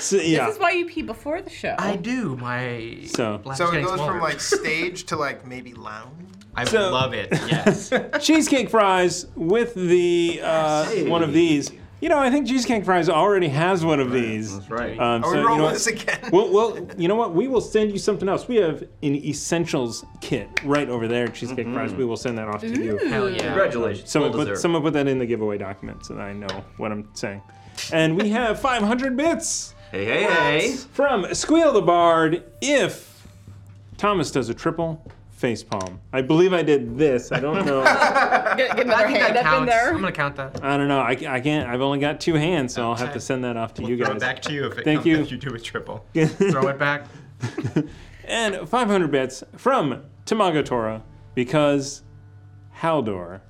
[SPEAKER 1] So, yeah
[SPEAKER 5] This is why you pee before the show.
[SPEAKER 19] I do. My
[SPEAKER 1] So-
[SPEAKER 3] Oh,
[SPEAKER 19] Black's
[SPEAKER 7] So it
[SPEAKER 19] getting
[SPEAKER 7] goes
[SPEAKER 19] smaller.
[SPEAKER 7] from like stage to like maybe lounge.
[SPEAKER 8] I
[SPEAKER 1] So-
[SPEAKER 8] love it. Yes.
[SPEAKER 1] cheesecake fries with the uh,
[SPEAKER 7] Hey.
[SPEAKER 1] one of these. You know, I think cheesecake fries already has one of these. That's
[SPEAKER 7] right.
[SPEAKER 1] Um,
[SPEAKER 7] Are we
[SPEAKER 1] so, you know
[SPEAKER 7] rolling
[SPEAKER 1] what?
[SPEAKER 7] this again?
[SPEAKER 1] Well, well, you know what? We will send you something else. We have an essentials kit right over there, cheesecake fries. We will send that off to you.
[SPEAKER 11] Ooh. Hell yeah. Congratulations.
[SPEAKER 1] Someone
[SPEAKER 11] Well
[SPEAKER 1] put,
[SPEAKER 11] deserved.
[SPEAKER 1] someone put that in the giveaway document so that I know what I'm saying. And we have 500 bits.
[SPEAKER 11] Hey, hey, hey.
[SPEAKER 1] From Squeal the Bard. If Thomas does a triple facepalm, I believe I did this. I don't know.
[SPEAKER 5] get, get another hand up in there.
[SPEAKER 19] I'm gonna count that.
[SPEAKER 1] I don't know. I, I can't. I've only got two hands, so I'll have to send that off to you guys.
[SPEAKER 8] Throw it back to you if it
[SPEAKER 1] Thank
[SPEAKER 8] comes,
[SPEAKER 1] you.
[SPEAKER 8] If you do a triple.
[SPEAKER 1] Throw
[SPEAKER 19] it back.
[SPEAKER 1] and 500 bits from Tamago Tora because Haldor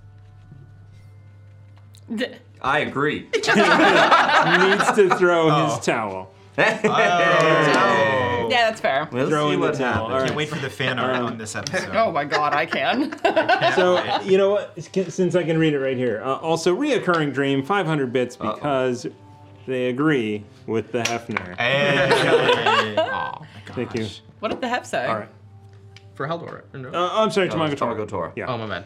[SPEAKER 11] I agree.
[SPEAKER 1] needs to throw
[SPEAKER 8] Oh.
[SPEAKER 1] his towel.
[SPEAKER 5] Yeah, that's fair.
[SPEAKER 1] Throw in the towel. All
[SPEAKER 8] Can't
[SPEAKER 1] right.
[SPEAKER 8] wait for the fan art on this episode.
[SPEAKER 5] Oh my god, I can.
[SPEAKER 1] So you know what? Since I can read it right here. Uh, also, reoccurring dream 500 bits because they agree with the
[SPEAKER 8] Oh
[SPEAKER 1] Hefner. Thank you.
[SPEAKER 5] what did the hep say?
[SPEAKER 1] All right.
[SPEAKER 19] For Haldor. No.
[SPEAKER 1] Uh, I'm sorry,
[SPEAKER 19] No,
[SPEAKER 1] Tamago
[SPEAKER 19] it's
[SPEAKER 1] Tora. Yeah.
[SPEAKER 19] Oh my bad.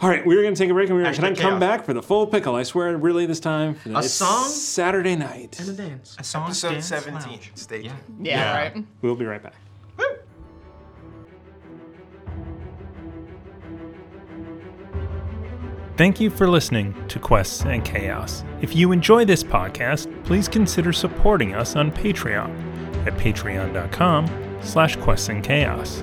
[SPEAKER 1] All right, we were gonna take a break, and we were
[SPEAKER 19] Hashtag
[SPEAKER 1] gonna
[SPEAKER 19] chaos.
[SPEAKER 1] come back for the full pickle. I swear, really, this time. For the,
[SPEAKER 19] A
[SPEAKER 1] it's
[SPEAKER 19] song?
[SPEAKER 1] Saturday night.
[SPEAKER 19] And a dance.
[SPEAKER 8] A song
[SPEAKER 7] Episode
[SPEAKER 8] dance
[SPEAKER 7] 17.
[SPEAKER 8] lounge.
[SPEAKER 7] Stage.
[SPEAKER 1] Yeah.
[SPEAKER 5] right.
[SPEAKER 1] We'll be right back.
[SPEAKER 20] Thank you for listening to Quests and Chaos. If you enjoy this podcast, please consider supporting us on Patreon at patreon.com slash quests and chaos.